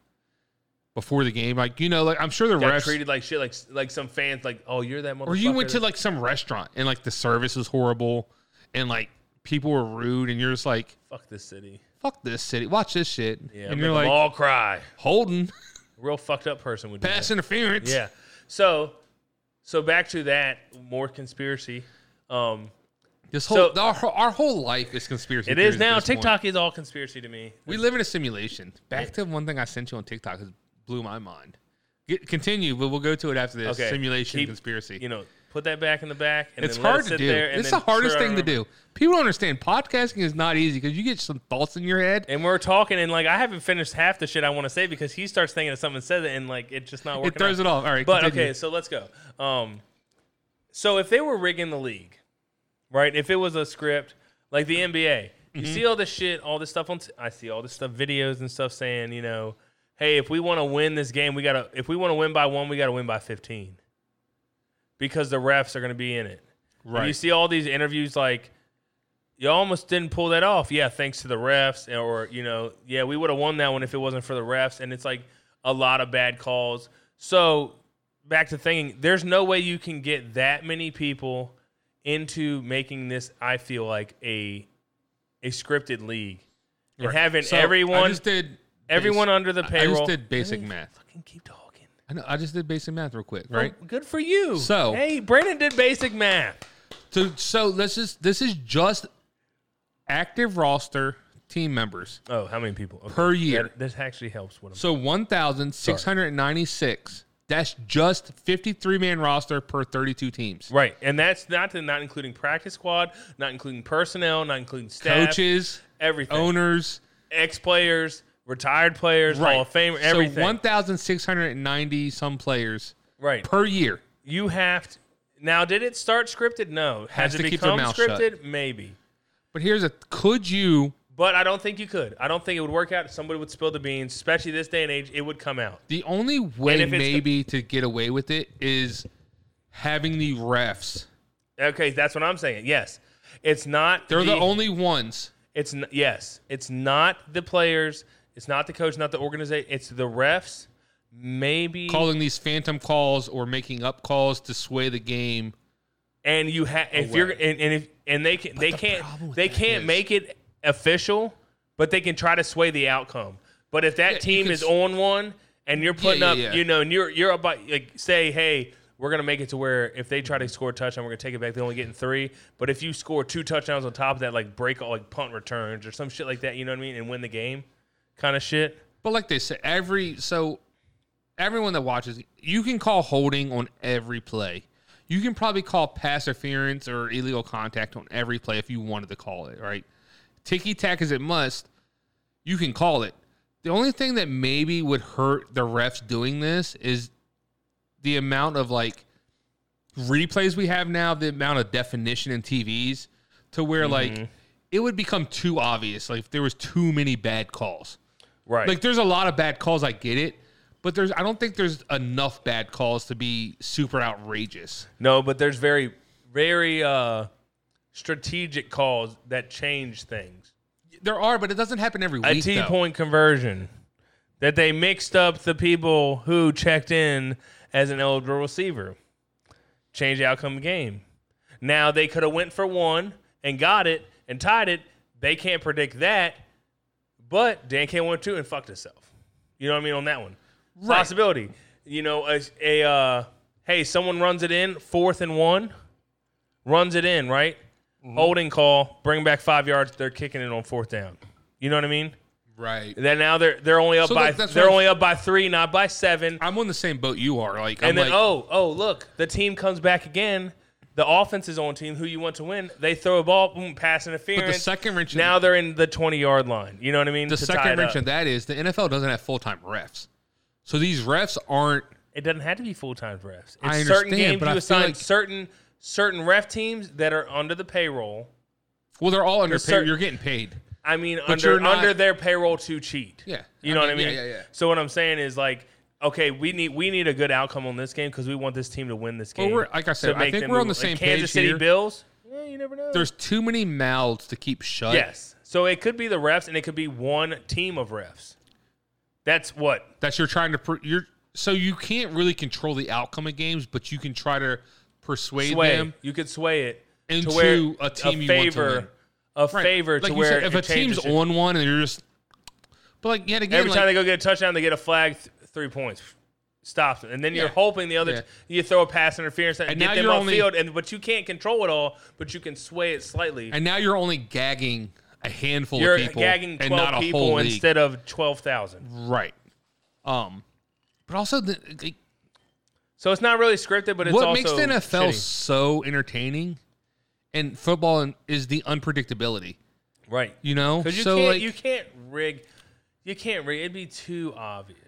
S3: before the game? Like you know, like I'm sure the
S4: got
S3: refs.
S4: treated like shit. Like like some fans, like, oh, you're that motherfucker.
S3: or you went to
S4: that-
S3: like some restaurant and like the service was horrible and like people were rude and you're just like
S4: fuck this city.
S3: fuck this city, watch this shit,
S4: Yeah,
S3: and
S4: make
S3: you're
S4: them
S3: like
S4: all cry.
S3: holding
S4: Real fucked up person would do that.
S3: pass interference.
S4: Yeah. So, so back to that more conspiracy. Um,
S3: this whole
S4: So-
S3: our, our whole life is conspiracy.
S4: it
S3: theories
S4: is
S3: at
S4: now
S3: this point.
S4: TikTok is all conspiracy to me.
S3: We live in a simulation. Back to one thing I sent you on TikTok has blew my mind. Get, continue, but we'll go to it after this
S4: Okay,
S3: simulation
S4: keep-
S3: conspiracy.
S4: You know, put that back in the back. And
S3: it's
S4: then let it
S3: hard to
S4: sit
S3: do.
S4: There and
S3: it's the
S4: then
S3: hardest
S4: sure, I
S3: thing to
S4: remember-
S3: do. People don't understand. Podcasting is not easy because you get some thoughts in your head.
S4: And we're talking, and like I haven't finished half the shit I want to say because he starts thinking of something and says it, and like it's just not working.
S3: It throws
S4: out.
S3: it off. All right,
S4: But
S3: continue.
S4: okay, so let's go. Um, so if they were rigging the league, right? If it was a script like the NBA, you see all this shit, all this stuff on. T- I see all this stuff, videos and stuff saying, you know, hey, if we want to win this game, we gotta. If we want to win by one, we gotta win by fifteen, because the refs are gonna be in it. And
S3: right?
S4: you see all these interviews like. You almost didn't pull that off. Yeah, thanks to the refs, or you know, yeah, we would have won that one if it wasn't for the refs. And it's like a lot of bad calls. So back to thinking, there's no way you can get that many people into making this. I feel like a a scripted league and
S3: Right.
S4: having
S3: So, I
S4: everyone
S3: just did
S4: everyone
S3: bas-
S4: under the
S3: I- I
S4: payroll.
S3: just did basic math.
S4: fucking keep talking.
S3: I know. I just did basic math real quick, right?
S4: Well, good for you.
S3: So-
S4: hey, Brandon did basic math.
S3: So, so this is this is just active roster team members.
S4: Oh, how many people Okay.
S3: Per year.
S4: That, this actually helps. What I'm
S3: So one thousand six hundred ninety six. That's just fifty three man roster per thirty two teams.
S4: Right, and that's not to, not including practice squad, not including personnel, not including staff,
S3: Coaches,
S4: everything,
S3: owners,
S4: ex players, retired players, Hall of Fame, everything.
S3: So one thousand six hundred ninety some players
S4: right,
S3: per year.
S4: you have to. Now, did it start scripted? No. Has
S3: Has
S4: it
S3: to keep their
S4: become
S3: mouth shut.
S4: scripted? Maybe,
S3: But here's a could you
S4: but I don't think you could. I don't think it would work out. Somebody would spill the beans, especially this day and age. It would come out.
S3: the only way
S4: if it's-
S3: maybe to get away with it is having the refs.
S4: Okay, that's what I'm saying. Yes, it's not.
S3: They're the only ones.
S4: It's n- yes, it's not the players. It's not the coach, not the organization. It's the refs. Maybe
S3: calling these phantom calls or making up calls to sway the game.
S4: and you have if you're and, and if and they can they
S3: Oh, the
S4: can't
S3: problem with
S4: they
S3: that
S4: can't
S3: is-
S4: make it official, but they can try to sway the outcome. But if that
S3: you
S4: team
S3: can
S4: is
S3: s-
S4: on one and you're putting
S3: yeah,
S4: up,
S3: yeah.
S4: you know, and you're you're about like say, hey, we're gonna make it to where if they try to score a touchdown, we're gonna take it back. They only getting three. But if you score two touchdowns on top of that, like break all like punt returns or some shit like that, you know what I mean, and win the game, kind of shit.
S3: But like they said, every so everyone that watches, you can call holding on every play. You can probably call pass interference or illegal contact on every play if you wanted to call it, right? Ticky tack as it must, you can call it. The only thing that maybe would hurt the refs doing this is the amount of like replays we have now, the amount of definition in TVs to where like it would become too obvious. Like if there was too many bad calls.
S4: Right.
S3: Like there's a lot of bad calls, I get it, but there's I don't think there's enough bad calls to be super outrageous.
S4: No, but there's very, very uh, strategic calls that change things.
S3: There are, but it doesn't happen every
S4: A
S3: week.
S4: T
S3: though.
S4: point conversion that they mixed up the people who checked in as an eligible receiver. Change the outcome of the game. Now they could have went for one and got it and tied it. They can't predict that, but Dan K went two and fucked himself. You know what I mean on that one. Possibility. You know, a, a uh, hey, someone runs it in fourth and one, runs it in right. Holding call, bring back five yards. They're kicking it on fourth down. You know what I mean?
S3: Right.
S4: Then now they're they're only up
S3: So
S4: by
S3: that- that's
S4: they're
S3: what I'm-
S4: only up by three, not by seven.
S3: I'm on the same boat you are. Like I'm
S4: and then
S3: like
S4: oh oh look, the team comes back again. The offense is on team who you want to win. They throw a ball, boom, pass interference.
S3: second wrench-
S4: now they're in the twenty yard line. You know what I mean?
S3: The
S4: To tie
S3: second
S4: it
S3: wrench
S4: up.
S3: of that is the NFL doesn't have full time refs, so these refs aren't.
S4: it doesn't have to be full time refs. It's
S3: I
S4: certain
S3: understand,
S4: games
S3: but
S4: you
S3: I feel
S4: assign
S3: like-
S4: certain certain ref teams that are under the payroll.
S3: Well, they're all underpaid.
S4: certain-
S3: You're getting paid.
S4: I mean,
S3: But
S4: under
S3: you're not-
S4: under their payroll to cheat.
S3: Yeah.
S4: you
S3: I
S4: know
S3: mean,
S4: what I
S3: yeah,
S4: mean.
S3: yeah, yeah.
S4: So what I'm saying is like, okay, we need we need a good outcome on this game because we want this team to win this
S3: Well,
S4: game.
S3: we're- like I
S4: to
S3: said, I
S4: make
S3: think
S4: them
S3: we're on
S4: move-
S3: the
S4: like
S3: same
S4: Kansas
S3: page
S4: City
S3: here.
S4: Bills. Yeah, you never know.
S3: There's too many mouths to keep shut.
S4: yes, so it could be the refs, and it could be one team of refs. That's what
S3: that you're trying to. Per- you're so you can't really control the outcome of games, but you can try to persuade
S4: sway.
S3: them.
S4: You could sway it
S3: into
S4: to where
S3: a team you want to
S4: favor,
S3: win.
S4: a
S3: Right.
S4: favor
S3: like
S4: to
S3: you
S4: where
S3: said, if
S4: it
S3: a team's
S4: changes it.
S3: on one and you're just, but like yet again,
S4: Every
S3: like,
S4: time they go get a touchdown, they get a flag, th- three points. Stops them. And then you're
S3: Yeah.
S4: hoping the other,
S3: Yeah.
S4: you throw a pass interference and,
S3: And
S4: get
S3: now
S4: them
S3: you're
S4: off
S3: only-
S4: field, and, but you can't control it all, but you can sway it slightly.
S3: and now you're only gagging a handful
S4: you're
S3: of people
S4: gagging
S3: and
S4: 12
S3: not a whole
S4: people
S3: league.
S4: instead of 12,000.
S3: right? Um, but also the, like,
S4: So it's not really scripted, but it's
S3: what
S4: also
S3: makes the NFL
S4: shitty.
S3: so entertaining and football and- is the unpredictability.
S4: Right.
S3: You know,
S4: Because you,
S3: so
S4: can't,
S3: like
S4: you
S3: you,
S4: can't rig, you can't rig, it'd be too obvious.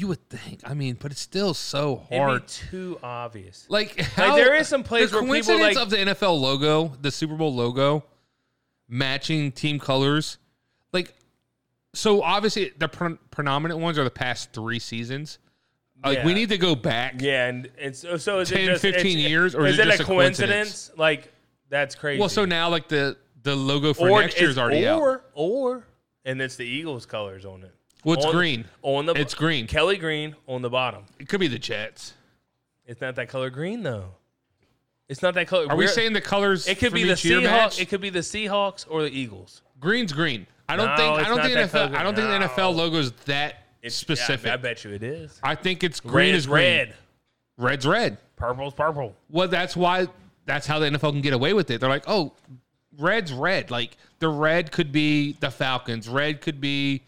S3: would think. I mean, but it's still so
S4: It'd
S3: hard.
S4: be too obvious.
S3: Like, how,
S4: there is some plays
S3: the
S4: where people,
S3: coincidence
S4: like-
S3: of the NFL logo, the Super Bowl logo, matching team colors. Like, so obviously the pre- predominant ones are the past three seasons. Like, we
S4: Yeah.
S3: need to go back.
S4: Yeah, and it's so- so is
S3: 10,
S4: it just,
S3: 15
S4: it's-
S3: years, or is it
S4: it
S3: just
S4: a
S3: a coincidence?
S4: coincidence? Like that's crazy.
S3: Well, so now like the the logo for next year's
S4: it's-
S3: already
S4: or,
S3: out.
S4: Or and it's the Eagles colors on it.
S3: Well, it's
S4: On-
S3: green.
S4: on the
S3: It's green.
S4: Kelly green on the bottom.
S3: It could be the Jets.
S4: It's not that color green though. It's not that color.
S3: Are we saying the colors?
S4: it could
S3: from
S4: be the
S3: each year match?
S4: Seahawks? It could be the Seahawks or the Eagles.
S3: Green's green. I don't
S4: No,
S3: think. I
S4: it's
S3: don't
S4: not
S3: think
S4: that
S3: NFL.
S4: color.
S3: I don't think the
S4: No.
S3: NFL logo is that
S4: It's
S3: specific.
S4: I, I bet you it is.
S3: I think it's green
S4: Green
S3: is
S4: is
S3: green.
S4: red.
S3: Red's red.
S4: Purple's purple.
S3: Well, that's why that's how the NFL can get away with it. They're like, oh, red's red. Like the red could be the Falcons, red could be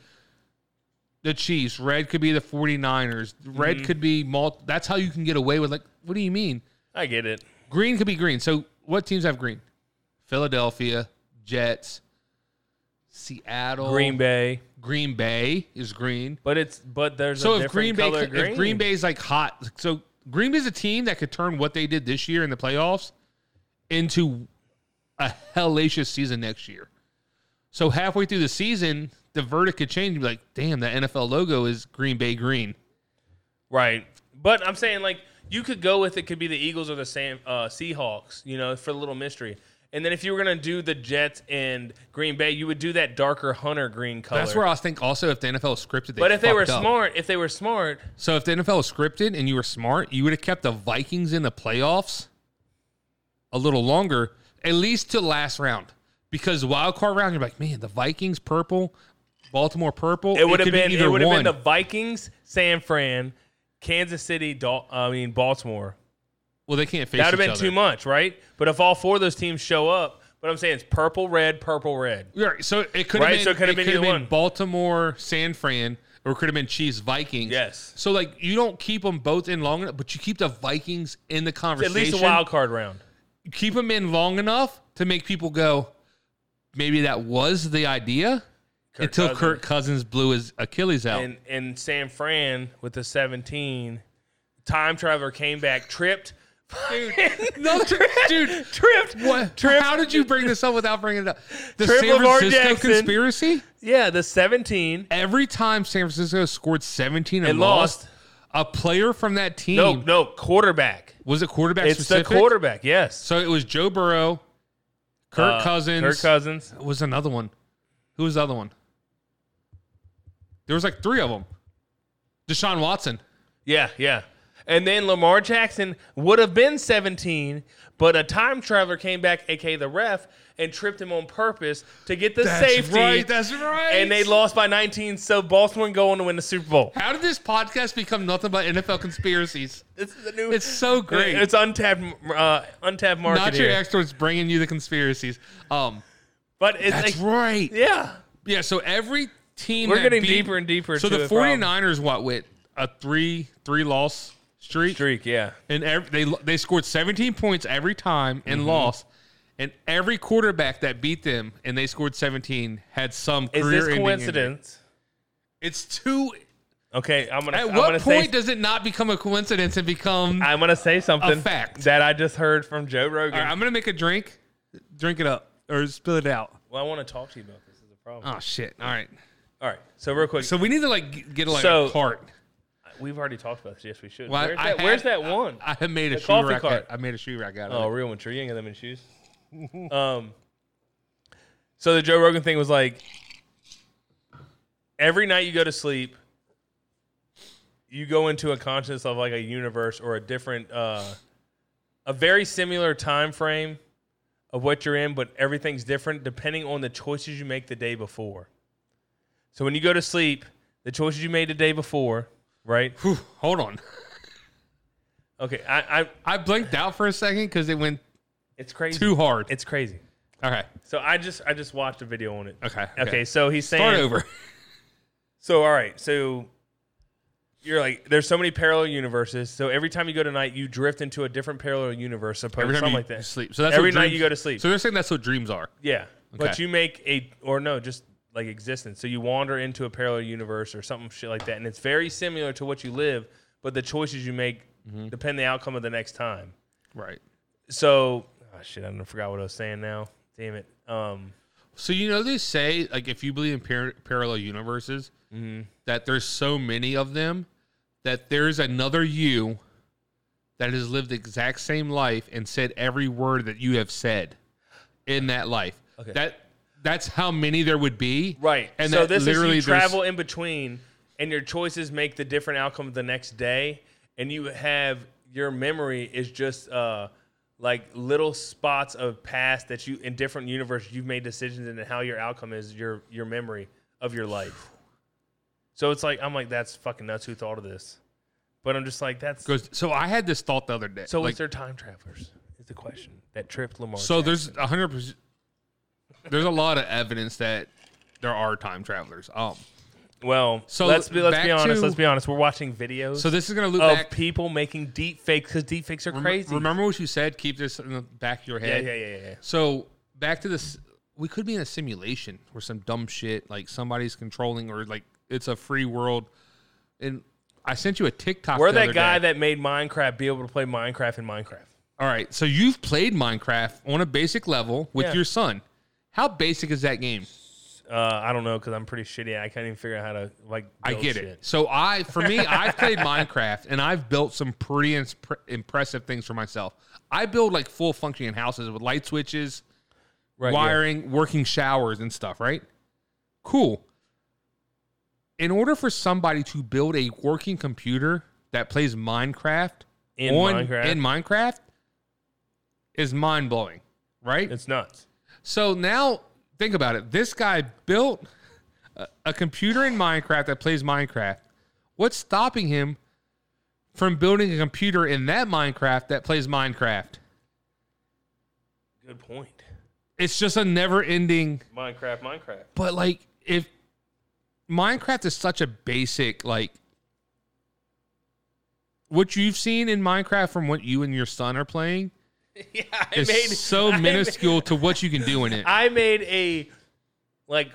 S3: the Chiefs, red could be the 49ers,
S4: Mm-hmm.
S3: red could be malt. That's how you can get away with like, what do you mean?
S4: I get it.
S3: Green could be green. So what teams have green? Philadelphia, Jets, Seattle,
S4: Green Bay,
S3: Green Bay is green.
S4: but it's but there's
S3: So
S4: a
S3: if Green
S4: different
S3: Bay
S4: color green.
S3: if Green Bay's like hot, so Green Bay's a team that could turn what they did this year in the playoffs into a hellacious season next year. So halfway through the season, the verdict could change. and Be like, damn, that NFL logo is Green Bay green.
S4: Right. But I'm saying like you could go with it could be the Eagles or the Sam, uh, Seahawks, you know, for the little mystery. And then if you were gonna do the Jets and Green Bay, you would do that darker hunter green color.
S3: That's where I think also if the NFL was scripted, they
S4: but if they were
S3: fucked up.
S4: smart, if they were smart,
S3: so if the NFL was scripted and you were smart, you would have kept the Vikings in the playoffs a little longer, at least to the last round. Because wild card round, you're like, man, the Vikings purple, Baltimore purple.
S4: it would have
S3: could be
S4: been
S3: either
S4: it would have been
S3: one.
S4: the Vikings, San Fran, Kansas City, Dol- I mean Baltimore.
S3: well, they can't face
S4: That would have
S3: each
S4: been
S3: other.
S4: too much, right? But if all four of those teams show up, but I'm saying it's purple, red, purple, red.
S3: Right, so it could have
S4: Right,
S3: been,
S4: so it could have been
S3: could have
S4: either
S3: been
S4: one.
S3: Baltimore, San Fran, or it could have been Chiefs, Vikings.
S4: Yes.
S3: So like you don't keep them both in long enough, but you keep the Vikings in the
S4: At
S3: conversation.
S4: least a wild card round.
S3: keep them in long enough to make people go, maybe that was the idea until
S4: Cousins.
S3: Kirk Cousins blew his Achilles out.
S4: and and San Fran with the 17 time traveler came back tripped (laughs) dude
S3: no, dude, dude,
S4: tripped (laughs)
S3: what?
S4: tripped
S3: How did you bring this up without bringing it up? The
S4: Trip
S3: San
S4: Lamar
S3: Francisco
S4: Jackson.
S3: conspiracy.
S4: yeah the 17
S3: Every time San Francisco scored 17 and,
S4: And
S3: lost,
S4: lost.
S3: a player from that team
S4: no no quarterback
S3: was it quarterback
S4: it's
S3: specific?
S4: the quarterback yes
S3: So it was Joe Burrow, Kirk
S4: Uh,
S3: Cousins.
S4: Kirk Cousins
S3: was another one. Who was the other one? There was like three of them. Deshaun Watson.
S4: yeah yeah and then Lamar Jackson would have been 17 but a time traveler came back aka the ref and tripped him on purpose to get the safety
S3: right.
S4: and they lost by 19 so Baltimore go on to win the Super Bowl
S3: How did this podcast become nothing but NFL conspiracies?
S4: This is the new. (laughs)
S3: It's so great.
S4: It's untapped, uh, untapped market
S3: Not your
S4: here.
S3: experts bringing you the conspiracies. Um,
S4: but it's
S3: that's
S4: like,
S3: right.
S4: yeah,
S3: Yeah. So every team
S4: we're
S3: that
S4: getting
S3: beat-
S4: deeper and deeper.
S3: So
S4: to
S3: the
S4: problem.
S3: 49ers, what with a three three loss streak,
S4: Streak, yeah.
S3: and every, they lo- they scored 17 points every time and
S4: Mm-hmm.
S3: lost. And every quarterback that beat them and they scored 17 had some
S4: Is
S3: career
S4: this
S3: ending injury.
S4: coincidence?
S3: It's too.
S4: Okay, I'm gonna.
S3: At
S4: I'm
S3: what
S4: gonna
S3: point
S4: say,
S3: does it not become a coincidence and become?
S4: (laughs)
S3: I,
S4: I'm gonna say something
S3: fact.
S4: that I just heard from Joe Rogan.
S3: am gonna make a drink, drink it up or spill it out.
S4: well, I want to talk to you about this. Is a problem.
S3: Oh shit! All right.
S4: All right. So real quick,
S3: So we need to like g- get like
S4: So-
S3: a cart.
S4: we've already talked about this. Yes, we should.
S3: Well, I-
S4: where's,
S3: I
S4: that,
S3: had-
S4: where's that one?
S3: I have made a
S4: The
S3: shoe
S4: coffee
S3: rack.
S4: cart.
S3: I made a shoe rack out of
S4: Oh,
S3: it.
S4: real mature. You ain't got them in shoes. (laughs) um. So the Joe Rogan thing was like, every night you go to sleep, you go into a consciousness of like a universe or a different, uh, a very similar time frame of what you're in, but everything's different depending on the choices you make the day before. So when you go to sleep, the choices you made the day before, right?
S3: Whew, hold on. (laughs)
S4: Okay, I, I
S3: I blinked out for a second because it went
S4: it's crazy.
S3: too hard.
S4: It's crazy.
S3: okay.
S4: So I just I just watched a video on it.
S3: Okay.
S4: Okay, so he's saying
S3: Start over.
S4: So all right, so you're like there's so many parallel universes. So every time you go to night, you drift into a different parallel universe, suppose
S3: Every time
S4: something
S3: you
S4: like that.
S3: sleep. So that's
S4: every
S3: what
S4: night
S3: dreams-
S4: you go to sleep.
S3: So they're saying that's what dreams are.
S4: yeah. But
S3: Okay.
S4: you make a or no, just like existence. So you wander into a parallel universe or something shit like that and it's very similar to what you live, but the choices you make
S3: Mm-hmm.
S4: depend on the outcome of the next time.
S3: Right.
S4: So oh shit, I done forgot what I was saying now. Damn it. Um
S3: So you know they say like if you believe in par- parallel universes,
S4: Mm-hmm.
S3: that there's so many of them that there's another you that has lived the exact same life and said every word that you have said in that life.
S4: Okay.
S3: That that's how many there would be.
S4: Right.
S3: And
S4: so
S3: that
S4: this
S3: literally
S4: is you
S3: there's-
S4: travel in between, and your choices make the different outcome of the next day, and you have your memory is just uh like little spots of past that you in different universe you've made decisions and how your outcome is your your memory of your life. So it's like I'm like that's fucking nuts. Who thought of this? But I'm just like that's
S3: Goes, so I had this thought the other day.
S4: so.
S3: like,
S4: is there time travelers? Is the question that tripped Lamar?
S3: so
S4: Jackson.
S3: there's a hundred percent. There's a lot of evidence that there are time travelers. Um.
S4: well. So
S3: so
S4: let's be let's be
S3: back
S4: honest.
S3: to-
S4: let's be honest. We're watching videos.
S3: So this is gonna loop
S4: of
S3: back.
S4: people making deep fakes because deep fakes are
S3: Rem-
S4: crazy.
S3: Remember what you said. Keep this in the back of your
S4: Yeah,
S3: head.
S4: yeah, yeah, yeah.
S3: So back to this, we could be in a simulation or some dumb shit like somebody's controlling or like it's a free world. And I sent you a TikTok.
S4: We're
S3: the
S4: that
S3: other
S4: guy
S3: day.
S4: that made Minecraft be able to play Minecraft in Minecraft.
S3: All right, so you've played Minecraft on a basic level with
S4: Yeah.
S3: your son. How basic is that game?
S4: Uh, I don't know because I'm pretty shitty. I can't even figure out how to like.
S3: I
S4: build
S3: get
S4: shit.
S3: it. So I, for
S4: (laughs)
S3: me, I've played Minecraft and I've built some pretty ins- impressive things for myself. I build like full functioning houses with light switches,
S4: Right, yeah.
S3: wiring, working showers and stuff, right? Cool. In order for somebody to build a working computer that plays Minecraft
S4: In Minecraft?
S3: in Minecraft is mind blowing, right?
S4: It's nuts.
S3: so now think about it. This guy built a, a computer in Minecraft that plays Minecraft. What's stopping him from building a computer in that Minecraft that plays Minecraft?
S4: Good point.
S3: It's just a never ending
S4: Minecraft, Minecraft. (laughs)
S3: But like if Minecraft is such a basic like what you've seen in Minecraft from what you and your son are playing
S4: yeah, I
S3: is
S4: made
S3: so
S4: (laughs) I
S3: minuscule to what you can do in it.
S4: Made, (laughs) I made a like.
S3: you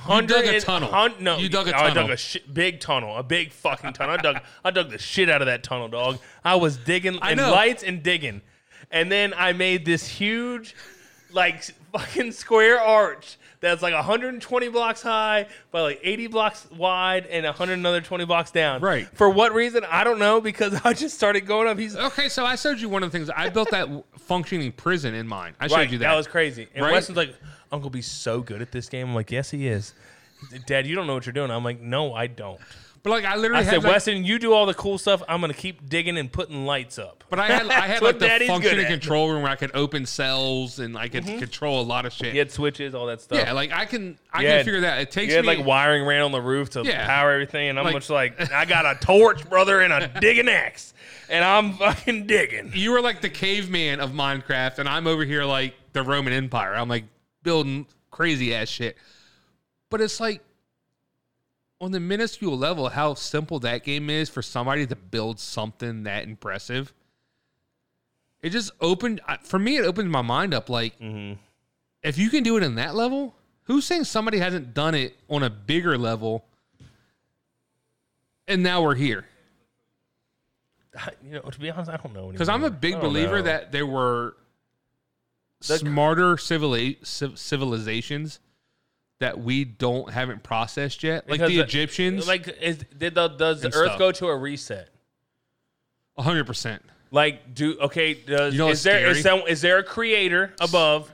S4: Hundred
S3: dug a
S4: and-
S3: tunnel.
S4: hun- no,
S3: you dug a
S4: oh,
S3: tunnel.
S4: I dug a shi- big tunnel, a big fucking tunnel. I dug, I dug the shit out of that tunnel, dog. I was digging
S3: I
S4: and
S3: know.
S4: lights and digging, and then I made this huge, like s- fucking square arch that's like 120 blocks high by like 80 blocks wide and 100 another 20 blocks down.
S3: Right.
S4: For what reason? I don't know because (laughs) I just started going up. He's
S3: okay, so I showed you one of the things I built that w- functioning prison in mine. I showed
S4: Right,
S3: you
S4: that.
S3: that.
S4: was crazy. And
S3: Right?
S4: Weston's like, I'm gonna be so good at this game. I'm like, yes, he is. Dad, you don't know what you're doing. I'm like, no, I don't.
S3: but like I
S4: I
S3: literally had
S4: said,
S3: like,
S4: Weston, you do all the cool stuff. I'm gonna keep digging and putting lights up.
S3: but I had I
S4: That's
S3: had
S4: (laughs) what
S3: like the
S4: Daddy's good
S3: functioning
S4: at.
S3: control room where I could open cells and I could control a lot of shit.
S4: He had switches, all that stuff.
S3: yeah, like I can I
S4: You
S3: can
S4: had-
S3: figure that. It takes
S4: you had
S3: me
S4: like wiring ran on the roof to
S3: Yeah.
S4: power everything, and I'm
S3: Like-
S4: just like, I got a torch, brother, and
S3: (laughs)
S4: a digging axe, and I'm fucking digging.
S3: you were like the caveman of Minecraft, and I'm over here like the Roman Empire. I'm like building crazy ass shit. But it's like on the minuscule level how simple that game is for somebody to build something that impressive. It just opened I- for me. It opened my mind up. Like, if you can do it in that level, who's saying somebody hasn't done it on a bigger level? And now we're here
S4: (laughs) You know, to be honest, I don't know.
S3: because I'm a
S4: Oh,
S3: big believer that there were smarter civili- civ- civilizations that we don't haven't processed yet, like the Egyptians. Like
S4: Like, is, did the, does the
S3: and
S4: Earth
S3: stuff.
S4: go to a reset?
S3: 100. percent
S4: Like, do okay? Does
S3: You know what's
S4: is there is
S3: scary?
S4: some, is there a creator above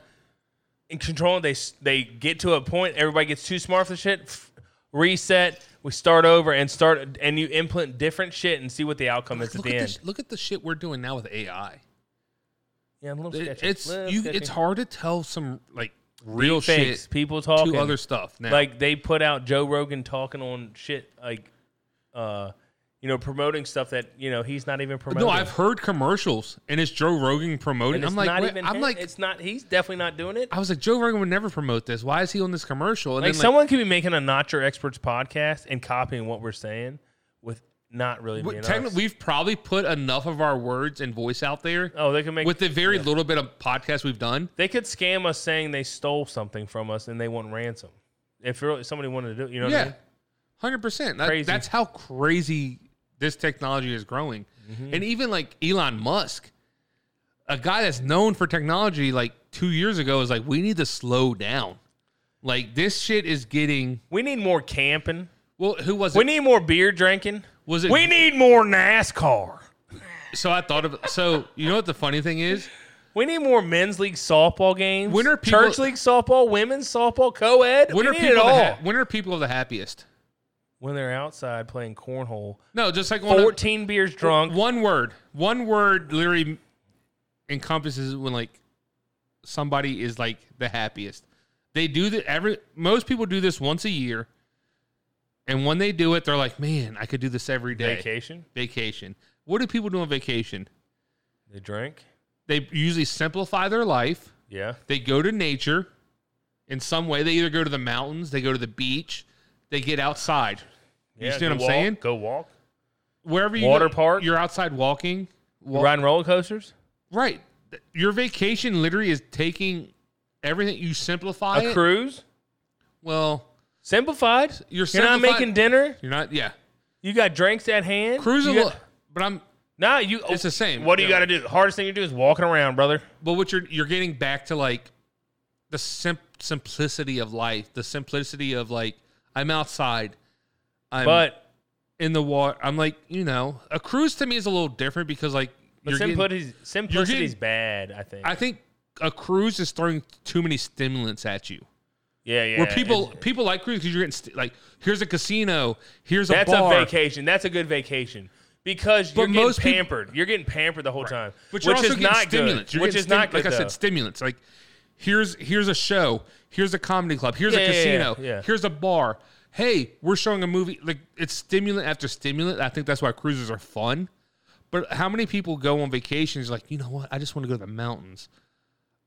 S4: in control? They s- they get to a point. Everybody gets too smart for the shit. F- reset. We start over and start and you implement different shit and see what the outcome is at
S3: Look
S4: the
S3: at,
S4: end.
S3: the, look at the shit we're doing now with AI.
S4: yeah, a little
S3: It-
S4: sketchy.
S3: it's
S4: Little
S3: you.
S4: sketchy.
S3: It's hard to tell some like real
S4: Fakes.
S3: shit
S4: People
S3: to
S4: talking
S3: other stuff now.
S4: like they put out Joe Rogan talking on shit like uh you know promoting stuff that you know he's not even promoting.
S3: no, I've heard commercials and it's Joe Rogan promoting.
S4: And it's
S3: I'm like,
S4: not
S3: wait-
S4: even
S3: I'm
S4: him.
S3: like,
S4: it's not he's definitely not doing it.
S3: I was like, Joe Rogan would never promote this. Why is he on this commercial? And
S4: like
S3: then
S4: someone could be making a Not Your Experts podcast and copying what we're saying with not really
S3: we-
S4: being
S3: technically,
S4: technically.
S3: we've probably put enough of our words and voice out there
S4: Oh, they could make
S3: with the very little bit of podcast we've done.
S4: they could scam us saying they stole something from us and they want ransom. If really somebody wanted to do, it, you know, what I
S3: Yeah,
S4: mean?
S3: hundred percent. That,
S4: Crazy.
S3: That's how crazy this technology is growing, and even like Elon Musk, a guy that's known for technology, like two years ago, is like, we need to slow down. Like this shit is getting
S4: we need more camping.
S3: well. Who was it?
S4: We need more beer drinking.
S3: was it?
S4: We need more NASCAR.
S3: so I thought of. So you know what the funny thing is?
S4: We need more men's league softball games.
S3: When are people-
S4: church league softball, women's softball, co-ed?
S3: When
S4: we
S3: are
S4: need
S3: people?
S4: it
S3: the
S4: all.
S3: ha- when are people the happiest?
S4: when they're outside playing cornhole,
S3: No, just like on a-
S4: fourteen beers drunk.
S3: One word. One word literally encompasses when like somebody is like the happiest. They do that every most people do this once a year. And when they do it, they're like, Man, I could do this every day.
S4: Vacation,
S3: Vacation. What do people do on vacation?
S4: they drink.
S3: They usually simplify their life.
S4: Yeah,
S3: They go to nature in some way. They either go to the mountains, they go to the beach, they get outside. You
S4: Yeah,
S3: see what
S4: go
S3: I'm
S4: walk-
S3: saying?
S4: Go walk,
S3: Wherever you
S4: Water
S3: go,
S4: park?
S3: you're outside walking. Wa-
S4: riding roller coasters,
S3: Right. Th- Your vacation literally is taking everything you simplify
S4: a
S3: it.
S4: cruise,
S3: well,
S4: simplified.
S3: You're
S4: not
S3: simplified-
S4: making dinner.
S3: you're not. Yeah,
S4: You got drinks at hand.
S3: cruise a
S4: You got-
S3: little. But I'm.
S4: Nah, you.
S3: It's the same.
S4: What do you
S3: Yeah.
S4: got to do? The hardest thing you do is walking around, brother.
S3: But what you're you're getting back to like the sim- simplicity of life, the simplicity of like I'm outside, I'm
S4: But
S3: in the water. I'm like you know a cruise to me is a little different because like
S4: but
S3: you're getting-
S4: simplicity's, simplicity's bad. I think.
S3: I think a cruise is throwing too many stimulants at you.
S4: yeah, yeah.
S3: Where people
S4: it's-
S3: people like cruise because you're getting st- like here's a casino, here's
S4: That's
S3: a bar.
S4: a vacation. That's a good vacation because you're
S3: But
S4: getting
S3: most people-
S4: pampered. you're getting pampered the whole time,
S3: But
S4: which
S3: you're also
S4: is
S3: getting
S4: not
S3: stimulants.
S4: good.
S3: You're
S4: which
S3: getting
S4: is not
S3: stim-
S4: good.
S3: like I said,
S4: though.
S3: stimulants. Like here's here's a show, here's a comedy club, here's
S4: Yeah,
S3: a
S4: yeah, yeah,
S3: casino,
S4: yeah.
S3: here's a bar. Hey, we're showing a movie. Like it's stimulant after stimulant. I think that's why cruises are fun. But how many people go on vacations like, you know what? I just want to go to the mountains.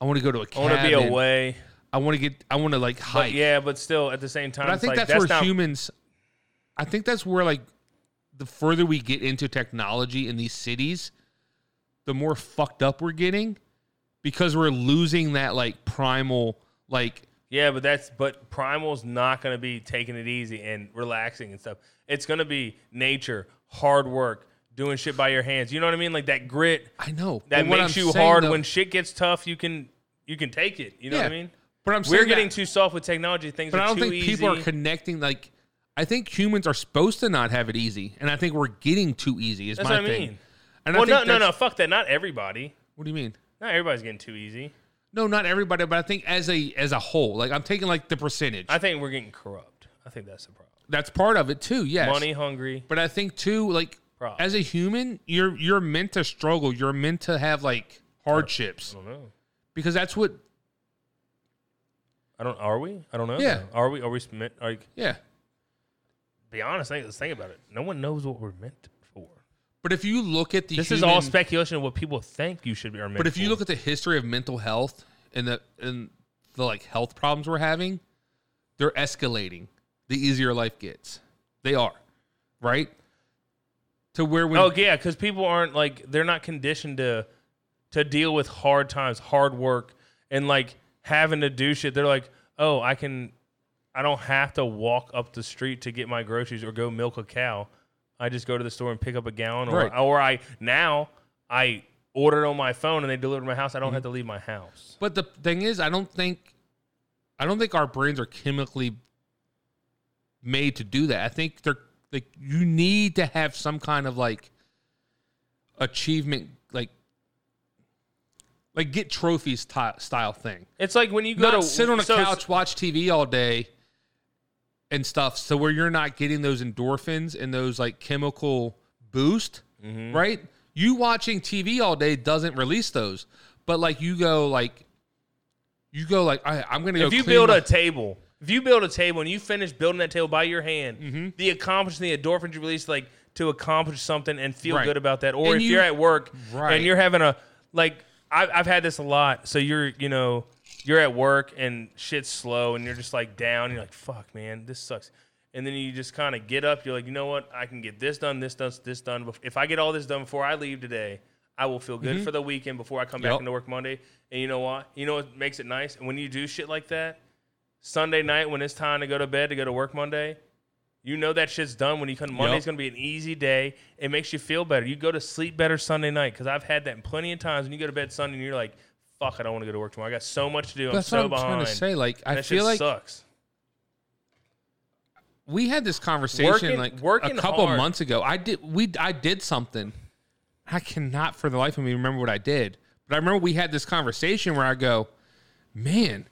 S3: I want to go to a
S4: I want
S3: cabin.
S4: to be away.
S3: I want to get. I want to like
S4: But
S3: hike.
S4: yeah, but still, at the same time,
S3: But I
S4: it's
S3: think
S4: like,
S3: that's, where
S4: not,
S3: humans. I think that's where like the further we get into technology in these cities, the more fucked up we're getting because we're losing that like primal like
S4: Yeah, but that's but primal's not going to be taking it easy and relaxing and stuff. It's going to be nature, hard work, doing shit by your hands. You know what I mean? Like that grit
S3: I know
S4: that
S3: But what
S4: makes
S3: I'm
S4: you
S3: saying,
S4: hard.
S3: though-
S4: when shit gets tough, you can you can take it. You know what I
S3: Yeah.
S4: mean?
S3: But I'm
S4: We're
S3: saying
S4: getting
S3: that,
S4: too soft with technology. Things
S3: but
S4: are
S3: I don't
S4: too
S3: think people
S4: easy.
S3: are connecting like. I think humans are supposed to not have it easy, and I think we're getting too easy. Is
S4: That's
S3: my
S4: what I
S3: thing.
S4: mean.
S3: And I
S4: well, no,
S3: think
S4: no, no.
S3: that's-
S4: Fuck that. Not everybody.
S3: What do you mean?
S4: Not everybody's getting too easy.
S3: No, not everybody, but I think as a as a whole, like I'm taking like the percentage.
S4: I think we're getting corrupt. I think that's the problem.
S3: that's part of it too. Yes,
S4: Money hungry.
S3: But I think too, like
S4: Props.
S3: as a human, you're you're meant to struggle. You're meant to have like hardships
S4: I don't know.
S3: because that's what.
S4: I don't. Are we? I don't know.
S3: Yeah.
S4: Are we? Are we? Meant, like,
S3: Yeah.
S4: be honest. Think, let's think about it. No one knows what we're meant for.
S3: But if you look at the
S4: This is
S3: human-
S4: all speculation of what people think you should be. Are meant
S3: But if you
S4: for.
S3: look at the history of mental health and the and the like health problems we're having, they're escalating. The easier life gets. They are, right? To where when
S4: Oh yeah, because people aren't like they're not conditioned to to deal with hard times, hard work, and like having to do shit. They're like, oh, I can, I don't have to walk up the street to get my groceries or go milk a cow. I just go to the store and pick up a gallon, or
S3: Right.
S4: or I now I order it on my phone and they deliver to my house. I don't have to leave my house.
S3: But the thing is, I don't think, I don't think our brains are chemically made to do that. I think they're like you need to have some kind of like achievement, like like get trophies ty- style thing.
S4: It's like when you go
S3: Not
S4: to
S3: sit on a
S4: so it's-
S3: couch, watch TV all day, and stuff. So where you're not getting those endorphins and those like chemical boost,
S4: Mm-hmm.
S3: right? You watching TV all day doesn't release those, but like you go like, you go like, I, I'm gonna go.
S4: if you
S3: clean
S4: build
S3: my-
S4: a table, if you build a table and you finish building that table by your hand,
S3: Mm-hmm.
S4: the accomplishment, the endorphins you release, like to accomplish something and feel
S3: Right.
S4: good about that. Or
S3: And
S4: if
S3: you-
S4: you, are at work
S3: Right.
S4: and you're having a like, I've, I've had this a lot. So you're, you know, you're at work and shit's slow and you're just like down. You're like, fuck, man, this sucks. And then you just kind of get up. You're like, you know what? I can get this done, this done, this done. If I get all this done before I leave today, I will feel good for the weekend before I come back
S3: Yep.
S4: into work Monday. And you know what? You know what makes it nice? And when you do shit like that, Sunday night when it's time to go to bed to go to work Monday, you know that shit's done when you come. Monday's going to be an easy day. It makes you feel better. You go to sleep better Sunday night because I've had that plenty of times when you go to bed Sunday and you're like, fuck, I don't want to go to work tomorrow. I got so much to do.
S3: That's
S4: I'm so
S3: what I'm trying
S4: behind.
S3: to say. Like, I
S4: that
S3: feel
S4: shit
S3: like
S4: sucks.
S3: we had this conversation
S4: Working-
S3: like
S4: working
S3: a couple
S4: hard.
S3: months ago. I did we I did something. I cannot for the life of me remember what I did, but I remember we had this conversation where I go, "Man,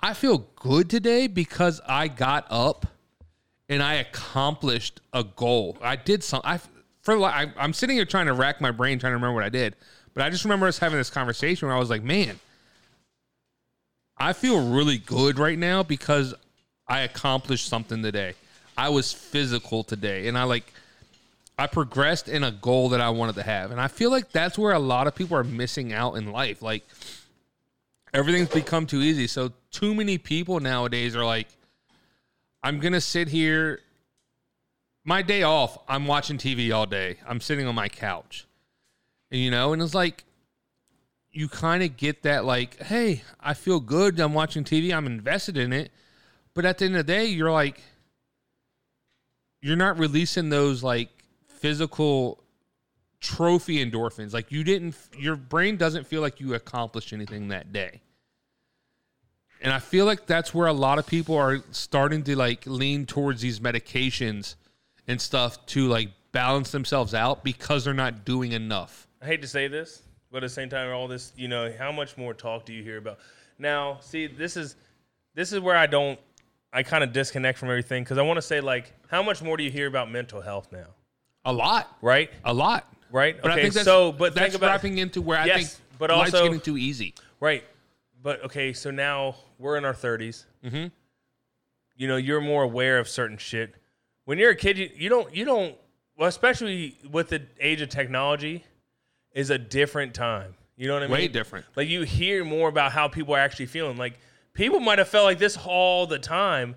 S3: I feel good today because I got up and I accomplished a goal. I did some. I for li- I, I'm sitting here trying to rack my brain trying to remember what I did, but I just remember us having this conversation where I was like, "Man, I feel really good right now because I accomplished something today. I was physical today and I like I progressed in a goal that I wanted to have. And I feel like that's where a lot of people are missing out in life. Like everything's become too easy. So too many people nowadays are like I'm going to sit here my day off, I'm watching TV all day. I'm sitting on my couch. And you know, and it's like you kind of get that like, hey, I feel good. I'm watching TV. I'm invested in it. But at the end of the day, you're like, you're not releasing those like physical trophy endorphins. Like you didn't, your brain doesn't feel like you accomplished anything that day. And I feel like that's where a lot of people are starting to like lean towards these medications and stuff to like balance themselves out because they're not doing enough.
S4: I hate to say this, but at the same time, all this, you know, how much more talk do you hear about? Now, see, this is this is where I don't, I kind of disconnect from everything because I want to say like, how much more do you hear about mental health now?
S3: A lot,
S4: Right,
S3: a lot.
S4: right.
S3: But I think that's,
S4: so, but
S3: that's
S4: think about
S3: wrapping into where I
S4: Yes,
S3: think
S4: but
S3: life's
S4: also-
S3: getting too easy.
S4: right. But okay, so now we're in our 30s Mm-hmm. You know, you're more aware of certain shit. When you're a kid, you, you don't, you don't. Well, especially with the age of technology, is a different time. You know what I mean?
S3: Way different.
S4: Like you hear more about how people are actually feeling. Like people might have felt like this all the time,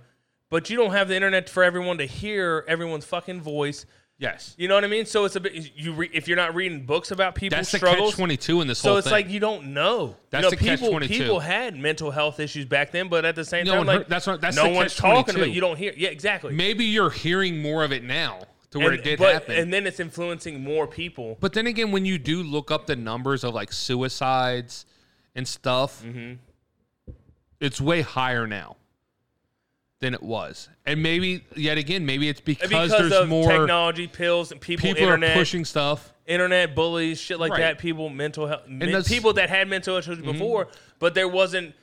S4: but you don't have the internet for everyone to hear everyone's fucking voice.
S3: Yes,
S4: You know what I mean? So it's a bit. You re, if you're not reading books about people's
S3: that's the
S4: struggles,
S3: catch twenty two in this
S4: so
S3: whole
S4: it's
S3: thing.
S4: like you don't know.
S3: That's
S4: you know,
S3: the catch
S4: people,
S3: 22.
S4: people had mental health issues back then, but at the same
S3: No
S4: time,
S3: one
S4: like
S3: heard- that's what- that's
S4: no
S3: the
S4: one's
S3: catch
S4: talking
S3: 22.
S4: about. it. You don't hear. Yeah, exactly.
S3: maybe you're hearing more of it now to where
S4: and,
S3: it did
S4: but-
S3: happen.
S4: and then it's influencing more people.
S3: but then again, when you do look up the numbers of like suicides and stuff,
S4: Mm-hmm.
S3: it's way higher now than it was. And maybe yet again, maybe it's because,
S4: Because,
S3: there's
S4: of
S3: more
S4: technology, pills, and people,
S3: people
S4: internet,
S3: are pushing stuff.
S4: internet bullies, shit like
S3: Right.
S4: that. People, mental health, men-
S3: that's-
S4: people that had mental issues before, but there wasn't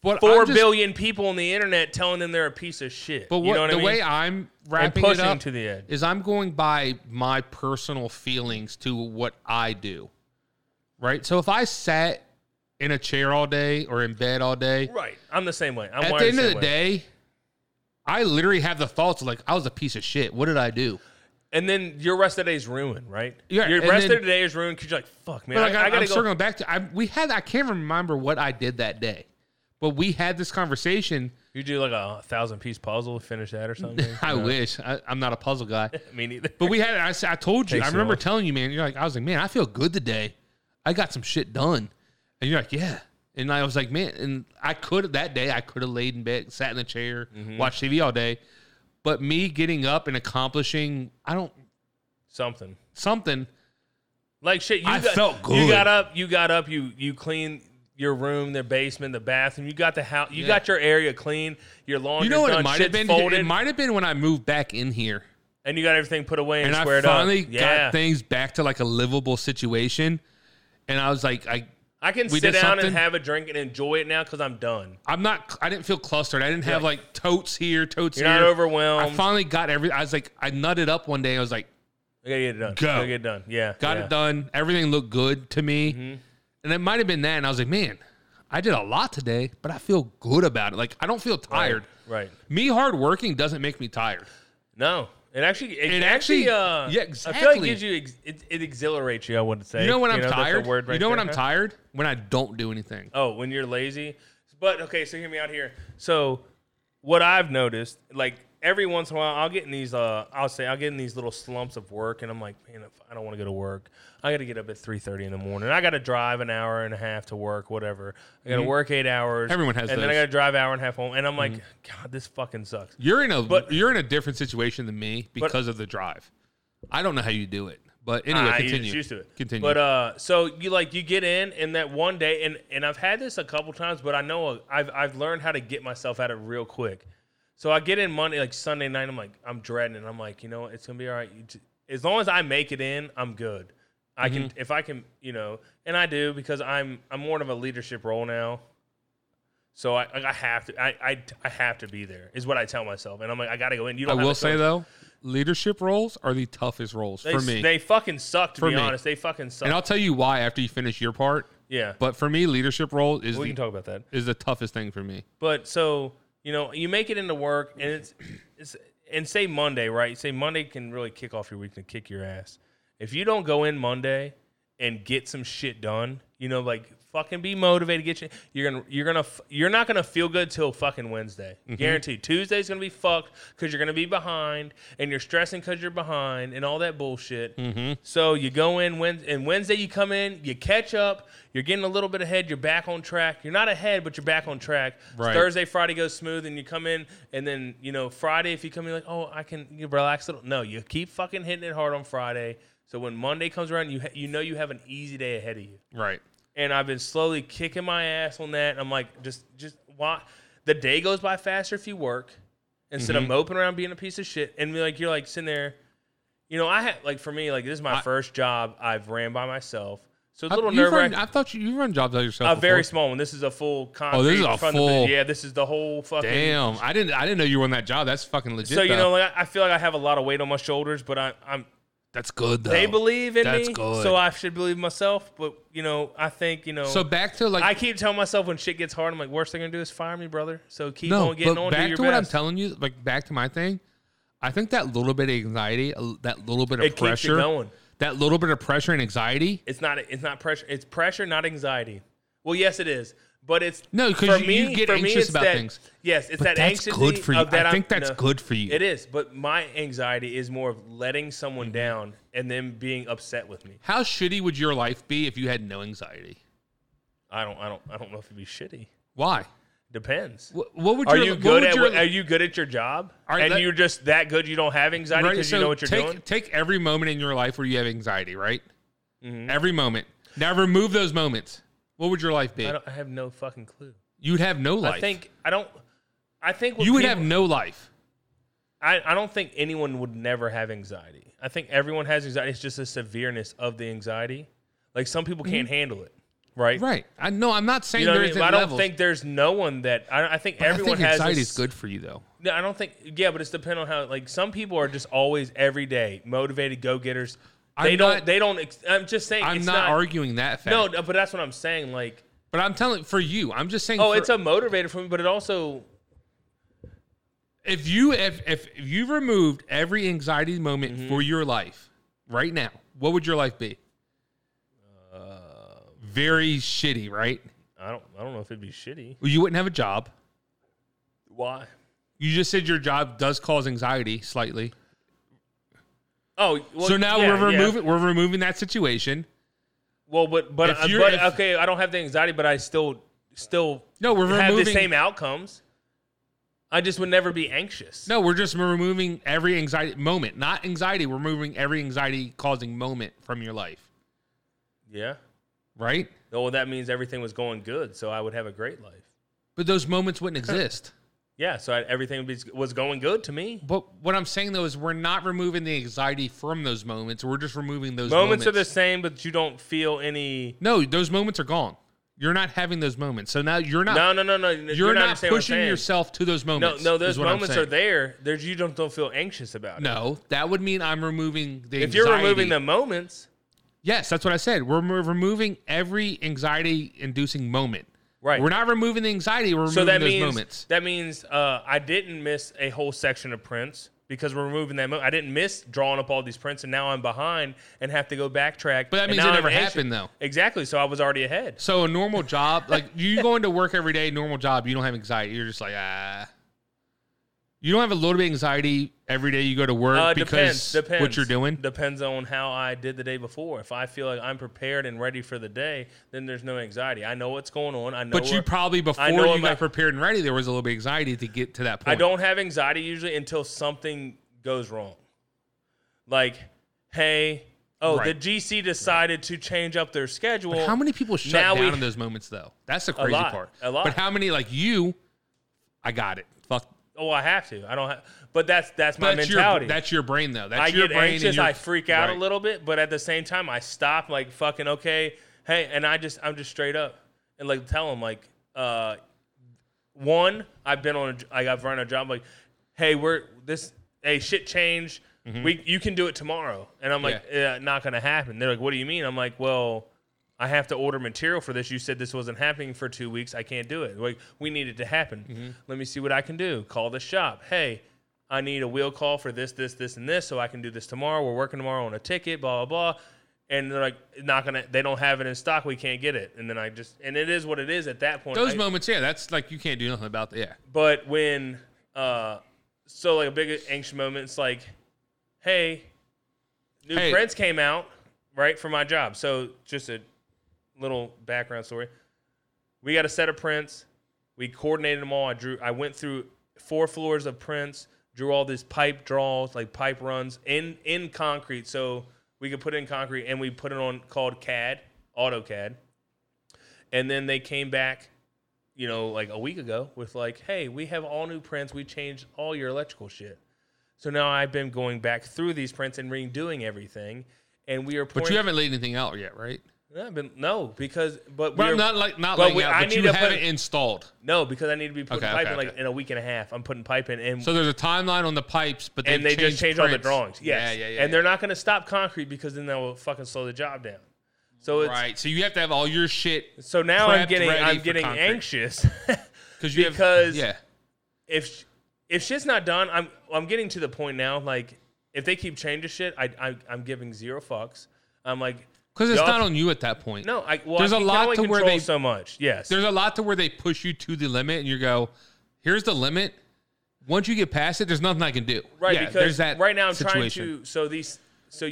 S3: But
S4: four
S3: I'm just-
S4: billion people on the internet telling them they're a piece of shit.
S3: But what,
S4: you know what
S3: the
S4: I mean?
S3: way I'm wrapping it
S4: pushing
S3: up
S4: to the edge.
S3: is I'm going by my personal feelings to what I do, right? So if I sat in a chair all day or in bed all day,
S4: right, I'm the same way. I'm
S3: at
S4: wired
S3: the end of
S4: same
S3: the
S4: way.
S3: day, I literally have the thoughts of like I was a piece of shit. What did I do?
S4: and then your rest of the day is ruined, right?
S3: Yeah,
S4: your
S3: and
S4: rest
S3: then-
S4: of the day is ruined because you're like, fuck, man,
S3: But
S4: I,
S3: like, I,
S4: I gotta
S3: am
S4: go.
S3: circling back to I, we had I can't remember what I did that day, but we had this conversation (laughs)
S4: You do like a thousand piece puzzle, finish that or something.
S3: I wish. I, I'm not a puzzle guy.
S4: Me neither.
S3: But we had, I, s- I told you,
S4: Takes
S3: I
S4: it
S3: remember
S4: off.
S3: telling you, man, you're like, I was like, man, I feel good today. I got some shit done. And you're like, yeah. And I was like, man, and I could, that day, I could have laid in bed, sat in the chair,
S4: Mm-hmm.
S3: watched TV all day. But me getting up and accomplishing, I don't,
S4: something.
S3: something,
S4: Like shit, you
S3: I
S4: got,
S3: felt
S4: You
S3: good.
S4: got up, you got up, you you clean your room, the basement, the bathroom. You got the house, you
S3: Yeah.
S4: got your area clean, your laundry.
S3: you know what
S4: Oh, done,
S3: it might have
S4: shit's
S3: been?
S4: folded,
S3: It might have been when I moved back in here.
S4: and you got everything put away and,
S3: and I
S4: squared
S3: finally
S4: up. Yeah,
S3: got things back to like a livable situation. And I was like, I,
S4: I can
S3: we
S4: sit
S3: did
S4: down
S3: something.
S4: and have a drink and enjoy it now because I'm done.
S3: I'm not. I didn't feel clustered. I didn't have like totes here, totes
S4: You're
S3: here.
S4: not overwhelmed.
S3: I finally got every. I was like, I nutted up one day. I was like,
S4: I gotta get it done.
S3: Go.
S4: Gotta get it done. Yeah,
S3: got
S4: yeah. Mm-hmm.
S3: it done. Everything looked good to me, and it might have been that. And I was like, man, I did a lot today, but I feel good about it. Like I don't feel tired.
S4: Right.
S3: Me hard working doesn't make me tired.
S4: No, it actually, it,
S3: It
S4: actually,
S3: actually-
S4: uh,
S3: yeah,
S4: I feel like it
S3: exactly.
S4: gives you, ex- it, it exhilarates you. I wouldn't say.
S3: You know when I'm
S4: that's the
S3: tired.
S4: word
S3: you
S4: right
S3: know when
S4: there,
S3: I'm
S4: huh?
S3: tired when I don't do anything.
S4: Oh, when you're lazy. But okay, so hear me out here. So what I've noticed, like every once in a while, I'll get in these. Uh, I'll say I'll get in these little slumps of work, and I'm like, man, if I don't want to go to work. I got to get up at three thirty in the morning. I got to drive an hour and a half to work, whatever. I got to work eight hours.
S3: Mm-hmm. Everyone
S4: and
S3: has
S4: then I
S3: those. Mm-hmm.
S4: got to drive hour and a half home. And I'm like, God, this fucking sucks.
S3: You're in a
S4: But-
S3: you're in a different situation than me because of the drive. I don't know how you do it, but anyway,
S4: Ah, you
S3: continue.
S4: just used to it.
S3: Continue.
S4: But uh, so you like you get in, and that one day, and and I've had this a couple times, but I know uh, I've I've learned how to get myself out of it real quick. So I get in Monday, like Sunday night, I'm like I'm dreading, it. I'm like, you know, what, it's gonna be all right. You t- As long as I make it in, I'm good. I can
S3: Mm-hmm.
S4: if I can, you know, and I do because I'm I'm more of a leadership role now. So I I have to I I, I have to be there is what I tell myself, and I'm like I gotta go in. You
S3: I
S4: don't. have
S3: will
S4: to
S3: say
S4: coach.
S3: though, leadership roles are the toughest roles
S4: They,
S3: for me.
S4: they fucking suck to
S3: For
S4: be
S3: me.
S4: honest. They fucking suck.
S3: and I'll tell you why after you finish your part.
S4: yeah,
S3: But for me, leadership role is
S4: we
S3: the,
S4: can talk about that.
S3: is the toughest thing for me.
S4: But so you know, you make it into work, and it's it's and say Monday, right? Say Monday can really kick off your week and kick your ass. If you don't go in Monday and get some shit done, you know, like fucking be motivated, get you. You're gonna you're gonna f- you're not gonna feel good till fucking Wednesday, guaranteed. Tuesday's gonna be fucked because you're gonna be behind, and you're stressing because you're behind, and all that bullshit. So you go in Wed and Wednesday you come in, you catch up, you're getting a little bit ahead, you're back on track. You're not ahead, but you're back on track.
S3: Right.
S4: Thursday, Friday goes smooth, and you come in, and then you know Friday if you come in like, oh, I can you relax a little. No, you keep fucking hitting it hard on Friday. So when Monday comes around, you ha- you know you have an easy day ahead of you.
S3: Right.
S4: And I've been slowly kicking my ass on that. And I'm like, just just why the day goes by faster if you work instead
S3: Mm-hmm.
S4: of moping around being a piece of shit. And be like you're like sitting there. You know, I had like for me, like this is my first job I've ran by myself. So it's a little
S3: I, you've
S4: nerve
S3: run,
S4: wracking
S3: I thought you, you run jobs out yourself.
S4: a very
S3: before.
S4: small one. This is a full concrete.
S3: Oh, this is a
S4: front of the-
S3: full-
S4: yeah, this is the whole fucking.
S3: Damn, I didn't I didn't know you were on that job. That's fucking legit.
S4: So you
S3: though.
S4: know, like, I feel like I have a lot of weight on my shoulders, but I, I'm.
S3: that's good though.
S4: They believe in
S3: Oh, that's
S4: me,
S3: good.
S4: so I should believe in myself. But you know, I think you know.
S3: So back to like
S4: I keep telling myself when shit gets hard, I'm like, worst they're gonna do is fire me, brother. So keep
S3: no,
S4: on getting
S3: but
S4: on.
S3: back
S4: do your
S3: to
S4: best.
S3: what I'm telling you, like back to my thing. I think that little bit of anxiety, uh, that little bit of
S4: It keeps you
S3: pressure,
S4: going.
S3: that little bit of pressure and anxiety.
S4: It's not. It's not pressure. It's pressure, not anxiety. Well, yes, it is. But it's
S3: No, 'cause
S4: for
S3: you- you get
S4: for
S3: anxious
S4: it's
S3: about
S4: that-
S3: things.
S4: Yes, it's
S3: But
S4: that
S3: that's
S4: anxiety
S3: good for you.
S4: Of that
S3: I
S4: I'm-
S3: think that's
S4: no.
S3: good for you.
S4: It is, but my anxiety is more of letting someone down and them being upset with me.
S3: How shitty would your life be if you had no anxiety?
S4: I don't. I don't. I don't know if it'd be shitty.
S3: Why?
S4: Depends.
S3: What, what would
S4: Are
S3: your,
S4: you
S3: what
S4: good
S3: would
S4: at?
S3: your-
S4: what- are you good at your job?
S3: All right,
S4: and
S3: let-
S4: you're just that good? You don't have anxiety
S3: Right,
S4: because
S3: so
S4: you know what you're
S3: take,
S4: doing.
S3: Take every moment in your life where you have anxiety, right?
S4: Mm-hmm.
S3: Every moment. Now remove those moments. What would your life be?
S4: I, don't, I have no fucking clue.
S3: You'd have no life.
S4: I think I don't. I think when
S3: you would
S4: people-
S3: have no life.
S4: I, I don't think anyone would never have anxiety. I think everyone has anxiety. It's just a severeness of the anxiety. Like some people can't handle it, right?
S3: Mm-hmm. Right. I no, I'm not saying
S4: You know what I
S3: there
S4: mean?
S3: isn't
S4: I don't
S3: levels.
S4: think there's no one that I, I think
S3: I
S4: everyone
S3: think
S4: has.
S3: anxiety
S4: a
S3: is good for you though.
S4: No, I don't think. Yeah, but it's dependent on how. Like some people are just always every day motivated go getters.
S3: I'm
S4: They don't.
S3: not-
S4: they don't. ex- I'm just saying.
S3: I'm
S4: it's
S3: not, arguing that fact.
S4: No, no, but that's what I'm saying. Like,
S3: but I'm telling for you. I'm just saying
S4: oh,
S3: for-
S4: it's a motivator for me, but it also
S3: if you if if, if you removed every anxiety moment
S4: Mm-hmm.
S3: for your life right now, what would your life be?
S4: Uh,
S3: Very shitty, right?
S4: I don't. I don't know if it'd be shitty.
S3: Well, you wouldn't have a job.
S4: Why?
S3: You just said your job does cause anxiety slightly.
S4: Oh, well,
S3: so now
S4: yeah,
S3: we're
S4: yeah.
S3: removing we're removing that situation.
S4: Well, but but,
S3: If
S4: uh,
S3: you're-
S4: but
S3: if-
S4: okay, I don't have the anxiety, but I still still
S3: No, we're
S4: have
S3: removing
S4: the same outcomes. I just would never be anxious.
S3: No, we're just removing every anxiety moment, not anxiety. We're removing every anxiety causing moment from your life,
S4: Yeah. Oh,
S3: right?
S4: Well, that means everything was going good, so I would have a great life.
S3: But those moments wouldn't exist.
S4: Yeah, so I, everything was- was going good to me.
S3: But what I'm saying though is we're not removing the anxiety from those moments. We're just removing those
S4: Moments
S3: moments,
S4: are the same, but you don't feel any.
S3: No, those moments are gone. You're not having those moments. So now you're not
S4: No, no, no, no.
S3: you're, not,
S4: understanding what I'm
S3: pushing
S4: saying.
S3: yourself to those
S4: No,
S3: moments.
S4: no,
S3: is
S4: those
S3: what I'm
S4: moments are
S3: saying.
S4: there. There's you don't don't feel anxious about it.
S3: No, that would mean I'm removing the
S4: if you're removing
S3: anxiety.
S4: the moments,
S3: Yes, that's what I said. We're remo- removing every anxiety inducing moment.
S4: right?
S3: We're not removing the anxiety, we're removing
S4: so that
S3: those
S4: means
S3: moments.
S4: that means uh, I didn't miss a whole section of prints because we're removing that. Mo- I didn't miss drawing up all these prints, and now I'm behind and have to go backtrack.
S3: But that
S4: and
S3: means
S4: now
S3: it
S4: I'm
S3: never
S4: anxious.
S3: happened, though.
S4: Exactly. So I was already ahead.
S3: So a normal job, like (laughs) you go into work every day, normal job, you don't have anxiety. You're just like, ah. You don't have a little bit of anxiety every day you go to work
S4: Uh,
S3: because
S4: depends. Depends.
S3: what you're doing.
S4: depends on how I did the day before. If I feel like I'm prepared and ready for the day, then there's no anxiety. I know what's going on. I know.
S3: but you
S4: where-
S3: probably before
S4: I
S3: you
S4: know
S3: got
S4: I'm not-
S3: prepared and ready, there was a little bit of anxiety to get to that point.
S4: I don't have anxiety usually until something goes wrong. Like, hey, oh,
S3: Right.
S4: the GC decided to change up their schedule.
S3: How many people shut
S4: now
S3: down
S4: we-
S3: in those moments though? That's the crazy
S4: lot,
S3: part.
S4: a lot.
S3: But how many like you? I got it. Fuck.
S4: Oh, I have to. I don't have. But that's that's my
S3: that's
S4: mentality.
S3: Your, that's your brain though. That's
S4: I
S3: your
S4: get
S3: brain. and
S4: anxious.
S3: your-
S4: I freak out
S3: right.
S4: a little bit, but at the same time, I stop. Like fucking okay, hey, and I just I'm just straight up and like tell them like uh, one, I've been on a, I got run a job like, hey, we're this hey shit changed. We you can do it tomorrow, and I'm like, yeah. not gonna happen. They're like, what do you mean? I'm like, well. I have to order material for this. You said this wasn't happening for two weeks. I can't do it. Like we need it to happen. Let me see what I can do. Call the shop. Hey, I need a wheel call for this, this, this, and this, so I can do this tomorrow. We're working tomorrow on a ticket. Blah blah blah. And they're like, not gonna. They don't have it in stock. We can't get it. And then I just. And it is what it is at that point.
S3: Those
S4: I-
S3: moments, yeah, that's like you can't do nothing about that. Yeah.
S4: but when uh so like a big anxious moment it's like hey new
S3: Hey.
S4: friends came out right for my job so just a little background story we got a set of prints we coordinated them all i drew i went through four floors of prints drew all these pipe draws like pipe runs in in concrete so we could put it in concrete and we put it on called cad autocad and then they came back you know, like a week ago with like, hey, we have all new prints. We changed all your electrical shit. So now I've been going back through these prints and redoing everything. And we are pouring.
S3: But you haven't laid anything out yet, right?
S4: I've been, no, because, but
S3: Well,
S4: we're
S3: not like not
S4: but
S3: laying
S4: we-
S3: out,
S4: I
S3: but
S4: need
S3: you
S4: to
S3: have
S4: put-
S3: it installed.
S4: no, because I need to be putting
S3: Okay,
S4: pipe
S3: okay,
S4: in like
S3: okay.
S4: in a week and a half. I'm putting pipe in and
S3: So there's a timeline on the pipes, but they
S4: and they just changed all the
S3: prints.
S4: drawings. Yes.
S3: Yeah, yeah, yeah.
S4: and they're not going to stop concrete because then that will fucking slow the job down. So it's
S3: right. So you have to have all your shit
S4: so now I'm
S3: prepped,
S4: getting
S3: ready
S4: I'm
S3: for
S4: getting
S3: concrete.
S4: anxious (laughs)
S3: because you have-
S4: Because-
S3: yeah.
S4: if if shit's not done, I'm I'm getting to the point now. Like if they keep changing shit, I, I I'm giving zero fucks. I'm like
S3: Because it's
S4: y'all-
S3: not on you at that point.
S4: No, I well
S3: There's
S4: I
S3: a
S4: can
S3: lot
S4: only
S3: to where
S4: control
S3: they-
S4: so much. Yes,
S3: There's a lot to where they push you to the limit, and you go, "Here's the limit." Once you get past it, there's nothing I can do.
S4: right
S3: Yeah,
S4: because
S3: there's that
S4: right now I'm
S3: situation.
S4: trying to so these so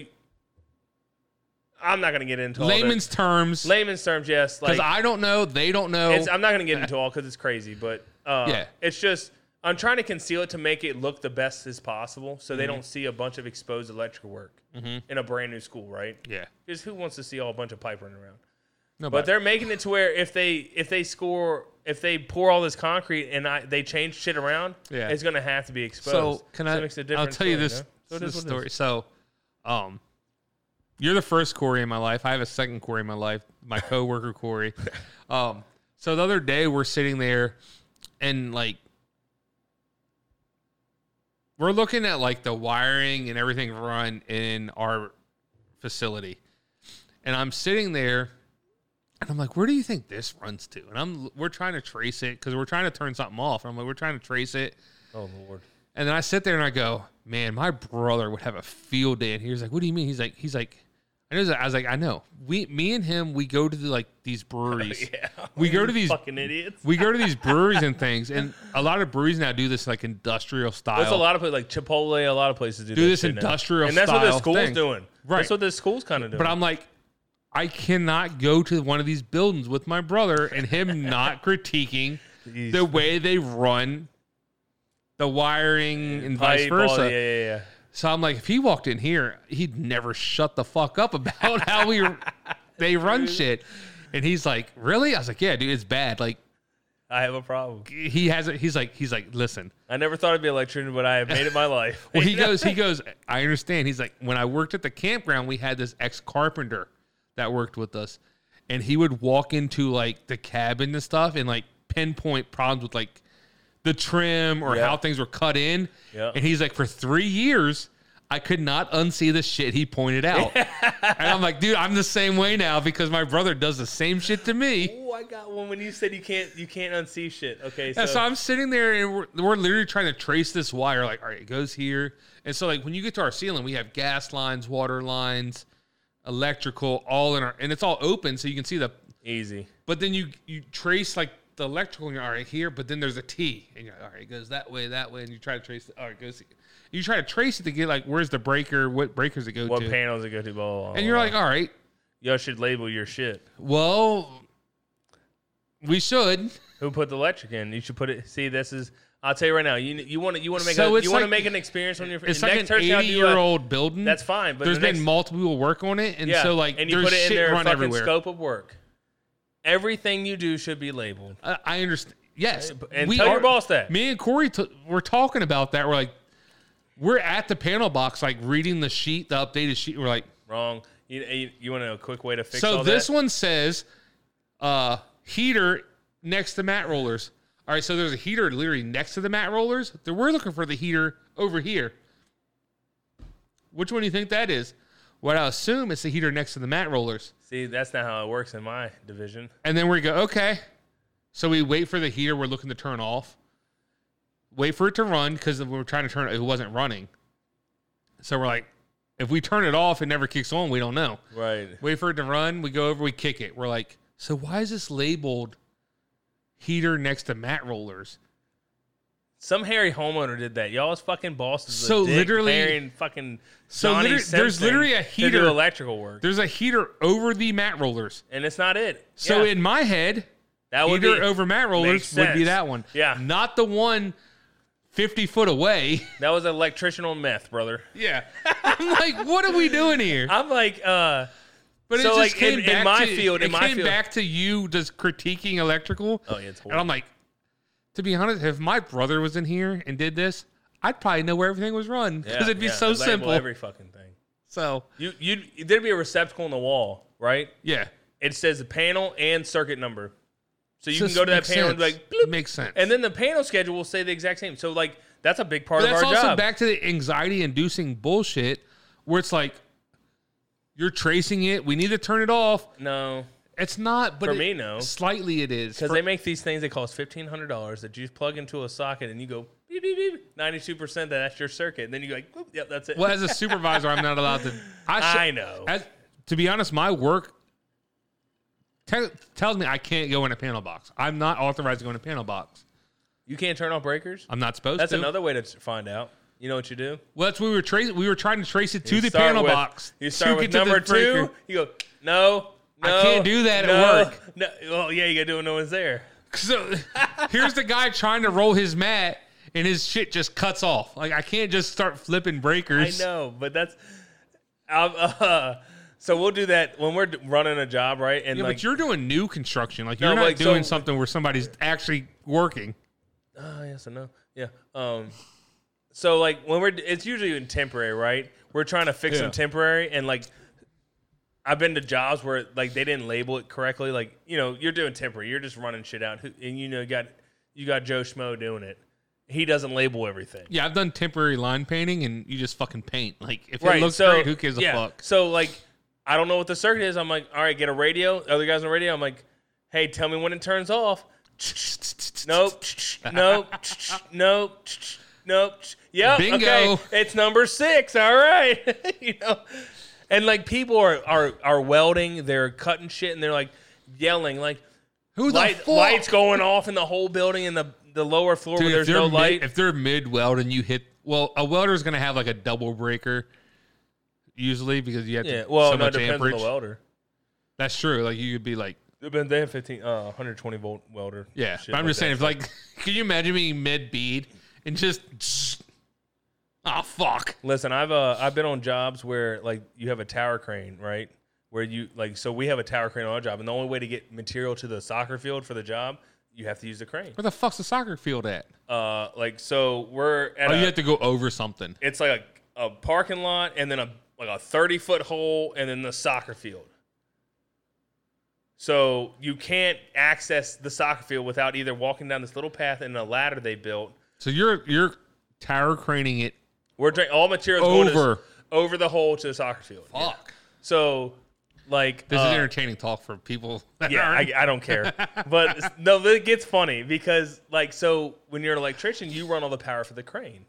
S4: I'm not gonna get into all the-
S3: layman's terms
S4: layman's terms. Yes,
S3: because
S4: like
S3: I don't know, they don't know.
S4: it's, I'm not gonna get into all because it's crazy, but uh,
S3: Yeah.
S4: it's just. I'm trying to conceal it to make it look the best as possible, so
S3: Mm-hmm.
S4: they don't see a bunch of exposed electrical work in a brand new school, right?
S3: yeah,
S4: Because who wants to see all a bunch of pipe running around?
S3: no,
S4: But they're making it to where if they if they score if they pour all this concrete and I, they change shit around,
S3: Yeah.
S4: it's gonna have to be exposed.
S3: so can I?
S4: it makes a
S3: I'll
S4: difference
S3: tell you
S4: story,
S3: this,
S4: you know? So it
S3: this
S4: is what it
S3: story.
S4: is.
S3: So, um, you're the first Corey in my life. I have a second Corey in my life. My
S4: (laughs)
S3: coworker Corey. Um, so the other day we're sitting there, and like we're looking at like the wiring and everything run in our facility. And I'm sitting there and I'm like, where do you think this runs to? And I'm we're trying to trace it because we're trying to turn something off. And I'm like, we're trying to trace it.
S4: Oh lord.
S3: And then I sit there and I go, man, my brother would have a field day. And he was like, what do you mean? He's like, he's like, I was, I was like, I know. We, me and him, we go to the, like these breweries.
S4: (laughs) (laughs) Yeah.
S3: We go to these.
S4: fucking (laughs) idiots.
S3: We go to these breweries and things, and a lot of breweries now do this like industrial style.
S4: There's a lot of places like Chipotle. A lot of places do,
S3: Do
S4: that
S3: this
S4: shit now.
S3: industrial
S4: and that's what
S3: style
S4: the school's
S3: thing.
S4: doing.
S3: Right.
S4: That's what the school's kind of doing.
S3: But I'm like, I cannot go to one of these buildings with my brother and
S4: (laughs)
S3: him not critiquing
S4: Jeez.
S3: the way they run the wiring and vice
S4: Pipe, all-
S3: versa.
S4: Yeah, yeah, yeah.
S3: So I'm like, if he walked in here, he'd never shut the fuck up about how we they run shit. And he's like, really? I was like, yeah, dude, it's bad. Like
S4: I have a problem.
S3: he hasn't. He's like, he's like, listen.
S4: I never thought I'd be an electrician, but I have made it my life.
S3: (laughs)
S4: (laughs)
S3: Well, he goes, he goes. I understand. He's like, when I worked at the campground, we had this ex carpenter that worked with us, and he would walk into like the cabin and stuff, and like pinpoint problems with like the trim or
S4: Yeah.
S3: how things were cut in.
S4: Yeah.
S3: And he's like, for three years, I could not unsee the shit he
S4: (laughs)
S3: pointed out. and I'm like, dude, I'm the same way now because my brother does the same shit to me.
S4: Oh, I got one when you said you can't you can't unsee shit. Okay, so,
S3: Yeah, so I'm sitting there and we're, we're literally trying to trace this wire. Like, all right, it goes here. And so, like, when you get to our ceiling, we have gas lines, water lines, electrical, all in our, and it's all open, so you can see the.
S4: easy.
S3: But then you you trace like the electrical, and you're all right here. But then there's a T, and you're like, all right, it goes that way, that way, and you try to trace. It, all right, it goes. You try to trace it to get like where's the breaker, what breakers it go
S4: What
S3: to,
S4: panels it go to? Blah, blah, blah,
S3: and you're
S4: blah.
S3: like, all right,
S4: y'all should label your shit.
S3: well, we should.
S4: Who put the electric in? You should put it. See, this is. I'll tell you right now. You you want to you want to make
S3: So
S4: a,
S3: it's
S4: you want to
S3: like-
S4: make an experience on your.
S3: It's
S4: the
S3: like
S4: next
S3: an
S4: church y'all do a-
S3: eighty-year-old building.
S4: That's fine, but
S3: there's
S4: the
S3: been
S4: next-
S3: multiple people work on it, and so like
S4: and you
S3: there's
S4: put it
S3: shit
S4: in their
S3: run
S4: fucking
S3: everywhere.
S4: scope of work. Everything you do should be labeled.
S3: I, I understand. Yes,
S4: And tell your boss that.
S3: Me and Corey t- were talking about that. We're like, we're at the panel box, like reading the sheet, the updated sheet. We're like,
S4: Wrong. You, you, you want to know a quick way to fix
S3: so
S4: all
S3: this
S4: that?
S3: one says, uh, heater next to mat rollers. All right, so there's a heater literally next to the mat rollers. Then We're looking for the heater over here. Which one do you think that is? What I assume is the heater next to the mat rollers.
S4: See, that's not how it works in my division.
S3: And then we go, okay. So we wait for the heater we're looking to turn off. Wait for it to run because we were trying to turn it, it wasn't running. So we're like, if we turn it off, it never kicks on. We don't know.
S4: Right.
S3: Wait for it to run. We go over, we kick it. We're like, so why is this labeled heater next to mat rollers?
S4: Some hairy homeowner did that. Y'all's fucking boss is
S3: So
S4: a dick
S3: literally-
S4: marrying fucking
S3: So
S4: Johnny
S3: liter- there's
S4: Simpson
S3: literally a
S4: to do
S3: heater-
S4: electrical work,
S3: There's a heater over the mat rollers.
S4: and it's not it.
S3: So
S4: Yeah.
S3: in my head,
S4: that would
S3: heater
S4: be
S3: over mat rollers
S4: Makes
S3: would be
S4: sense.
S3: that one.
S4: Yeah.
S3: Not the one 50 foot away.
S4: (laughs) that was electrician on meth, brother.
S3: Yeah. (laughs) I'm like, what are we doing here?
S4: I'm like, uh,
S3: But
S4: So,
S3: it
S4: like,
S3: just came
S4: in- in
S3: back
S4: my
S3: to,
S4: field-
S3: it
S4: in my
S3: came
S4: field-
S3: back to you just critiquing electrical.
S4: Oh, yeah, it's
S3: and I'm like, to be honest, if my brother was in here and did this, I'd probably know where everything was run because
S4: yeah,
S3: it'd be
S4: yeah,
S3: so
S4: label
S3: simple.
S4: Every fucking thing.
S3: so
S4: You you there'd be a receptacle on the wall, right?
S3: yeah,
S4: It says the panel and circuit number, so you
S3: Just
S4: can go to that
S3: makes
S4: panel and be
S3: sense.
S4: like, bloop,
S3: makes sense.
S4: and then the panel schedule will say the exact same. So like, that's a big part
S3: But
S4: of
S3: that's
S4: our
S3: also
S4: job.
S3: back to the anxiety-inducing bullshit where it's like you're tracing it. We need to turn it off.
S4: no,
S3: It's not, but
S4: For
S3: it-
S4: me, no.
S3: Slightly, it is
S4: Because
S3: For-
S4: they make these things that cost fifteen hundred dollars that you plug into a socket and you go beep beep beep ninety two percent that that's your circuit and then you go like whoop, yep that's it.
S3: well, as a supervisor, I'm not allowed
S4: (laughs)
S3: to. should-
S4: I know.
S3: As, to be honest, my work te- tells me I can't go in a panel box. I'm not authorized to go in a panel box.
S4: you can't turn off breakers.
S3: I'm not supposed
S4: That's
S3: to.
S4: another way to t- find out. You know what you do?
S3: Well, that's what we were tracing. We were trying to trace it to
S4: You
S3: the
S4: start
S3: panel
S4: with-
S3: box.
S4: You
S3: to
S4: start with
S3: get to the
S4: number two.
S3: breaker.
S4: You go no.
S3: I
S4: no,
S3: can't do that at
S4: no,
S3: work.
S4: No. Well, yeah, you gotta do it when no one's there.
S3: So here's the guy trying to roll his mat, and his shit just cuts off. Like I can't just start flipping (laughs)
S4: I
S3: breakers.
S4: know, but that's. I'm, (laughs) uh, so we'll do that when we're d- running a job, right? And
S3: Yeah,
S4: like,
S3: but you're doing new construction. Like
S4: No,
S3: you're not
S4: like, so-
S3: doing something where somebody's actually working.
S4: Oh, yes and no. Yeah. Um so like when we're it's usually in temporary, right? We're trying to fix
S3: Yeah.
S4: them temporary and like I've been to jobs where like they didn't label it correctly. Like, you know, you're doing temporary, you're just running shit out Who- and you know you got you got Joe Schmo doing it. He doesn't label everything.
S3: Yeah, I've done temporary line painting, and you just fucking paint. Like if it looks great, who gives a
S4: yeah.
S3: fuck?
S4: So like, I don't know what the circuit is. I'm like, all right, get a radio. Other guys on the radio. I'm like, hey, tell me when it turns off. nope. nope. nope. nope. Yep.
S3: Bingo.
S4: Okay. It's number six. All right. (laughs) you know. And like people are are are welding, they're cutting shit, and they're like yelling like
S3: Who the
S4: light,
S3: fuck?
S4: lights going off in the whole building and the the lower floor
S3: Dude,
S4: where there's
S3: if they're
S4: no
S3: mid,
S4: light.
S3: If they're mid weld and you hit, well, a welder's gonna have like a double breaker, usually because you have
S4: yeah,
S3: to
S4: well,
S3: so
S4: no, it
S3: much
S4: depends
S3: amperage.
S4: on the welder.
S3: That's true. Like you could be like,
S4: But they have 15, uh, 120 volt welder.
S3: yeah.
S4: shit
S3: But I'm
S4: like
S3: just saying, if like, (laughs) can you imagine being mid bead and just, (sniffs) oh fuck,
S4: Listen, I've uh, I've been on jobs where like you have a tower crane, right? Where you like so we have a tower crane on our job, and the only way to get material to the soccer field for the job, you have to use the crane.
S3: where the fuck's the soccer field at?
S4: Uh, like so we're at
S3: Oh,
S4: a,
S3: you have to go over something.
S4: it's like a, a parking lot, and then a like a thirty foot hole, and then the soccer field. So you can't access the soccer field without either walking down this little path and a ladder they built.
S3: So you're you're tower craning it.
S4: We're dra- all materials going to-
S3: Over.
S4: over the hole to the soccer field.
S3: Fuck.
S4: So, like,
S3: This
S4: uh,
S3: is entertaining talk for people. (laughs) That
S4: yeah,
S3: aren't-
S4: I, I don't
S3: (laughs)
S4: care. But no, it gets funny because, like, so when you're an electrician, you run all the power for the crane.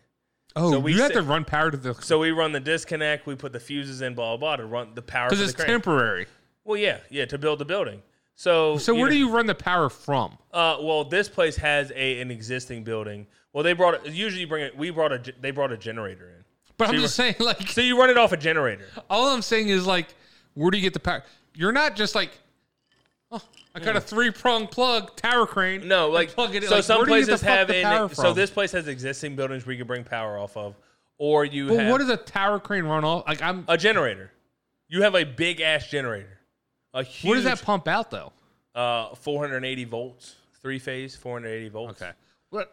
S3: oh,
S4: so we
S3: you have
S4: say-
S3: to run power to the because
S4: So we run the disconnect, we put the fuses in, blah blah blah, to run the power for the
S3: it's
S4: crane.
S3: temporary.
S4: well, yeah, yeah, to build the building. So,
S3: So where do you run the power from?
S4: Uh, well, this place has a an existing building. Well, they brought it- usually you bring it. We brought a ge- they brought a generator in.
S3: But I'm
S4: you
S3: just saying, (laughs) like,
S4: So you run it off a generator.
S3: all I'm saying is, like, where do you get the power? You're not just like, oh, I got a three prong plug tower crane.
S4: No,
S3: and
S4: like
S3: plug it in."
S4: so.
S3: Like,
S4: some
S3: where do you get
S4: places
S3: the fuck
S4: have
S3: the
S4: in,
S3: power
S4: so
S3: from?
S4: this place has existing buildings where you can bring power off of, or you
S3: But
S4: have
S3: what does a tower crane run off? Like, I'm.
S4: a generator. You have a big ass generator, a huge.
S3: what does that pump out though?
S4: Uh, 480 volts, three phase, 480 volts.
S3: What?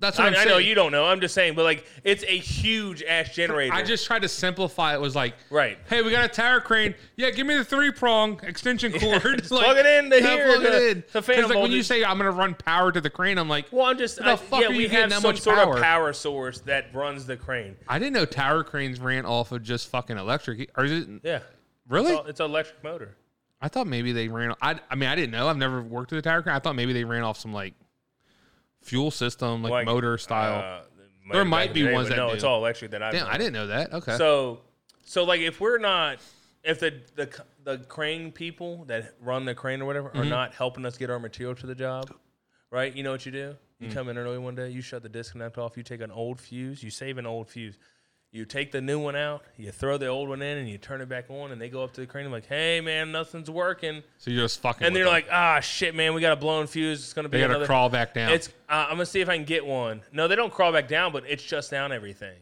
S3: That's
S4: I,
S3: what am
S4: I
S3: saying.
S4: know you don't know. I'm just saying, but like it's a huge ass generator.
S3: I just tried to simplify. It was like,
S4: Right.
S3: Hey, we got a tower crane. Yeah, give me the three prong extension cord. (laughs)
S4: just plug it in to
S3: yeah,
S4: here,
S3: Plug
S4: the-
S3: it in.
S4: the fan
S3: Because like when you
S4: voltage.
S3: say I'm gonna run power to the crane, I'm like,
S4: Well, I'm just.
S3: the
S4: I-
S3: fuck
S4: yeah,
S3: are
S4: we
S3: you getting
S4: have
S3: that
S4: some
S3: much
S4: sort
S3: power?
S4: of power source that runs the crane.
S3: I didn't know tower cranes ran off of just fucking electric. e, Or is it
S4: Yeah,
S3: really?
S4: it's, a- it's an electric motor.
S3: I thought maybe they ran. I, I mean, I didn't know. I've never worked with a tower crane. I thought maybe they ran off some like fuel system, like,
S4: Like,
S3: motor style.
S4: Uh,
S3: There
S4: back
S3: might
S4: in
S3: be
S4: the day,
S3: ones
S4: but
S3: that
S4: no,
S3: do.
S4: it's all electric that I've
S3: Damn,
S4: known.
S3: I didn't know that. Okay.
S4: So, so like if we're not, if the the c- the crane people that run the crane or whatever
S3: Mm-hmm.
S4: are not helping us get our material to the job, right? You know what you do?
S3: Mm.
S4: You come in early one day, you shut the disconnect off, you take an old fuse, you save an old fuse. You take the new one out, you throw the old one in, and you turn it back on, and they go up to the crane and like, "Hey, man, nothing's working."
S3: so you're just fucking.
S4: And
S3: with
S4: they're
S3: them.
S4: like, "Ah, shit, man, we got a blown fuse. It's gonna be
S3: they gotta
S4: another
S3: crawl back down.
S4: It's uh, I'm gonna see if I can get one. No, they don't crawl back down, but it shuts down everything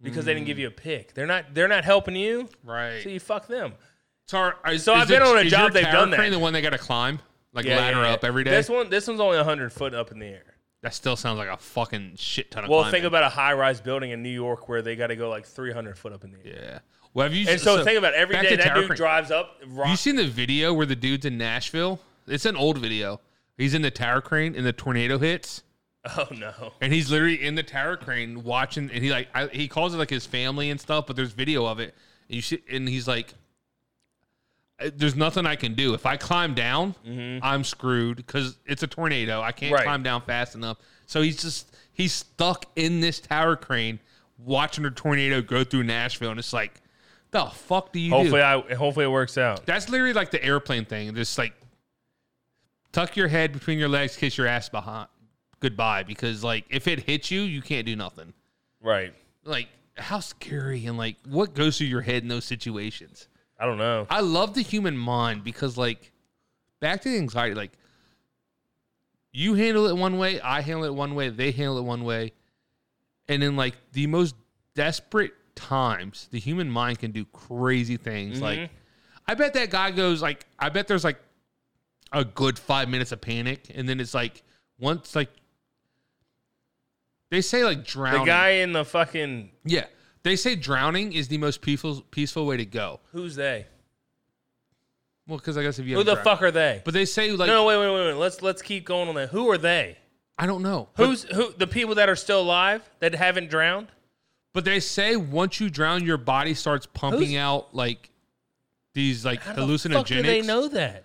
S4: because they didn't
S3: Mm.
S4: give you a pick. They're not they're not helping you,
S3: right.
S4: so you fuck them.
S3: so are-
S4: so I've
S3: is your-
S4: been on a
S3: is
S4: job
S3: your
S4: they've
S3: tower
S4: done that.
S3: crane The one they gotta climb, like ladder
S4: yeah, yeah.
S3: up every day.
S4: This one this one's only 100 foot up in the air.
S3: that still sounds like a fucking shit ton of.
S4: Well,
S3: climbing.
S4: think about a high rise building in New York where they got to go like 300 foot up in the air.
S3: Yeah. Well, have you?
S4: And so, think about it. every
S3: back
S4: day
S3: to
S4: that
S3: tower
S4: dude
S3: crane.
S4: drives up. Rock,
S3: You seen the video where the dude's in Nashville? It's an old video. He's in the tower crane and the tornado hits,
S4: (laughs) oh no.
S3: and he's literally in the tower crane watching. And he like I, he calls it like his family and stuff, but there's video of it. And you see, and he's like, "Uh, "There's nothing I can do. If I climb down, I'm screwed because it's a tornado. I can't
S4: Mm-hmm. Right.
S3: climb down fast enough." So he's just he's stuck in this tower crane watching a tornado go through Nashville, and it's like, the fuck do you do?
S4: Hopefully, I hopefully it works out.
S3: That's literally like the airplane thing. Just like tuck your head between your legs, kiss your ass behind goodbye. Because like if it hits you, you can't do nothing.
S4: Right.
S3: Like how scary and like what goes through your head in those situations.
S4: I don't know.
S3: I love the human mind because like back to the anxiety, like you handle it one way, I handle it one way, they handle it one way. And in like the most desperate times, the human mind can do crazy things.
S4: Mm-hmm.
S3: Like I bet that guy goes like I bet there's like a good five minutes of panic and then it's like once like they say like drowning.
S4: The guy in the fucking
S3: yeah. They say drowning is the most peaceful peaceful way to go.
S4: who's they?
S3: Well, because I guess if you
S4: Who
S3: haven't
S4: the
S3: drowned-
S4: fuck are they?
S3: But they say like
S4: no, wait, wait, wait, wait. Let's let's keep going on that. Who are they?
S3: I don't know. But,
S4: Who's who? The people that are still alive that haven't drowned.
S3: but they say once you drown, your body starts pumping
S4: Who's-
S3: out like these like hallucinogenics.
S4: Fuck do they know that?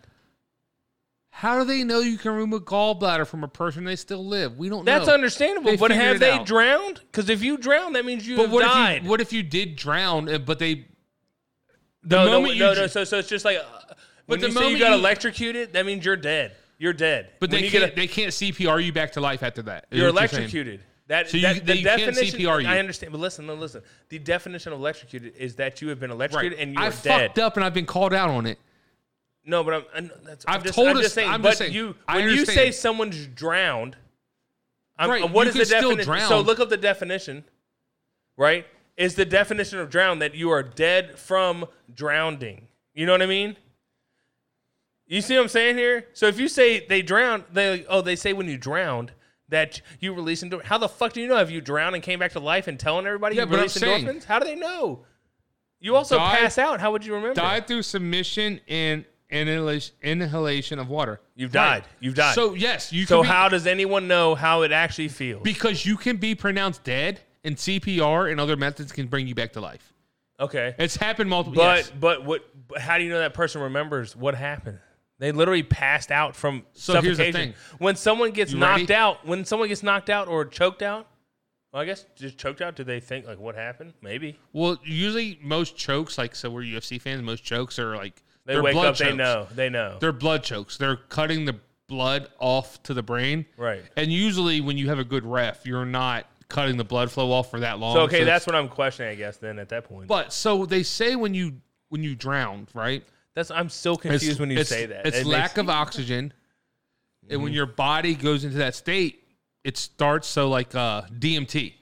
S3: How do they know you can remove gallbladder from a person they still live? We don't know.
S4: That's understandable.
S3: They
S4: but
S3: figured
S4: have
S3: it
S4: they
S3: out.
S4: drowned? Because if you drown, that means you
S3: But
S4: have
S3: what
S4: died.
S3: if you what if you did drown? uh, But they The
S4: no, no,
S3: moment
S4: no,
S3: you
S4: no.
S3: ju-
S4: So, so it's just like, uh, when
S3: the
S4: you say you
S3: moment
S4: got
S3: you-
S4: electrocuted, that means you're dead. You're dead.
S3: But
S4: When
S3: they
S4: you get
S3: can't,
S4: a-
S3: they can't CPR you back to life after that. is
S4: you're
S3: what saying.
S4: electrocuted. That,
S3: So you-
S4: that- the
S3: you can't
S4: definition.
S3: CPR you.
S4: I understand, but listen, no, listen. The definition of electrocuted is that you have been
S3: Right.
S4: electrocuted and you're
S3: I
S4: dead.
S3: fucked up and I've been called out on it.
S4: No, but I'm. I'm that's,
S3: I've
S4: I'm just,
S3: told
S4: I'm
S3: us-
S4: just saying.
S3: I'm
S4: but
S3: just saying,
S4: you,
S3: I
S4: when you say
S3: understand.
S4: someone's drowned, I'm,
S3: Right,
S4: what is
S3: you can
S4: the
S3: still
S4: definition?
S3: drown.
S4: So look up the definition. Right, is the definition of drown that you are dead from drowning? You know what I mean? You see what I'm saying here? So if you say they drowned, they oh they say when you drowned that you release endorphins. How the fuck do you know? Have you drowned and came back to life and telling everybody
S3: Yeah,
S4: you
S3: but I'm
S4: released
S3: saying-
S4: endorphins? How do they know? You also
S3: Die-
S4: pass out. How would you remember?
S3: Died through submission and inhalation, inhalation of water.
S4: You've died. You've died.
S3: So yes, you.
S4: So
S3: can be-
S4: how does anyone know how it actually feels?
S3: Because you can be pronounced dead, and CPR and other methods can bring you back to life.
S4: okay,
S3: It's happened multiple.
S4: but
S3: yes.
S4: but what? But how do you know that person remembers what happened? They literally passed out from
S3: So here's the
S4: suffocation.
S3: thing.
S4: When someone gets
S3: You
S4: knocked
S3: ready?
S4: out, when someone gets knocked out or choked out, well, I guess just choked out. Do they think like what happened? Maybe
S3: Well, usually most chokes, like so, we're UFC fans. Most chokes are like
S4: they
S3: they're
S4: wake
S3: blood
S4: up. They
S3: chokes.
S4: know. They know.
S3: They're blood chokes. They're cutting the blood off to the brain.
S4: Right.
S3: And usually, when you have a good ref, you're not cutting the blood flow off for that long.
S4: so okay,
S3: it's-
S4: that's what I'm questioning. I guess then at that point,
S3: But so they say when you when you drowned, right?
S4: that's I'm so confused when you
S3: it's-
S4: say that.
S3: It's
S4: It makes- Mm-hmm.
S3: lack of oxygen, and when your body goes into that state, it starts so like uh, DMT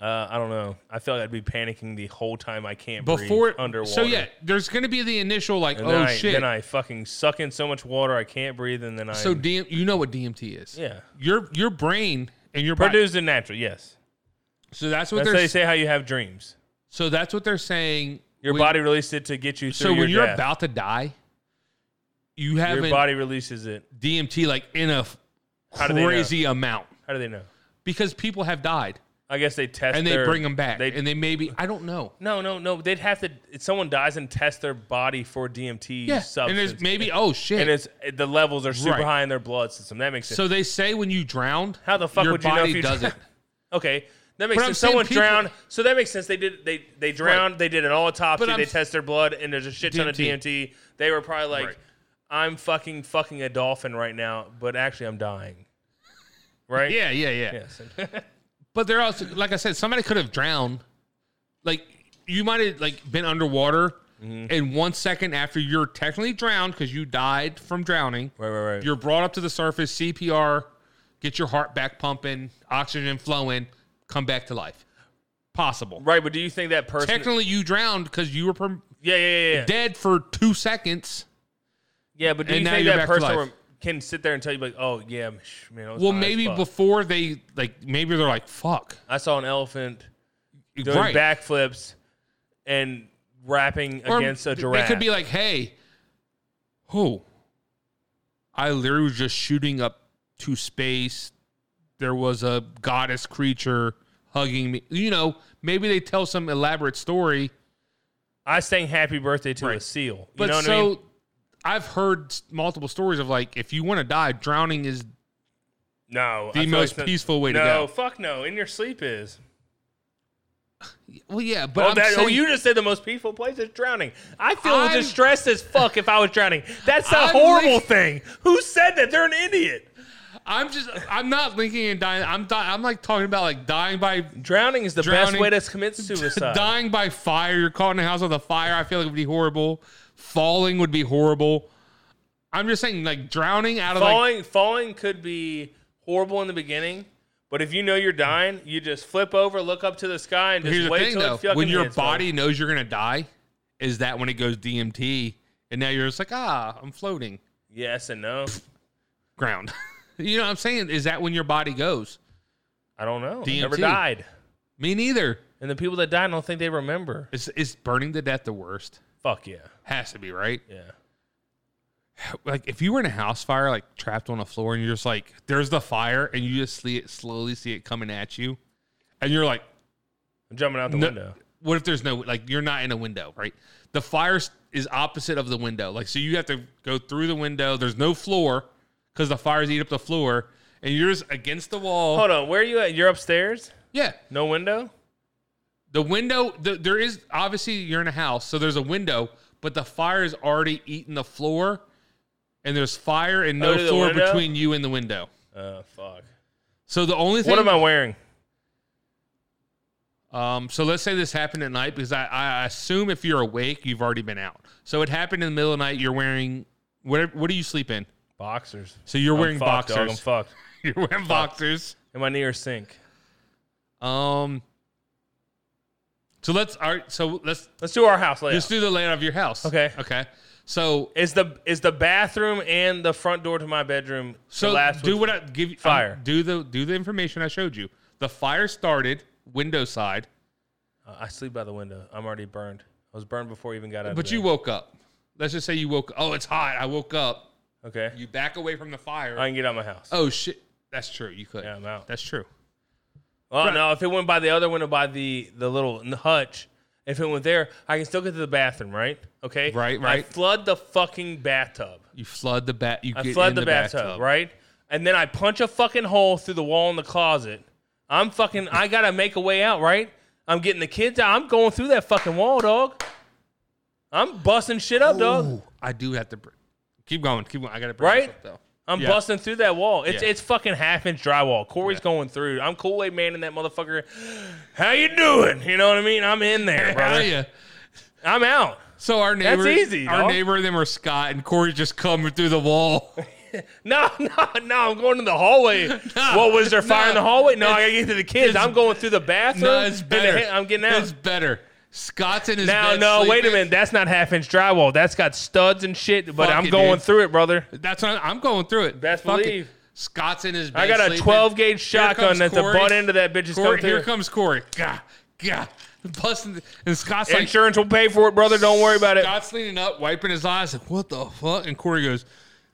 S4: Uh, I don't know. I feel like I'd be panicking the whole time. I can't
S3: before
S4: breathe underwater.
S3: So yeah, there's going to be the initial like
S4: And
S3: oh
S4: then I,
S3: shit.
S4: Then I fucking suck in so much water I can't breathe, and then I
S3: so DM, you know what DMT is?
S4: yeah
S3: Your your brain and your body.
S4: produced and natural. Yes,
S3: So that's what
S4: that's how
S3: they're
S4: they say how you have dreams.
S3: so that's what they're saying.
S4: Your
S3: when-
S4: body released it to get you through.
S3: So when
S4: your
S3: you're
S4: death.
S3: about to die, you have
S4: your
S3: an
S4: body releases it.
S3: DMT like in a f-
S4: How do they know?
S3: crazy amount
S4: How do they know?
S3: because people have died
S4: I guess they test
S3: and they
S4: their-
S3: bring them back
S4: They,
S3: and they maybe I don't know.
S4: no, no, no. They'd have to. If someone dies and test their body for DMT
S3: Yeah, and
S4: substance,
S3: there's maybe oh shit.
S4: and it's the levels are super
S3: Right.
S4: high in their blood system. That makes sense.
S3: so they say when you drowned,
S4: How the fuck
S3: your
S4: would you know
S3: body
S4: if you
S3: does
S4: drown-
S3: it?
S4: Okay, that makes
S3: But I'm
S4: sense.
S3: saying
S4: Someone
S3: people-
S4: drowned, so that makes sense. They did they they drowned. They did an autopsy.
S3: But I'm-
S4: They test their blood, and there's a shit ton of
S3: DMT.
S4: DMT. They were probably like,
S3: Right.
S4: "I'm fucking fucking a dolphin right now, but actually I'm dying." Right?
S3: Yeah, yeah, yeah.
S4: Yes. (laughs)
S3: But they're also like I said, somebody could have drowned. Like you might have like been underwater,
S4: Mm-hmm.
S3: and one second after you're technically drowned because you died from drowning,
S4: right, right, right.
S3: you're brought up to the surface, CPR, get your heart back pumping, oxygen flowing, come back to life. Possible.
S4: right, but do you think that person?
S3: Technically, you drowned because you were per-
S4: yeah, yeah, yeah, yeah.
S3: dead for two seconds.
S4: yeah, but do
S3: and
S4: you
S3: now
S4: think
S3: you're
S4: that
S3: back to
S4: person
S3: life.
S4: rem- can sit there and tell you like, "Oh yeah, sh- man." I was
S3: Well,
S4: high as
S3: maybe
S4: fuck.
S3: before they like, maybe they're like, "Fuck,
S4: I saw an elephant doing
S3: right."
S4: backflips and rapping
S3: Or
S4: against a
S3: th-
S4: giraffe.
S3: They could be like, "Hey, who? I literally was just shooting up to space. There was a goddess creature hugging me. You know, maybe they tell some elaborate story."
S4: I sang happy birthday to a
S3: Right.
S4: seal. You
S3: But
S4: know what
S3: so
S4: I mean?
S3: I've heard s- multiple stories of like if you want to die, drowning is
S4: No.
S3: the
S4: I feel
S3: most
S4: it's not-
S3: peaceful way to
S4: no,
S3: go.
S4: fuck no. In your sleep is.
S3: well, yeah, but
S4: Well,
S3: I'm
S4: that, oh,
S3: saying-
S4: you just said the most peaceful place is drowning. I feel
S3: I'm-
S4: distressed as fuck if I was drowning. That's a
S3: I'm
S4: horrible
S3: like-
S4: thing. Who said that? They're an idiot.
S3: I'm just I'm not linking and dying. I'm di- I'm like talking about like dying by
S4: Drowning is the best
S3: Drowning-
S4: way to
S3: (laughs)
S4: commit suicide.
S3: dying by fire. You're caught in a house with a fire. I feel like it would be horrible. Falling would be horrible. I'm just saying like drowning out of like
S4: falling, falling could be horrible in the beginning. But if you know you're dying, you just flip over, look up to the sky, and just
S3: here's the
S4: wait
S3: thing
S4: till it
S3: though.
S4: fucking
S3: When your
S4: hits, bro.
S3: body knows you're gonna die, is that when it goes DMT and now you're just like ah I'm floating
S4: Yes and no.
S3: ground. (laughs) you know what I'm saying? Is that when your body goes?
S4: I don't know. I never
S3: DMT.
S4: died.
S3: Me neither.
S4: And the people that died, I don't think they remember.
S3: Is is burning to death the worst?
S4: Fuck yeah.
S3: Has to be right.
S4: Yeah.
S3: Like if you were in a house fire, like trapped on a floor, and you're just like, there's the fire, and you just see it slowly see it coming at you, and you're like,
S4: I'm jumping out the
S3: No-
S4: window.
S3: what if there's no like you're not in a window, right? The fire s- is opposite of the window, like so you have to go through the window. There's no floor because the fires eat up the floor, and you're just against the wall.
S4: Hold on, where are you at? You're upstairs?
S3: Yeah,
S4: No window?
S3: The window, the, there is obviously you're in a house, so there's a window, but the fire is already eating the floor, and there's fire and no
S4: Oh, to the
S3: floor
S4: window?
S3: between you and the window.
S4: Uh, fuck.
S3: So the only thing,
S4: What am I wearing?
S3: um, so let's say this happened at night because I, I assume if you're awake, you've already been out. So it happened in the middle of the night. You're wearing what? What do you sleep in?
S4: Boxers.
S3: So you're wearing
S4: I'm fucked,
S3: (laughs)
S4: Dog, I'm
S3: boxers.
S4: fucked.
S3: you're wearing boxers.
S4: Am I near a sink?
S3: Um. So let's all right. So let's
S4: Let's do our house layout.
S3: just do the layout of your house.
S4: Okay.
S3: Okay. So
S4: is the is the bathroom and the front door to my bedroom
S3: so
S4: the last
S3: do
S4: one-
S3: what I give you um,
S4: fire.
S3: do the do the information I showed you. The fire started window side,
S4: Uh, I sleep by the window. I'm already burned. I was burned before I even got out. of
S3: but
S4: bed.
S3: you woke up. Let's just say you woke. Oh, it's hot. I woke up.
S4: okay?
S3: You back away from the fire.
S4: I can get out of my house.
S3: oh shit. That's true. You could.
S4: Yeah, I'm out.
S3: That's true.
S4: Oh no! If it went by the other window, by the the little n- hutch, if it went there, I can still get to the bathroom, right? Okay,
S3: Right,
S4: I
S3: right.
S4: flood the fucking bathtub.
S3: You flood the bat. You
S4: I
S3: get
S4: flood
S3: in
S4: the,
S3: the,
S4: bathtub, right? And then I punch a fucking hole through the wall in the closet. I'm fucking. I gotta make a way out, right? I'm getting the kids out. I'm going through that fucking wall, dog. I'm busting shit up, dog.
S3: Ooh, I do have to. Br- keep going. Keep going. I gotta. Bring
S4: Right?
S3: This up,
S4: (laughs)
S3: though.
S4: I'm
S3: Yeah.
S4: busting through that wall. It's
S3: Yeah.
S4: it's fucking half inch drywall. Corey's going through. I'm Kool Aid Man in that motherfucker. How you doing? You know what I mean? I'm in there,
S3: (laughs) How
S4: brother.
S3: ya?
S4: I'm out.
S3: So our neighbor,
S4: easy,
S3: Our
S4: dog.
S3: neighbor and them are Scott and Corey just coming through
S4: (laughs)
S3: the wall. (laughs)
S4: No, no, no. I'm going to the hallway. what was there fire in the
S3: no.
S4: hallway? No, I
S3: It's-
S4: gotta get to the kids.
S3: it's-
S4: I'm going through the bathroom.
S3: no, it's
S4: and the
S3: better.
S4: ha- I'm getting out.
S3: It's better. Scott's in his
S4: now,
S3: bed
S4: no, wait a
S3: sleeping.
S4: minute. That's not half inch drywall. That's got studs and shit. But
S3: Fuck
S4: I'm
S3: it,
S4: going
S3: dude.
S4: through it, brother.
S3: That's what I'm, I'm going through it.
S4: Best
S3: Fuck it.
S4: believe.
S3: Scott's in his bed.
S4: I got a
S3: sleeping.
S4: 12 gauge
S3: Here
S4: shotgun
S3: comes
S4: that the
S3: Corey.
S4: butt end of that bitch is
S3: Corey,
S4: coming
S3: here
S4: through.
S3: comes Corey. Gah, gah. Busting the- and Scott's like
S4: Insurance will pay for it, brother. Don't worry about it.
S3: Scott's leaning up, wiping his eyes, like what the fuck? And Corey goes,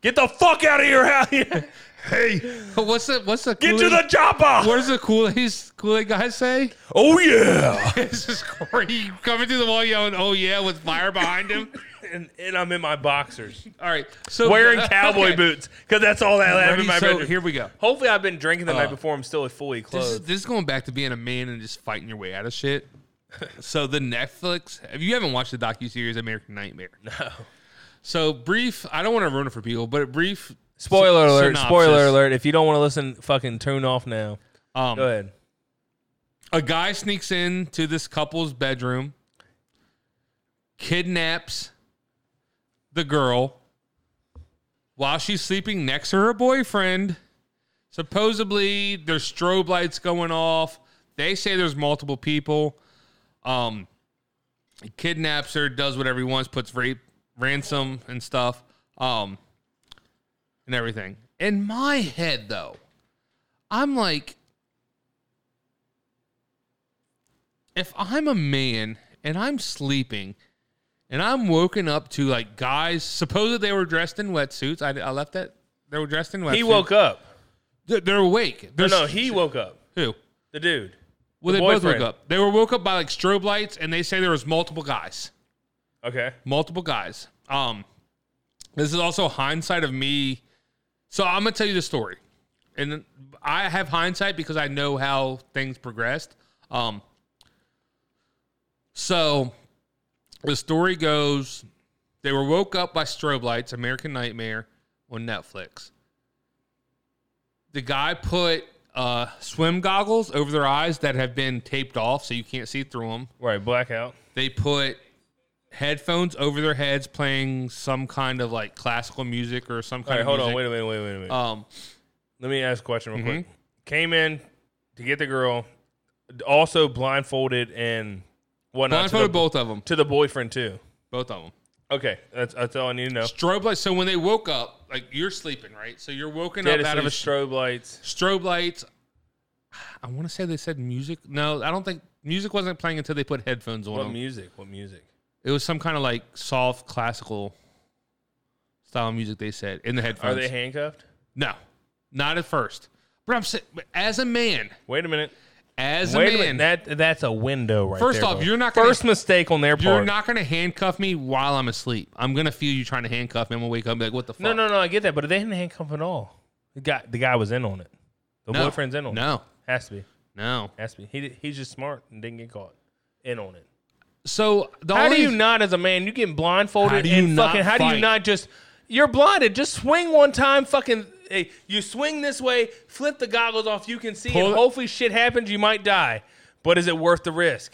S4: Get the fuck out of your (laughs) house.
S3: "Hey, what's the what's the
S4: Get to the chopper.
S3: what does the Kool Aid Kool Aid guy say?" (laughs)
S4: Oh yeah.
S3: This is Corey coming through the wall yelling, "Oh yeah!" with fire behind him.
S4: and, and I'm in my
S3: (laughs)
S4: boxers,
S3: All right, so uh,
S4: wearing cowboy
S3: Okay.
S4: boots, because that's all that I have
S3: Ready?
S4: in my
S3: so
S4: bedroom.
S3: here we go.
S4: Hopefully, I've been drinking the night
S3: Uh,
S4: before. I'm still fully
S3: This is,
S4: clothed.
S3: this is going back to being a man and just fighting your way out of shit. so the Netflix, if you haven't watched the docu series American Nightmare, no. So brief, I don't want to ruin it for people, but a brief.
S4: Spoiler
S3: syn-
S4: alert!
S3: synopsis.
S4: Spoiler alert! If you don't want to listen, fucking tune off now.
S3: Um,
S4: Go ahead.
S3: a guy sneaks in to this couple's bedroom, kidnaps the girl while she's sleeping next to her boyfriend. Supposedly, there's strobe lights going off. They say there's multiple people. Um, he kidnaps her, does whatever he wants, puts rape, ransom and stuff, um, and everything. In my head, though, I'm like, if I'm a man and I'm sleeping and I'm woken up to like guys, suppose that they were dressed in wetsuits. I, I left that. They were dressed in wetsuits.
S4: He woke up.
S3: They're, they're awake.
S4: No,
S3: They're
S4: no, he woke up.
S3: who?
S4: The dude.
S3: Well,
S4: The
S3: they both
S4: boyfriend.
S3: woke up. They were woke up by like strobe lights, and they say there was multiple guys.
S4: Okay.
S3: multiple guys. Um, this is also hindsight of me. So I'm gonna tell you the story, and I have hindsight because I know how things progressed. Um, so the story goes, they were woke up by strobe lights, American Nightmare on Netflix. The guy put uh, swim goggles over their eyes that have been taped off, so you can't see through them
S4: Right. Blackout.
S3: they put headphones over their heads playing some kind of like classical music or some
S4: All
S3: kind
S4: right.
S3: of
S4: Hold on.
S3: music. Mm-hmm.
S4: Wait a minute. Wait a minute. Wait a minute.
S3: um
S4: Let me ask a question real quick. Came in to get the girl, also blindfolded and whatnot.
S3: blindfolded
S4: to the,
S3: both of them
S4: to the boyfriend too.
S3: both of them
S4: Okay, that's that's all I need to know.
S3: strobe lights so when they woke up like you're sleeping right so you're woken
S4: Dead
S3: up out of a strobe,
S4: strobe lights.
S3: strobe lights i want to say they said music no i don't think music wasn't playing until they put headphones on
S4: What
S3: them.
S4: music? What music?
S3: it was some kind of like soft classical style of music they said in the
S4: Are
S3: headphones
S4: they handcuffed?
S3: no not at first but i'm saying as a man
S4: Wait a minute.
S3: as
S4: Wait
S3: a
S4: a
S3: man
S4: minute. That that's a window right
S3: First
S4: there,
S3: off,
S4: bro.
S3: you're not gonna-
S4: first mistake on their
S3: You're
S4: part.
S3: not gonna handcuff me while I'm asleep. I'm gonna feel you trying to handcuff me. I'm gonna wake up and be like, "What the fuck?"
S4: no, no, no. I get that, but they didn't handcuff at all. The guy, the guy was in on it. The
S3: No.
S4: boyfriend's in on it.
S3: no,
S4: Has to be.
S3: no.
S4: Has to be. He did- he's just smart and didn't get caught. in on it.
S3: So the
S4: How do
S3: only
S4: you not, as a man, you getting blindfolded
S3: How do you
S4: and
S3: not
S4: fucking? How do
S3: fight?
S4: you not just? You're blinded. Just swing one time, fucking. Hey, you swing this way, flip the goggles off. You can see,
S3: Pull
S4: and
S3: it-
S4: hopefully shit happens. You might die, but is it worth the risk?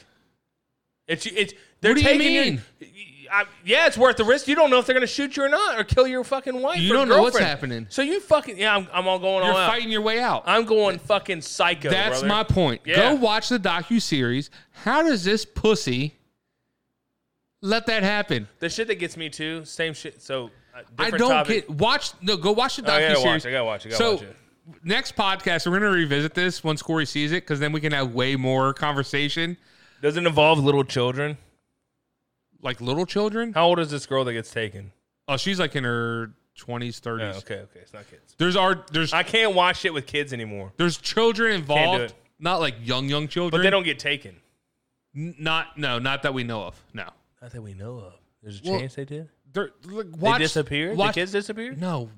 S4: It's it's. They're
S3: do you
S4: taking your-
S3: mean?
S4: I, yeah, it's worth the risk. You don't know if they're gonna shoot you or not, or kill your fucking wife.
S3: You
S4: or
S3: don't know what's
S4: girlfriend.
S3: happening.
S4: So you fucking yeah. I'm, I'm all going
S3: you're
S4: all out.
S3: fighting your way out.
S4: I'm going fucking psycho.
S3: That's
S4: brother.
S3: my point.
S4: Yeah.
S3: Go watch the docu series. How does this pussy let that happen?
S4: The shit that gets me too. Same shit. So uh, different
S3: I don't
S4: topic. Oh,
S3: get watch. No, go watch the
S4: I
S3: docu
S4: gotta
S3: series.
S4: watch. I gotta watch. I gotta
S3: so
S4: watch it.
S3: next podcast, we're gonna revisit this once Corey sees it, because then we can have way more conversation,
S4: Does it involve little children?
S3: like little children.
S4: How old is this girl that gets taken?
S3: Oh, she's like in her twenties,
S4: Oh,
S3: thirties.
S4: okay, okay, it's not kids.
S3: There's our there's
S4: I can't watch shit with kids anymore,
S3: there's children involved,
S4: it.
S3: not like young young children.
S4: but they don't get taken.
S3: N- not no, not that we know of. No,
S4: Not that we know of. There's a
S3: Well,
S4: chance they did.
S3: They're, like, watch,
S4: they disappeared.
S3: Watch,
S4: the kids disappeared.
S3: No.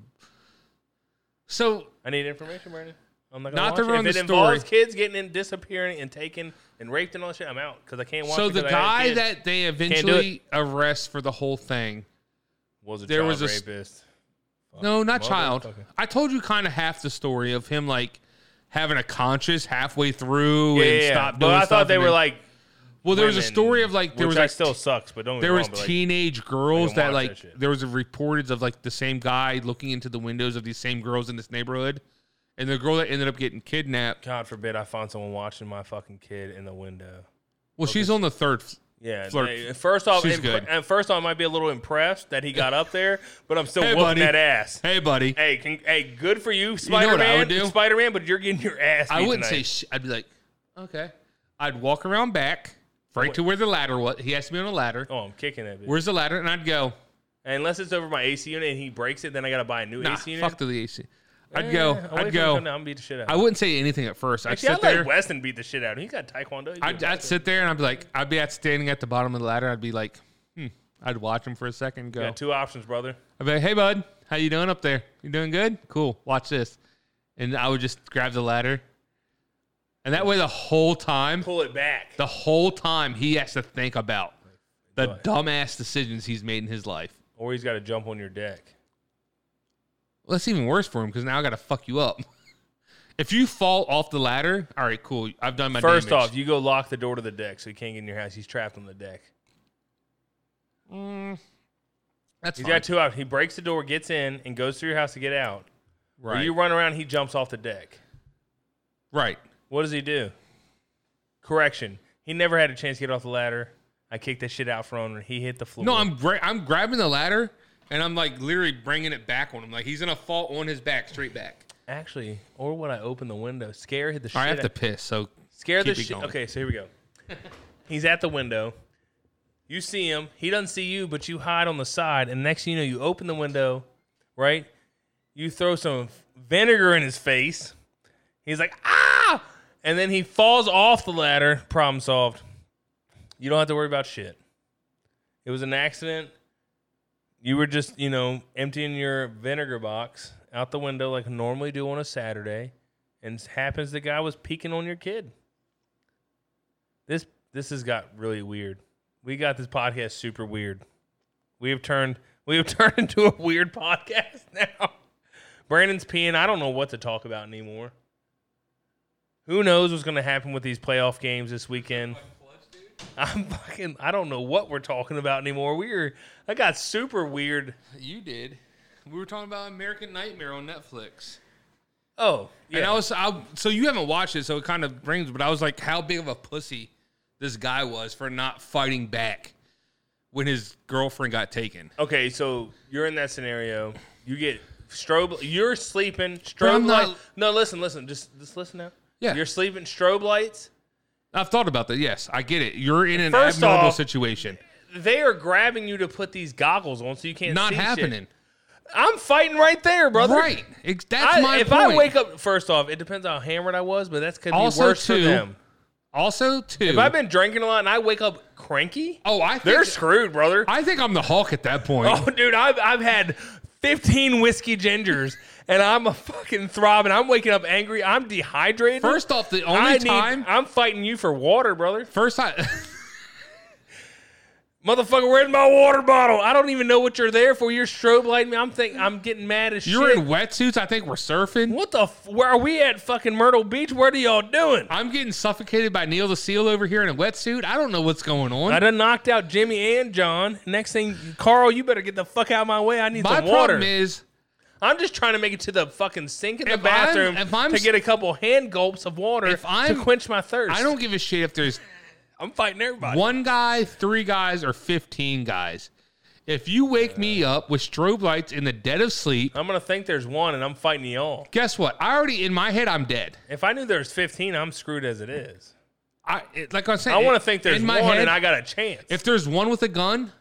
S3: So
S4: I need information, Brandon. I'm not gonna
S3: Not to
S4: watch
S3: ruin
S4: it. If
S3: the
S4: it involves
S3: story.
S4: kids getting in, disappearing and taken and raped and all that shit, I'm out because I can't watch.
S3: so
S4: it
S3: the
S4: 'cause I had a
S3: guy
S4: kid
S3: that they
S4: it.
S3: eventually arrest for the whole thing.
S4: was a
S3: there
S4: child
S3: was a s-
S4: rapist.
S3: No, not child.
S4: motherfucker.
S3: I told you kind of half the story of him like having a conscience halfway through
S4: Yeah,
S3: and
S4: yeah,
S3: stopped
S4: but
S3: doing
S4: I
S3: stuff
S4: thought they
S3: and
S4: were
S3: then-
S4: like
S3: Well, there was a
S4: women,
S3: story of like there
S4: which
S3: was
S4: that
S3: like
S4: still sucks, but don't get
S3: there
S4: me
S3: was
S4: wrong, Oh, but, like,
S3: teenage girls
S4: can
S3: that
S4: watch
S3: like
S4: that shit.
S3: there was a reported of like the same guy looking into the windows of these same girls in this neighborhood, and the girl that ended up getting kidnapped.
S4: God forbid I find someone watching my fucking kid in the window.
S3: Well, she's on the third. f-
S4: Yeah.
S3: Flirt.
S4: they- first off,
S3: She's
S4: impre-
S3: good.
S4: at first off, I might be a little impressed that he got up there, but I'm still
S3: Hey,
S4: whooping
S3: buddy.
S4: that ass.
S3: Hey, buddy.
S4: Hey, can, hey, good for you,
S3: know
S4: Spider
S3: what I
S4: Man.
S3: would do?
S4: Spider Man, but you're getting your ass.
S3: I
S4: beat
S3: wouldn't say
S4: tonight.
S3: sh- I'd be like, okay. I'd walk around back, right to where the ladder was. He has to be on a ladder.
S4: Oh, I'm kicking that bitch.
S3: Where's the ladder? And I'd go,
S4: Unless it's over my AC unit and he breaks it, then I gotta buy a new
S3: nah,
S4: AC unit.
S3: fuck to the AC. I'd
S4: Eh,
S3: go,
S4: I'll wait for him
S3: I'd
S4: to
S3: go.
S4: come down. I'm gonna beat the shit out.
S3: I
S4: of him.
S3: wouldn't say anything at first. I'd
S4: Actually,
S3: sit
S4: I'd let
S3: there.
S4: Weston beat the shit out of him. He's got Taekwondo. He's
S3: I'd, I'd sit there and I'd be like, I'd be at standing at the bottom of the ladder. I'd be like, hmm. I'd watch him for a second. and Go.
S4: got two options, brother.
S3: I'd be like, hey bud, how you doing up there? You doing good? Cool. Watch this. And I would just grab the ladder. And that way, the whole time,
S4: Pull it back.
S3: the whole time he has to think about the dumbass decisions he's made in his life.
S4: Or he's gotta jump on your deck.
S3: Well, that's even worse for him because now I got to fuck you up. (laughs) If you fall off the ladder, all right, cool. I've done my
S4: First
S3: damage.
S4: off, you go lock the door to the deck so he can't get in your house. He's trapped on the deck.
S3: Mm, that's
S4: He's
S3: fine.
S4: got two options. He breaks the door, gets in, and goes through your house to get out. Or
S3: right,
S4: you run around, he jumps off the deck.
S3: right.
S4: What does he do? Correction. He never had a chance to get off the ladder. I kicked that shit out from him. He hit the floor.
S3: No, I'm gra- I'm grabbing the ladder and I'm like literally bringing it back on him. Like he's gonna fall on his back, straight back.
S4: actually, or would I open the window? Scare hit the shit.
S3: All right, I have to
S4: out-
S3: piss. So
S4: Scare the
S3: keep it
S4: shit.
S3: going.
S4: Okay, so here we go. He's at the window. You see him. He doesn't see you, but you hide on the side. And next thing you know, you open the window, right? You throw some vinegar in his face. He's like, ah! And then he falls off the ladder. Problem solved. You don't have to worry about shit. It was an accident. You were just, you know, emptying your vinegar box out the window like I normally do on a Saturday and it happens the guy was peeking on your kid. This this has got really weird. We got this podcast super weird. We have turned we have (laughs) turned into a weird podcast (laughs) now. Brandon's peeing. I don't know what to talk about anymore. Who knows what's going to happen with these playoff games this weekend? I'm fucking. I don't know what we're talking about anymore. We're. I got super weird.
S3: you did. We were talking about American Nightmare on Netflix.
S4: Oh, yeah.
S3: And I was, I, so you haven't watched it, so it kind of brings, but I was like, how big of a pussy this guy was for not fighting back when his girlfriend got taken.
S4: Okay, so you're in that scenario. You get strobe. You're sleeping.
S3: But
S4: Strobe
S3: I'm not-
S4: light. No, listen, listen. Just just listen now.
S3: Yeah.
S4: You're sleeping. Strobe lights.
S3: I've thought about that. Yes, I get it. You're in an
S4: First
S3: abnormal
S4: off-
S3: situation.
S4: They are grabbing you to put these goggles on so you can't.
S3: Not
S4: see shit.
S3: happening.
S4: I'm fighting right there, brother.
S3: Right. Ex- that's
S4: I,
S3: my
S4: if
S3: point.
S4: I wake up, first off, it depends how hammered I was, but that's could be
S3: Also,
S4: worse for
S3: too,
S4: them.
S3: also, too.
S4: If I've been drinking a lot and I wake up cranky,
S3: oh, I think,
S4: they're screwed, brother.
S3: I think I'm the Hulk at that point.
S4: (laughs)
S3: (laughs)
S4: Oh, dude, I've, I've had 15 whiskey gingers and I'm a fucking throbbing. I'm waking up angry. I'm dehydrated.
S3: First off, the
S4: I
S3: only
S4: need-
S3: time,
S4: I'm fighting you for water, brother.
S3: first time,
S4: Motherfucker, where's my water bottle? I don't even know what you're there for. You're strobe lighting me. I'm think I'm getting mad as
S3: (laughs) You're
S4: shit.
S3: in wetsuits. I think we're surfing.
S4: what the? F- where are we at? Fucking Myrtle Beach. What are y'all doing?
S3: I'm getting suffocated by Neil the Seal over here in a wetsuit. I don't know what's going on.
S4: I done knocked out Jimmy and John. Next thing, Carl, you better get the fuck out of my way. I need
S3: My
S4: some water.
S3: problem is
S4: I'm just trying to make it to the fucking sink in the
S3: If I'm-
S4: bathroom
S3: if I'm
S4: to
S3: s-
S4: get a couple hand gulps of water
S3: If I'm-
S4: to quench my thirst.
S3: I don't give a shit if there's
S4: I'm fighting everybody.
S3: one guy, three guys, or fifteen guys. If you wake me up with strobe lights in the dead of sleep,
S4: I'm gonna think there's one, and I'm fighting y'all.
S3: guess what? I already in my head I'm dead.
S4: If I knew there's 15, I'm screwed as it is.
S3: I it, like I was saying.
S4: I want to
S3: it-
S4: think there's
S3: in
S4: one,
S3: my head,
S4: and I got a chance.
S3: If there's one with a gun,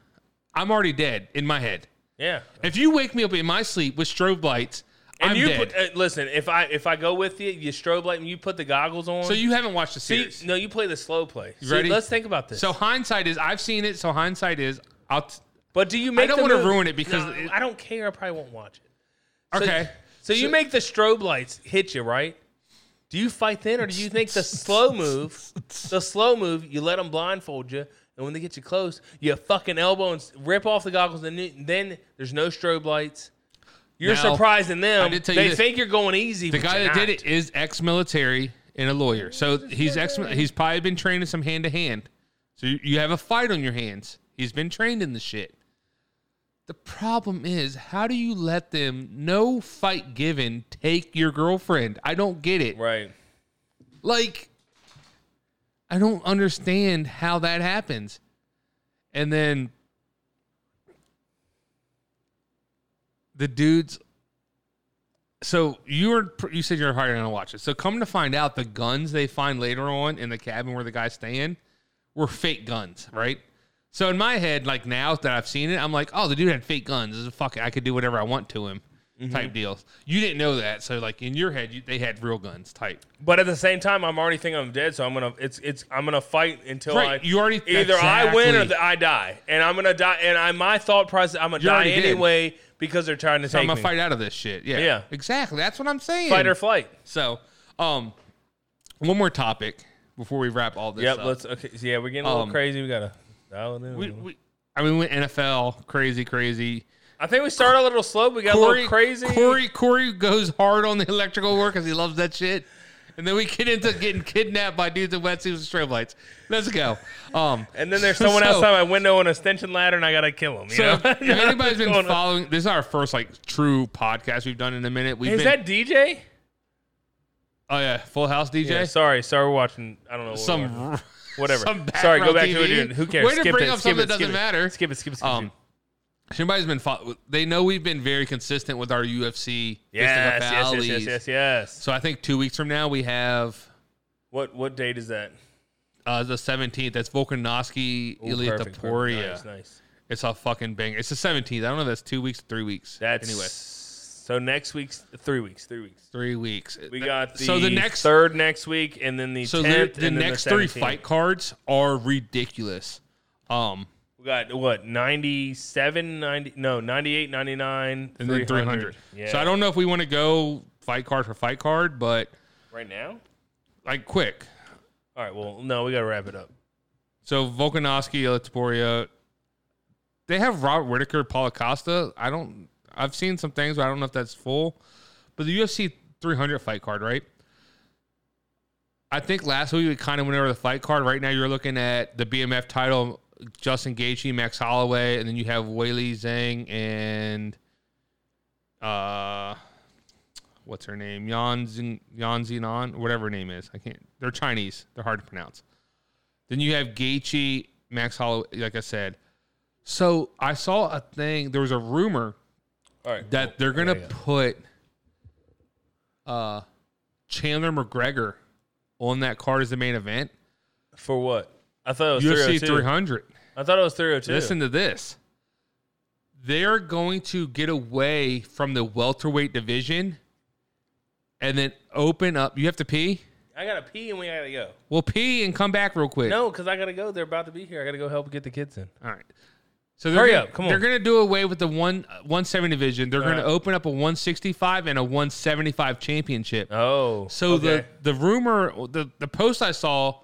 S3: I'm already dead in my head.
S4: yeah,
S3: If you wake me up in my sleep with strobe lights,
S4: and
S3: I'm
S4: you
S3: dead.
S4: put, uh, listen. If I if I go with you, you strobe light, and you put the goggles on.
S3: so you haven't watched the
S4: See,
S3: series.
S4: no, you play the slow play. See,
S3: ready?
S4: Let's think about this.
S3: So hindsight is I've seen it. So hindsight is I'll. T-
S4: but do you make?
S3: don't
S4: the
S3: wanna
S4: movie?
S3: ruin it because
S4: No,
S3: it-
S4: I don't care. I probably won't watch it. So-
S3: okay.
S4: So, you make the strobe lights hit you, right? Do you fight then, or do you think the
S3: (laughs)
S4: slow move, the slow move, you let them blindfold you, and when they get you close, you fucking elbow and s- rip off the goggles, and then- then there's no strobe lights. You're
S3: Now,
S4: surprising
S3: I
S4: them.
S3: did tell you
S4: they
S3: this.
S4: think you're going easy.
S3: The guy that did it is ex-military and a lawyer, so he's ex. He's probably been training some hand to hand. So you- you have a fight on your hands. He's been trained in the shit. The problem is, how do you let them no fight given take your girlfriend? I don't get it.
S4: right.
S3: Like, I don't understand how that happens. And then the dudes. So you were you said you're hiring to watch it. So come to find out, the guns they find later on in the cabin where the guy's staying were fake guns, right? So in my head, like now that I've seen it, I'm like, oh, the dude had fake guns. This is fuck. I could do whatever I want to him, type deals. You didn't know that, so like in your head, you, they had real guns, type.
S4: But at the same time, I'm already thinking I'm dead, so I'm gonna it's it's I'm gonna fight until
S3: Right,
S4: I
S3: you already-
S4: either I win or
S3: exactly.
S4: th- I die, and I'm gonna die. And I my thought process I'm gonna
S3: You're
S4: die
S3: already dead.
S4: anyway because they're trying to
S3: So
S4: take
S3: I'm gonna
S4: me.
S3: fight out of this shit. Yeah,
S4: Yeah.
S3: exactly. That's what I'm saying.
S4: fight or flight.
S3: So, um, one more topic before we wrap all this.
S4: Yep.
S3: up.
S4: Let's. Okay. So yeah, we're getting a little
S3: Um,
S4: crazy. We gotta dial it in.
S3: We, we, I mean, we went NFL crazy, crazy.
S4: I think we started a little slow. We got a little crazy.
S3: Corey, Corey goes hard on the electrical work because he loves that shit. And then we get into getting kidnapped by dudes in wetsuits and strobe lights. Let's go. Um,
S4: And then there's someone
S3: (laughs) So-
S4: outside my window on a extension ladder, and I gotta kill him. You (laughs)
S3: so
S4: know?
S3: if anybody's
S4: What's
S3: been
S4: going on?
S3: following, this is our first like true podcast we've done in a minute. We've
S4: Is
S3: been,
S4: that DJ?
S3: oh yeah, Full House DJ.
S4: Yeah, sorry, sorry, we're watching. I don't know. What we're watching.
S3: (laughs) Some
S4: whatever.
S3: some back
S4: sorry, go
S3: row
S4: back to it.
S3: TV.
S4: Dude. Who cares?
S3: Way to
S4: skip
S3: bring
S4: it,
S3: up
S4: skip it,
S3: something that doesn't
S4: skip it.
S3: matter.
S4: Skip it. Skip it. Skip
S3: Um,
S4: it.
S3: somebody's been fo- they know we've been very consistent with our UFC.
S4: Yes, yes, yes,
S3: listing of
S4: yes,
S3: alleys.
S4: yes, yes.
S3: So I think two weeks from now we have
S4: What what date is that?
S3: uh, the seventeenth. That's Volkanovski,
S4: Ooh,
S3: Ilya
S4: perfect, perfect.
S3: Taporia.
S4: Nice, nice.
S3: It's a fucking banger. It's the seventeenth. I don't know. if That's two weeks, three weeks.
S4: That's
S3: anyway,
S4: So next week's three weeks, three weeks.
S3: three weeks.
S4: We got the,
S3: so the next
S4: third next week, and then the
S3: so the,
S4: tenth,
S3: the
S4: and then
S3: next
S4: the
S3: three
S4: 17th.
S3: fight cards are ridiculous. Um,
S4: We got what 97, 90, no 98, 99,
S3: and then three hundred.
S4: Yeah.
S3: So I don't know if we want to go fight card for fight card, but
S4: right now.
S3: like quick.
S4: All right. Well, no, we gotta wrap it up.
S3: So Volkanovski, Latoporia, they have Robert Whitaker, Paul Acosta. I don't. I've seen some things, but I don't know if that's full. But the UFC 300 fight card, right? I think last week we kind of went over the fight card. Right now, you're looking at the BMF title: Justin Gaethje, Max Holloway, and then you have Weili Zhang and uh, what's her name? Yan Zin, Yan Zinan, whatever her name is. I can't. They're Chinese. They're hard to pronounce. Then you have Gaethje, Max Holloway, like I said. So I saw a thing. There was a rumor
S4: All right.
S3: that they're gonna
S4: there you go.
S3: put uh, Chandler McGregor on that card as the main event.
S4: For what? I thought it was
S3: UFC
S4: 302.
S3: 300.
S4: I thought it was 302.
S3: Listen to this. They're going to get away from the welterweight division and then open up. You have to pee.
S4: I gotta pee and we gotta go.
S3: Well, pee and come back real quick.
S4: No, because I gotta go. They're about to be here. I gotta go help get the kids in.
S3: All right. So they're
S4: Hurry
S3: gonna,
S4: up, come on.
S3: They're going to do away with the one uh, 170 division. They're going
S4: right.
S3: to open up a 165 and a 175 championship.
S4: Oh,
S3: so
S4: okay.
S3: the the rumor, the the post I saw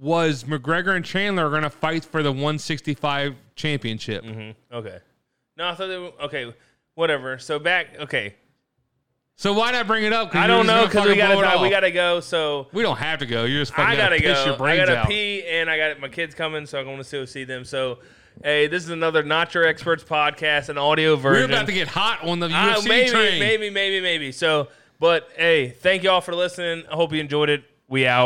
S3: was McGregor and Chandler are going to fight for the 165 championship.
S4: Mm-hmm. Okay. No, I thought they were okay. Whatever. So back. Okay.
S3: So why not bring it up?
S4: I don't know because
S3: because
S4: we gotta we gotta go. So
S3: We don't have to go. You're just fucking
S4: I gotta
S3: piss
S4: go.
S3: your
S4: I
S3: brains
S4: gotta
S3: out.
S4: pee, and I got my kids coming, so I'm going to go see them. So, hey, this is another Not Your Experts podcast, an audio
S3: We're
S4: version.
S3: about to get hot on the
S4: Ah,
S3: UFC
S4: maybe,
S3: train.
S4: maybe, maybe, maybe. So, but hey, thank y'all for listening. I hope you enjoyed it. We out.